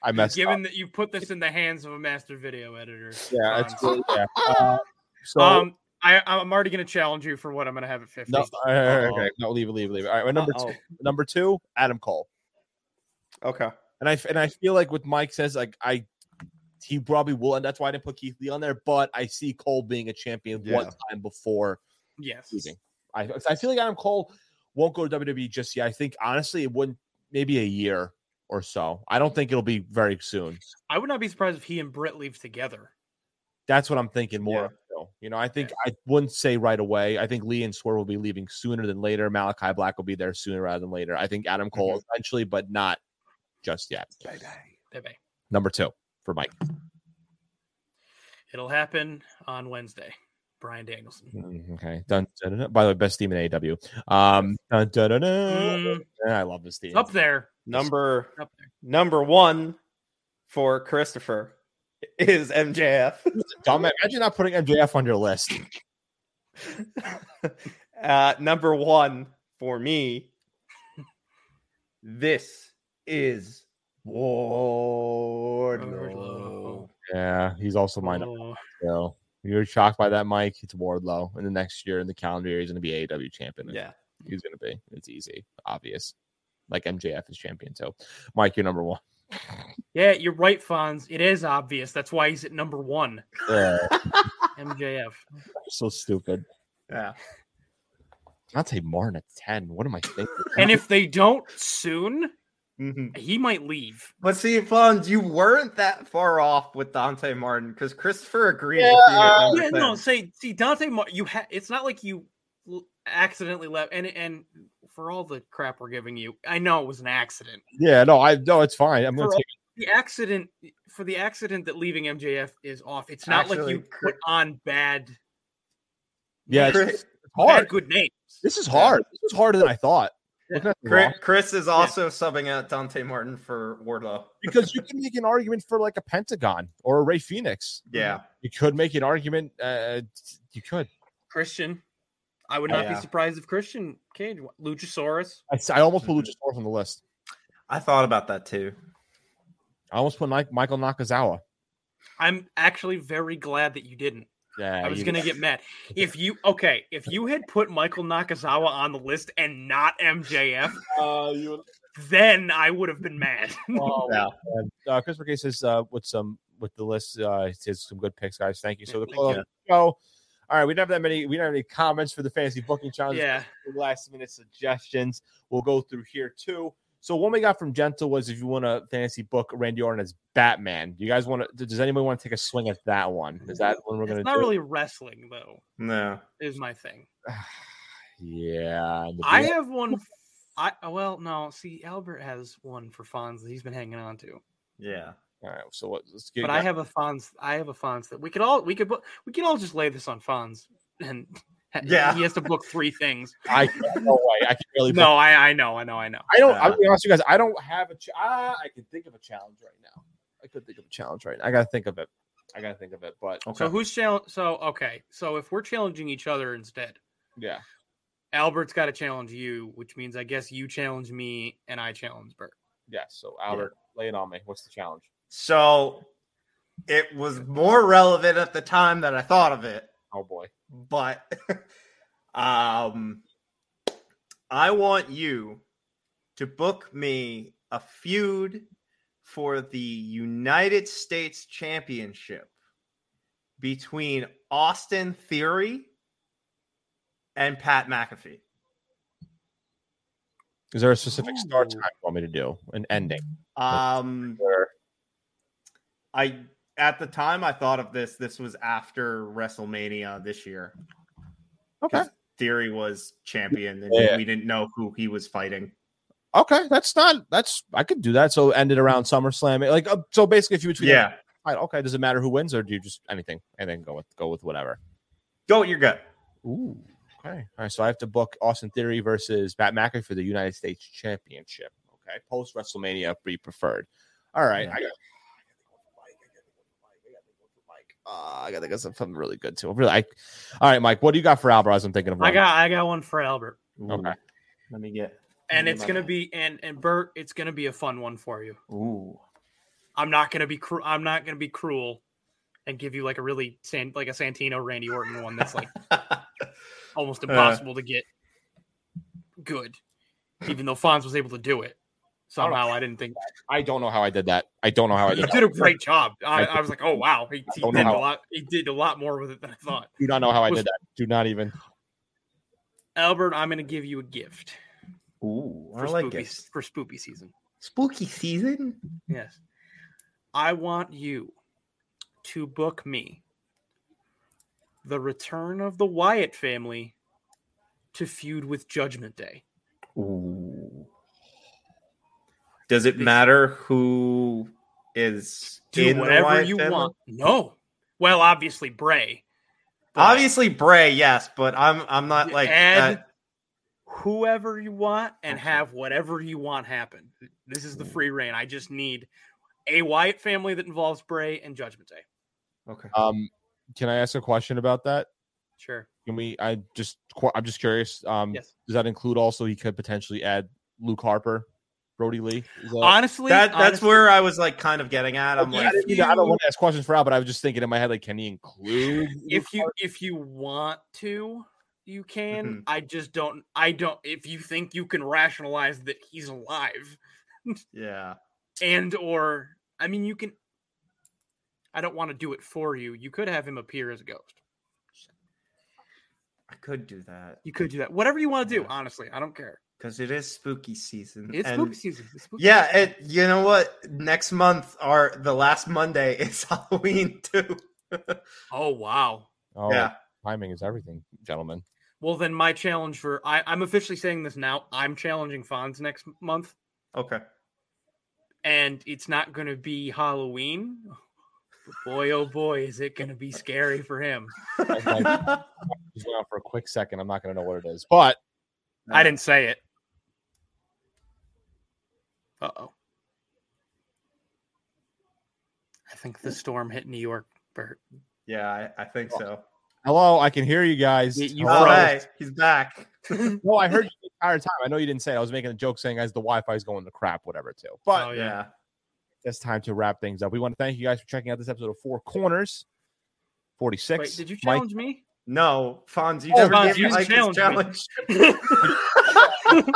Speaker 3: I messed up.
Speaker 5: given that you put this in the hands of a master video editor.
Speaker 3: Yeah, it's
Speaker 5: Fonz.
Speaker 3: really, yeah. Uh, so
Speaker 5: Um, I I'm already gonna challenge you for what I'm gonna have at fifty.
Speaker 3: no, all right, all right, okay, no, leave it, leave it, leave it. All right, my number
Speaker 4: Uh-oh.
Speaker 3: two, number two, Adam Cole.
Speaker 4: Okay.
Speaker 3: And I f- and I feel like with Mike says like I he probably will, and that's why I didn't put Keith Lee on there. But I see Cole being a champion one
Speaker 4: Yeah.
Speaker 3: time before
Speaker 5: Yes.
Speaker 3: losing. I 'cause I feel like Adam Cole won't go to WWE just yet. I think honestly it wouldn't maybe a year or so. I don't think it'll be very soon.
Speaker 5: I would not be surprised if he and Britt leave together.
Speaker 3: That's what I'm thinking more.
Speaker 4: Yeah.
Speaker 3: Of, though. You know, I think I wouldn't say right away. I think Lee and Swerve will be leaving sooner than later. Malachi Black will be there sooner rather than later. I think Adam Cole
Speaker 4: Mm-hmm.
Speaker 3: eventually, but not just yet.
Speaker 5: Bye-bye.
Speaker 3: Number two for Mike.
Speaker 5: It'll happen on Wednesday. Brian Danielson.
Speaker 3: Mm, Okay. Dun, dun, dun, dun. By the way, best team in AW. Um, dun, dun, dun, dun.
Speaker 5: Mm,
Speaker 3: And I love this team.
Speaker 5: up there.
Speaker 4: Number
Speaker 5: Up there.
Speaker 4: number one for Christopher is MJF.
Speaker 3: Dumb. Imagine not putting MJF on your list.
Speaker 4: uh, number one for me. This is Wardlow.
Speaker 5: Wardlow.
Speaker 3: Yeah, he's also mine.
Speaker 5: Oh,
Speaker 3: So you're shocked by that, Mike. It's Wardlow. And the next year in the calendar year, he's going to be AW champion.
Speaker 4: Yeah.
Speaker 3: He's going to be. It's easy, obvious. Like MJF is champion. So, Mike, you're number one.
Speaker 5: Yeah, you're right, Fonz. It is obvious. That's why he's at number one.
Speaker 3: Yeah,
Speaker 5: MJF.
Speaker 3: so stupid.
Speaker 4: Yeah.
Speaker 3: Not say Martin at 10. What am I thinking?
Speaker 5: And if they don't soon,
Speaker 4: Mhm.
Speaker 5: he might leave.
Speaker 4: But see, Fonz, you weren't that far off with Dante Martin because Christopher agreed
Speaker 3: Yeah,
Speaker 4: with you. at
Speaker 3: uh,
Speaker 4: number
Speaker 5: Yeah, no.
Speaker 4: 10.
Speaker 5: Say, see, Dante. Mar- you ha- It's not like you l- accidentally left. And and for all the crap we're giving you, I know it was an accident.
Speaker 3: yeah, no, I no, it's fine. I'm going
Speaker 5: For
Speaker 3: to
Speaker 5: all,
Speaker 3: take
Speaker 5: the accident for the accident that leaving MJF is off. It's not like you
Speaker 4: Actually,
Speaker 5: put on bad,
Speaker 3: Yeah, it's
Speaker 4: Chris,
Speaker 3: hard.
Speaker 5: bad good names.
Speaker 3: This is hard. This was harder than I thought.
Speaker 5: Yeah.
Speaker 3: Wasn't that wrong?
Speaker 4: Chris, Chris is also subbing out Dante Martin for Wardlow.
Speaker 3: Because you can make an argument for like a Pentagon or a Ray Phoenix.
Speaker 4: Yeah.
Speaker 3: You could make an argument. Uh, you could.
Speaker 5: Christian. I would not
Speaker 4: Yeah.
Speaker 5: be surprised if Christian Cage, wa- Luchasaurus.
Speaker 3: I, s- I almost put
Speaker 5: Mm-hmm.
Speaker 3: Luchasaurus on the list.
Speaker 4: I thought about that too.
Speaker 3: I almost put Mike, Michael Nakazawa.
Speaker 5: I'm actually very glad that you didn't.
Speaker 3: Yeah,
Speaker 5: I was
Speaker 3: you-
Speaker 5: gonna get mad if you okay if you had put Michael Nakazawa on the list and not MJF.
Speaker 3: Uh, you,
Speaker 5: then I would have been mad.
Speaker 3: oh,
Speaker 4: Yeah.
Speaker 3: man. uh, Christopher Case says uh, with some with the list. Uh, he says some good picks, guys. Thank you. So the
Speaker 5: Thank
Speaker 3: close show. All right, we don't have that many. We don't have any comments for the fantasy booking challenge.
Speaker 5: yeah.
Speaker 3: last minute suggestions. We'll go through here too. So one we got from Gentle was if you want a fantasy book Randy Orton as Batman. Do you guys want to? Does anyone want to take a swing at that one? Is that one we're
Speaker 5: It's
Speaker 3: gonna
Speaker 5: not
Speaker 3: do?
Speaker 5: really wrestling though,
Speaker 4: No.
Speaker 5: is my thing.
Speaker 3: yeah, the
Speaker 5: I
Speaker 3: Blue-
Speaker 5: have one I well no, see Albert has one for Fonz that he's been hanging on to.
Speaker 4: Yeah.
Speaker 3: All right, so what, let's get.
Speaker 5: But I have a Fonz I have a Fonz that we could all we could bu- we can all just lay this on Fonz and
Speaker 4: Yeah.
Speaker 5: he has to book three things.
Speaker 3: I can't- no way. I can really.
Speaker 5: No, Uh, I I know, I know, I know.
Speaker 3: I don't. I'll be honest with you guys. I don't have a. Ch- ah, I can think of a challenge right now. I could think of a challenge right now. I gotta think of it. I gotta think of it. But
Speaker 4: Okay.
Speaker 5: So who's challenge so okay. So if we're challenging each other instead,
Speaker 3: yeah,
Speaker 5: Albert's got to challenge you, which means I guess you challenge me and I challenge Bert.
Speaker 3: yeah. So Albert, lay it on me. What's the challenge?
Speaker 4: So it was more relevant at the time that I thought of it,
Speaker 3: Oh boy.
Speaker 4: but um I want you to book me a feud for the United States Championship between Austin Theory and Pat McAfee.
Speaker 3: Is there a specific start
Speaker 5: Ooh.
Speaker 3: time you want me to do? An ending?
Speaker 4: Um I at the time I thought of this. This was after WrestleMania this year.
Speaker 3: Okay.
Speaker 4: 'Cause Theory was champion, and
Speaker 3: Yeah.
Speaker 4: we didn't know who he was fighting.
Speaker 3: Okay. That's not. That's I could do that. So end it around SummerSlam. Like uh, so. Basically, if you between like, title. Okay, does it matter who wins, or do you just anything? Anything go with go with whatever.
Speaker 4: Go with your gut.
Speaker 3: Ooh. Okay. All right. So I have to book Austin Theory versus Pat McAfee for the United States Championship. Okay. Post WrestleMania be preferred. All right.
Speaker 1: Yeah.
Speaker 3: I got. Uh, I gotta get something really good too. Really, I, all right, Mike. What do you got for Alvarez? I'm thinking of.
Speaker 5: I
Speaker 3: one.
Speaker 5: got I got one for Albert,
Speaker 3: Okay.
Speaker 4: Let me get.
Speaker 5: and
Speaker 4: Yeah,
Speaker 5: it's
Speaker 4: my
Speaker 5: gonna
Speaker 4: bad.
Speaker 5: be and and Bert, it's gonna be a fun one for you.
Speaker 4: Ooh.
Speaker 5: I'm not gonna be cru- I'm not gonna be cruel, and give you like a really San- like a Santino Randy Orton one that's like almost impossible to get good, even though Fonz was able to do it somehow. I didn't think
Speaker 3: I don't know how I did that. I don't know how I did.
Speaker 5: he did
Speaker 3: that.
Speaker 5: a great job. I, I was like, oh wow, he, he
Speaker 3: don't
Speaker 5: did
Speaker 3: know
Speaker 5: a
Speaker 3: how-
Speaker 5: lot. He did a lot more with it than I thought.
Speaker 3: Do not know how I
Speaker 5: was-
Speaker 3: did that. Do not even.
Speaker 5: Albert, I'm gonna give you a gift
Speaker 4: Ooh.
Speaker 5: for
Speaker 4: I like
Speaker 5: spooky
Speaker 4: it.
Speaker 5: for spooky season.
Speaker 4: Spooky season.
Speaker 5: Yes. I want you to book me the return of the Wyatt family to feud with Judgment Day.
Speaker 4: Ooh. Does it matter who is
Speaker 5: Do
Speaker 4: in the
Speaker 5: whatever
Speaker 4: Wyatt
Speaker 5: you
Speaker 4: family?
Speaker 5: want. No. Well, obviously Bray. but
Speaker 4: Obviously, Bray, yes, but I'm I'm not like uh,
Speaker 5: add
Speaker 4: that-
Speaker 5: whoever you want and
Speaker 4: Okay.
Speaker 5: have whatever you want happen. This is the free reign. I just need a Wyatt family that involves Bray and Judgment Day.
Speaker 4: okay.
Speaker 3: Um, can I ask a question about that?
Speaker 5: Sure.
Speaker 3: Can we? I just. qu- I'm just curious. Um,
Speaker 5: Yes.
Speaker 3: does that include also he could potentially add Luke Harper, Brody Lee? Is that-
Speaker 5: honestly,
Speaker 4: That that's
Speaker 5: honestly-
Speaker 4: where I was like kind of getting at. I'm
Speaker 3: Okay, I,
Speaker 4: like,
Speaker 5: if
Speaker 3: didn't mean to- I don't
Speaker 5: you-
Speaker 3: want to ask questions for Al, but I was just thinking in my head like, can he include? Luke
Speaker 5: if you if you want to you can
Speaker 4: Mhm.
Speaker 5: i just don't i don't if you think you can rationalize that he's alive
Speaker 4: yeah,
Speaker 5: and or i mean you can i don't want to do it for you you could have him appear as a ghost
Speaker 4: I could do that
Speaker 5: you could do that whatever you want to do
Speaker 4: Yeah.
Speaker 5: honestly i don't care
Speaker 4: because it is spooky season.
Speaker 5: it's
Speaker 4: and-
Speaker 5: spooky season it's spooky
Speaker 4: Yeah, it, you know what? Next month or the last Monday is Halloween too.
Speaker 5: season. oh wow
Speaker 3: Oh,
Speaker 4: yeah.
Speaker 3: timing is everything, gentlemen.
Speaker 5: well then my challenge for I, i'm officially saying this now i'm challenging fonz next month
Speaker 4: Okay.
Speaker 5: and it's not going to be halloween but boy oh boy is it going to be scary for him
Speaker 3: Just went out for a quick second. I'm not going to know what it is, but
Speaker 5: I didn't say it. Uh oh. I think the storm hit New York, Bert.
Speaker 4: yeah, I, I think so.
Speaker 3: hello, I can hear you guys.
Speaker 5: Y- you
Speaker 3: Hello.
Speaker 4: All right, he's back.
Speaker 3: No, I heard you the entire time. I know you didn't say it. I was making a joke saying as the Wi-Fi is going to crap, whatever too. But
Speaker 5: Oh, yeah.
Speaker 4: yeah.
Speaker 3: it's time to wrap things up. We want to thank you guys for checking out this episode of Four Corners. 46.
Speaker 5: Wait, did you
Speaker 3: Mike,
Speaker 5: challenge me?
Speaker 4: No, Fonz, you
Speaker 3: Oh,
Speaker 4: never
Speaker 5: Fonz,
Speaker 4: gave
Speaker 5: you
Speaker 4: me like his
Speaker 5: challenged me.
Speaker 4: challenge.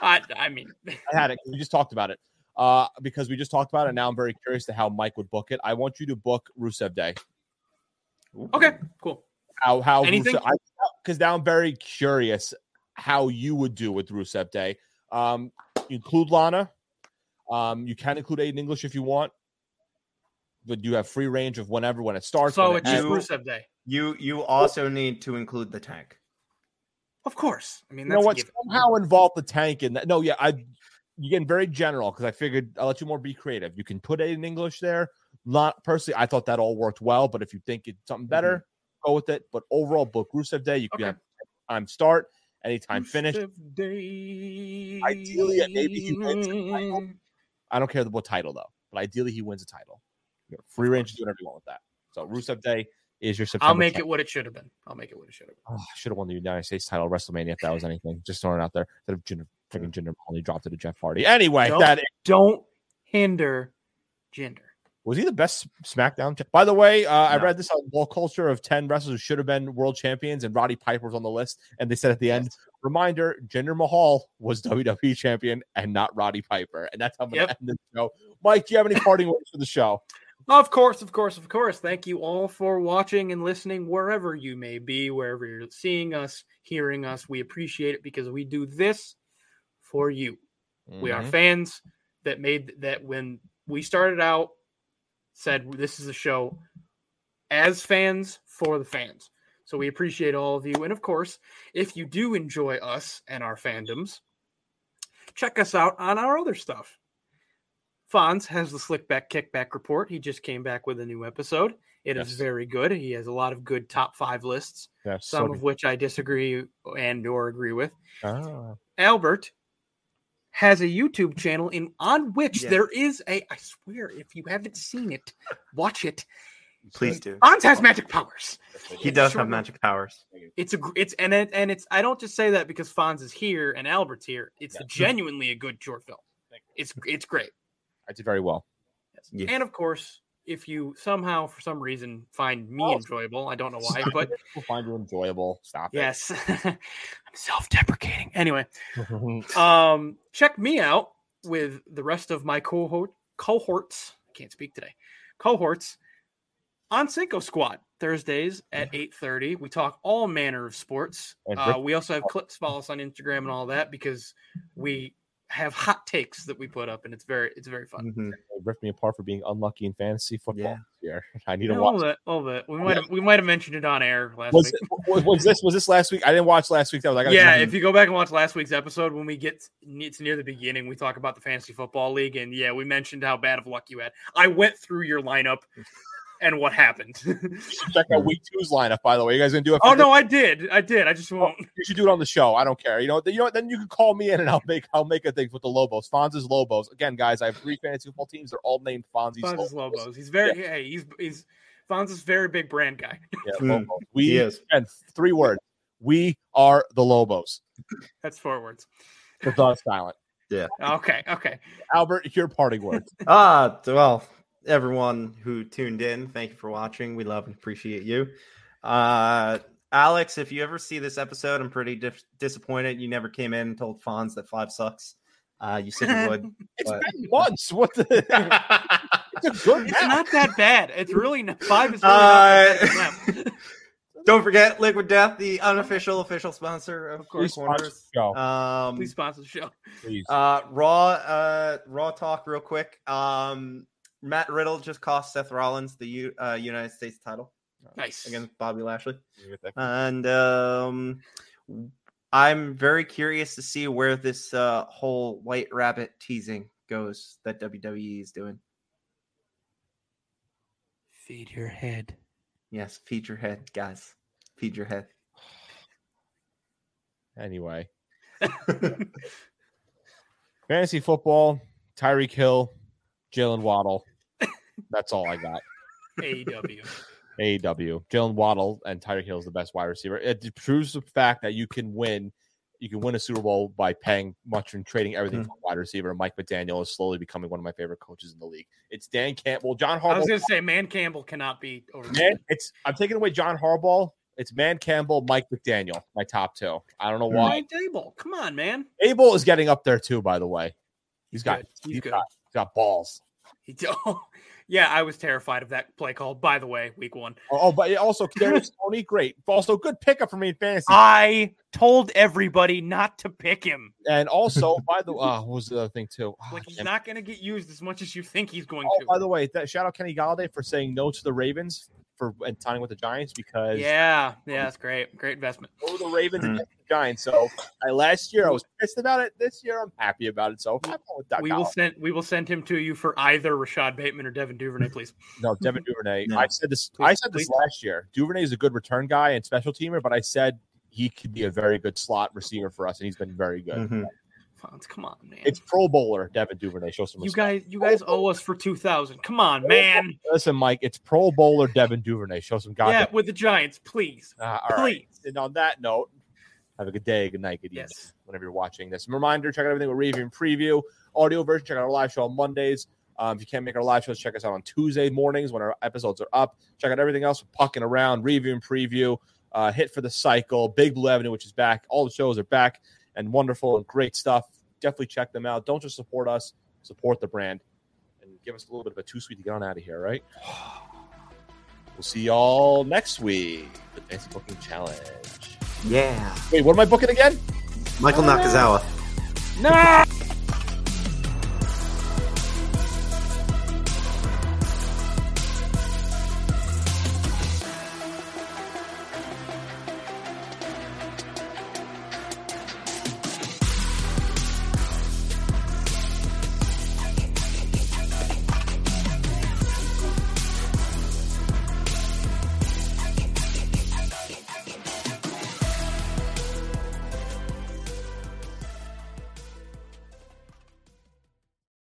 Speaker 5: I, I mean,
Speaker 3: I had it. We just talked about it. Uh, because we just talked about it. Now I'm very curious to how Mike would book it. I want you to book Rusev Day.
Speaker 5: okay, cool.
Speaker 3: how how
Speaker 5: Anything?
Speaker 3: Rusev, I because now I'm very curious how you would do with Rusev Day. Um, you include Lana. Um, you can include Aiden English if you want, but you have free range of whenever when it starts.
Speaker 5: So
Speaker 3: when it
Speaker 5: it's just
Speaker 3: ends.
Speaker 4: you-
Speaker 5: Rusev Day.
Speaker 4: You you also need to include the tank.
Speaker 5: Of course. I mean,
Speaker 3: you
Speaker 5: that's
Speaker 3: know what?
Speaker 5: a given.
Speaker 3: Somehow involve the tank in that. No, yeah, I you're getting very general because I figured I'll let you more be creative. You can put Aiden English there. Not personally, I thought that all worked well, but if you think it's something better, go with it. But overall, book Rusev Day. You can
Speaker 5: Mm-hmm. Okay.
Speaker 3: have time start, anytime finish.
Speaker 5: Rusev Day.
Speaker 3: Ideally, maybe he wins the title. I don't care what title though, but ideally he wins a title. You know, free range to do whatever you want with that. So Rusev Day is your September.
Speaker 5: I'll make it what it should have been. I'll make it what it should have been.
Speaker 3: should have won the United States title at WrestleMania if that was anything. Just throwing it out there. Instead of Jinder, freaking Jinder Mahal, he dropped it to Jeff Hardy. Anyway,
Speaker 5: Don't-
Speaker 3: that
Speaker 5: Don't hinder gender.
Speaker 3: was he the best SmackDown. cha- By the way, uh, I
Speaker 4: No.
Speaker 3: read this on Wall Culture of ten wrestlers who should have been world champions, and Roddy Piper was on the list. And they said at the end, reminder: Jinder Mahal was WWE champion and not Roddy Piper. And that's how I'm going to
Speaker 5: Yep.
Speaker 3: end the show. Mike, do you have any parting words for the show?
Speaker 5: Of course, of course, of course. Thank you all for watching and listening wherever you may be, wherever you're seeing us, hearing us. We appreciate it because we do this for you. We are
Speaker 3: Mhm.
Speaker 5: fans that made that when we started out said this is a show as fans for the fans. So we appreciate all of you and of course, if you do enjoy us and our fandoms, check us out on our other stuff. Fonz has the Slickback Kickback Report. He just came back with a new episode. It is
Speaker 3: Yes.
Speaker 5: very good. He has a lot of good top five lists,
Speaker 3: Yeah,
Speaker 5: some
Speaker 3: so
Speaker 5: of which I disagree and or agree with.
Speaker 3: Ah.
Speaker 5: Albert has a YouTube channel in on which
Speaker 6: Yes.
Speaker 5: there is a I swear if you haven't seen it, watch it.
Speaker 4: Please do.
Speaker 5: Fonz has magic powers.
Speaker 4: He does
Speaker 5: Sure.
Speaker 4: have magic powers.
Speaker 5: It's a gr- it's and it, and it's I don't just say that because Fonz is here and Albert's here. It's
Speaker 3: Yeah.
Speaker 5: genuinely a good short film. It's it's great.
Speaker 3: I did very well.
Speaker 4: Yeah.
Speaker 5: And of course, if you somehow for some reason find me
Speaker 3: Oh.
Speaker 5: enjoyable, I don't know why, but
Speaker 3: People find it enjoyable. Stop it.
Speaker 5: yes. I'm self-deprecating. Anyway,
Speaker 3: Yes.
Speaker 5: um check me out with the rest of my cohort cohorts I can't speak today cohorts on Cinco Squad Thursdays at 8:30 we talk all manner of sports
Speaker 3: Mm-hmm. And
Speaker 5: uh,
Speaker 3: Rick-
Speaker 5: we also have clips follow us on Instagram and all that because we have hot takes that we put up and it's very it's very fun
Speaker 4: Mhm.
Speaker 3: ripped me apart for being unlucky in fantasy football.
Speaker 4: Yeah.
Speaker 3: Yeah. I need
Speaker 5: you
Speaker 3: to
Speaker 5: know,
Speaker 3: watch.
Speaker 5: all that all that we might have we might have mentioned it on air last
Speaker 3: was,
Speaker 5: week
Speaker 3: it, was, was this was this last week? I didn't watch last week. That was I got
Speaker 5: yeah, if you go back and watch last week's episode, when we get it's near the beginning, we talk about the fantasy football league, and yeah, we mentioned how bad of luck you had. I went through your lineup and what happened.
Speaker 3: check out week two's lineup. By the way, you guys gonna do it? for
Speaker 5: Hmm. oh
Speaker 3: this?
Speaker 5: no, I did, I did. I just won't.
Speaker 3: you should do it on the show. I don't care. You know, you know. what? Then you can call me in, and I'll make I'll make a thing with the Lobos. Fonz's Lobos. Again, guys, I have three fantasy football teams. They're all named Fonzie's
Speaker 5: Fonz's Lobos. He's very hey, he's he's Fonz's very big brand guy.
Speaker 3: Yeah,
Speaker 4: Mm.
Speaker 3: Lobos.
Speaker 4: He
Speaker 3: We
Speaker 4: is.
Speaker 3: and three words. We are the Lobos.
Speaker 5: That's four words.
Speaker 3: The thought is silent.
Speaker 5: Okay, okay.
Speaker 3: Albert, your parting words.
Speaker 4: Ah, well, everyone who tuned in, thank you for watching. We love and appreciate you. Uh, Alex, if you ever see this episode, I'm pretty dis- disappointed you never came in and told Fonz that five sucks. Uh, you said you would.
Speaker 3: It's
Speaker 4: What?
Speaker 3: been months. What the? it's a good
Speaker 5: It's
Speaker 3: match.
Speaker 5: not that bad. It's really not, five is really
Speaker 4: Uh,
Speaker 5: not that bad.
Speaker 4: Don't forget Liquid Death, the unofficial official sponsor of,
Speaker 5: Of
Speaker 4: Four
Speaker 5: course.
Speaker 3: Please sponsor
Speaker 4: Corners.
Speaker 3: the show.
Speaker 5: Uh,
Speaker 4: Um,
Speaker 5: Please sponsor the show.
Speaker 3: Please.
Speaker 4: Uh, raw, uh, raw talk, real quick. Um, Matt Riddle just cost Seth Rollins the U- uh, United States title
Speaker 5: Nice.
Speaker 4: against Bobby Lashley,
Speaker 5: uh,
Speaker 4: and um, I'm very curious to see where this uh, whole White Rabbit teasing goes that WWE is doing.
Speaker 5: Feed your head.
Speaker 4: Yes, feed your head, guys. Feed your head.
Speaker 3: Anyway. Fantasy football, Tyreek Hill, Jalen Waddle. That's all I got.
Speaker 5: AEW.
Speaker 3: AEW. Jalen Waddle and Tyreek Hill is the best wide receiver. It proves the fact that you can win. You can win a Super Bowl by paying much and trading everything
Speaker 5: Hmm.
Speaker 3: for a wide receiver. Mike McDaniel is slowly becoming one of my favorite coaches in the league. It's Dan Campbell, John
Speaker 5: I
Speaker 3: Harbaugh.
Speaker 5: was gonna say, man, Campbell cannot be over.
Speaker 3: Man, it's I'm taking away John Harbaugh. It's Man Campbell, Mike McDaniel, my top two. I don't know why.
Speaker 5: Brian Dable. Come on, man.
Speaker 3: Abel is getting up there too. By the way, he's got
Speaker 5: good. He's, good.
Speaker 3: Got, he's got balls.
Speaker 5: He d- yeah, I was terrified of that play call. By the way, week one,
Speaker 3: Oh, oh, but also Kadarius Tony, great. Also, good pickup for me in fantasy.
Speaker 5: Ah. I told everybody not to pick him.
Speaker 3: and also, by the uh, what was the other thing too? Ah,
Speaker 5: Like he's
Speaker 3: damn.
Speaker 5: not going to get used as much as you think he's going
Speaker 3: oh,
Speaker 5: to.
Speaker 3: by the way, that shout out Kenny Galladay for saying no to the Ravens for and signing with the Giants because
Speaker 5: yeah, yeah, that's great. Great investment.
Speaker 3: no to the Ravens
Speaker 4: Mm.
Speaker 3: and yes to the Giants. So I, last year I was pissed about it. This year I'm happy about it. So I'm going with that.
Speaker 5: We will send we will send him to you for either Rashad Bateman or Devin Duvernay, please.
Speaker 3: No, Devin Duvernay.
Speaker 4: No.
Speaker 3: I said this.
Speaker 5: Please-
Speaker 3: I said this
Speaker 5: please.
Speaker 3: last year. Duvernay is a good return guy and special teamer, but I said he could be a very good slot receiver for us, and he's been very good.
Speaker 4: Mhm.
Speaker 5: Fonz, come on, man.
Speaker 3: It's Pro Bowler Devin Duvernay. Show some
Speaker 5: you
Speaker 3: respect.
Speaker 5: guys, you guys owe us for two thousand. Come on, man.
Speaker 3: Listen, Mike. It's Pro Bowler Devin Duvernay. Show some
Speaker 5: Yeah,
Speaker 3: goddamn.
Speaker 5: with the Giants, please,
Speaker 3: Ah, all right.
Speaker 5: please.
Speaker 3: And on that note, have a good day, good night, good evening,
Speaker 5: Yes.
Speaker 3: whenever you're watching this. And reminder: check out everything with review and preview, audio version. Check out our live show on Mondays. Um, if you can't make our live shows, check us out on Tuesday mornings when our episodes are up. Check out everything else: pucking around, review and preview, uh, hit for the cycle, Big Blue Avenue, which is back. All the shows are back and wonderful and great stuff. Definitely check them out. Don't just support us; support the brand and give us a little bit of a too sweet to get on out of here, right? We'll see y'all next week. The Fancy Booking Challenge.
Speaker 4: Yeah,
Speaker 3: Wait, what am I booking again?
Speaker 4: Michael Nakazawa.
Speaker 5: No.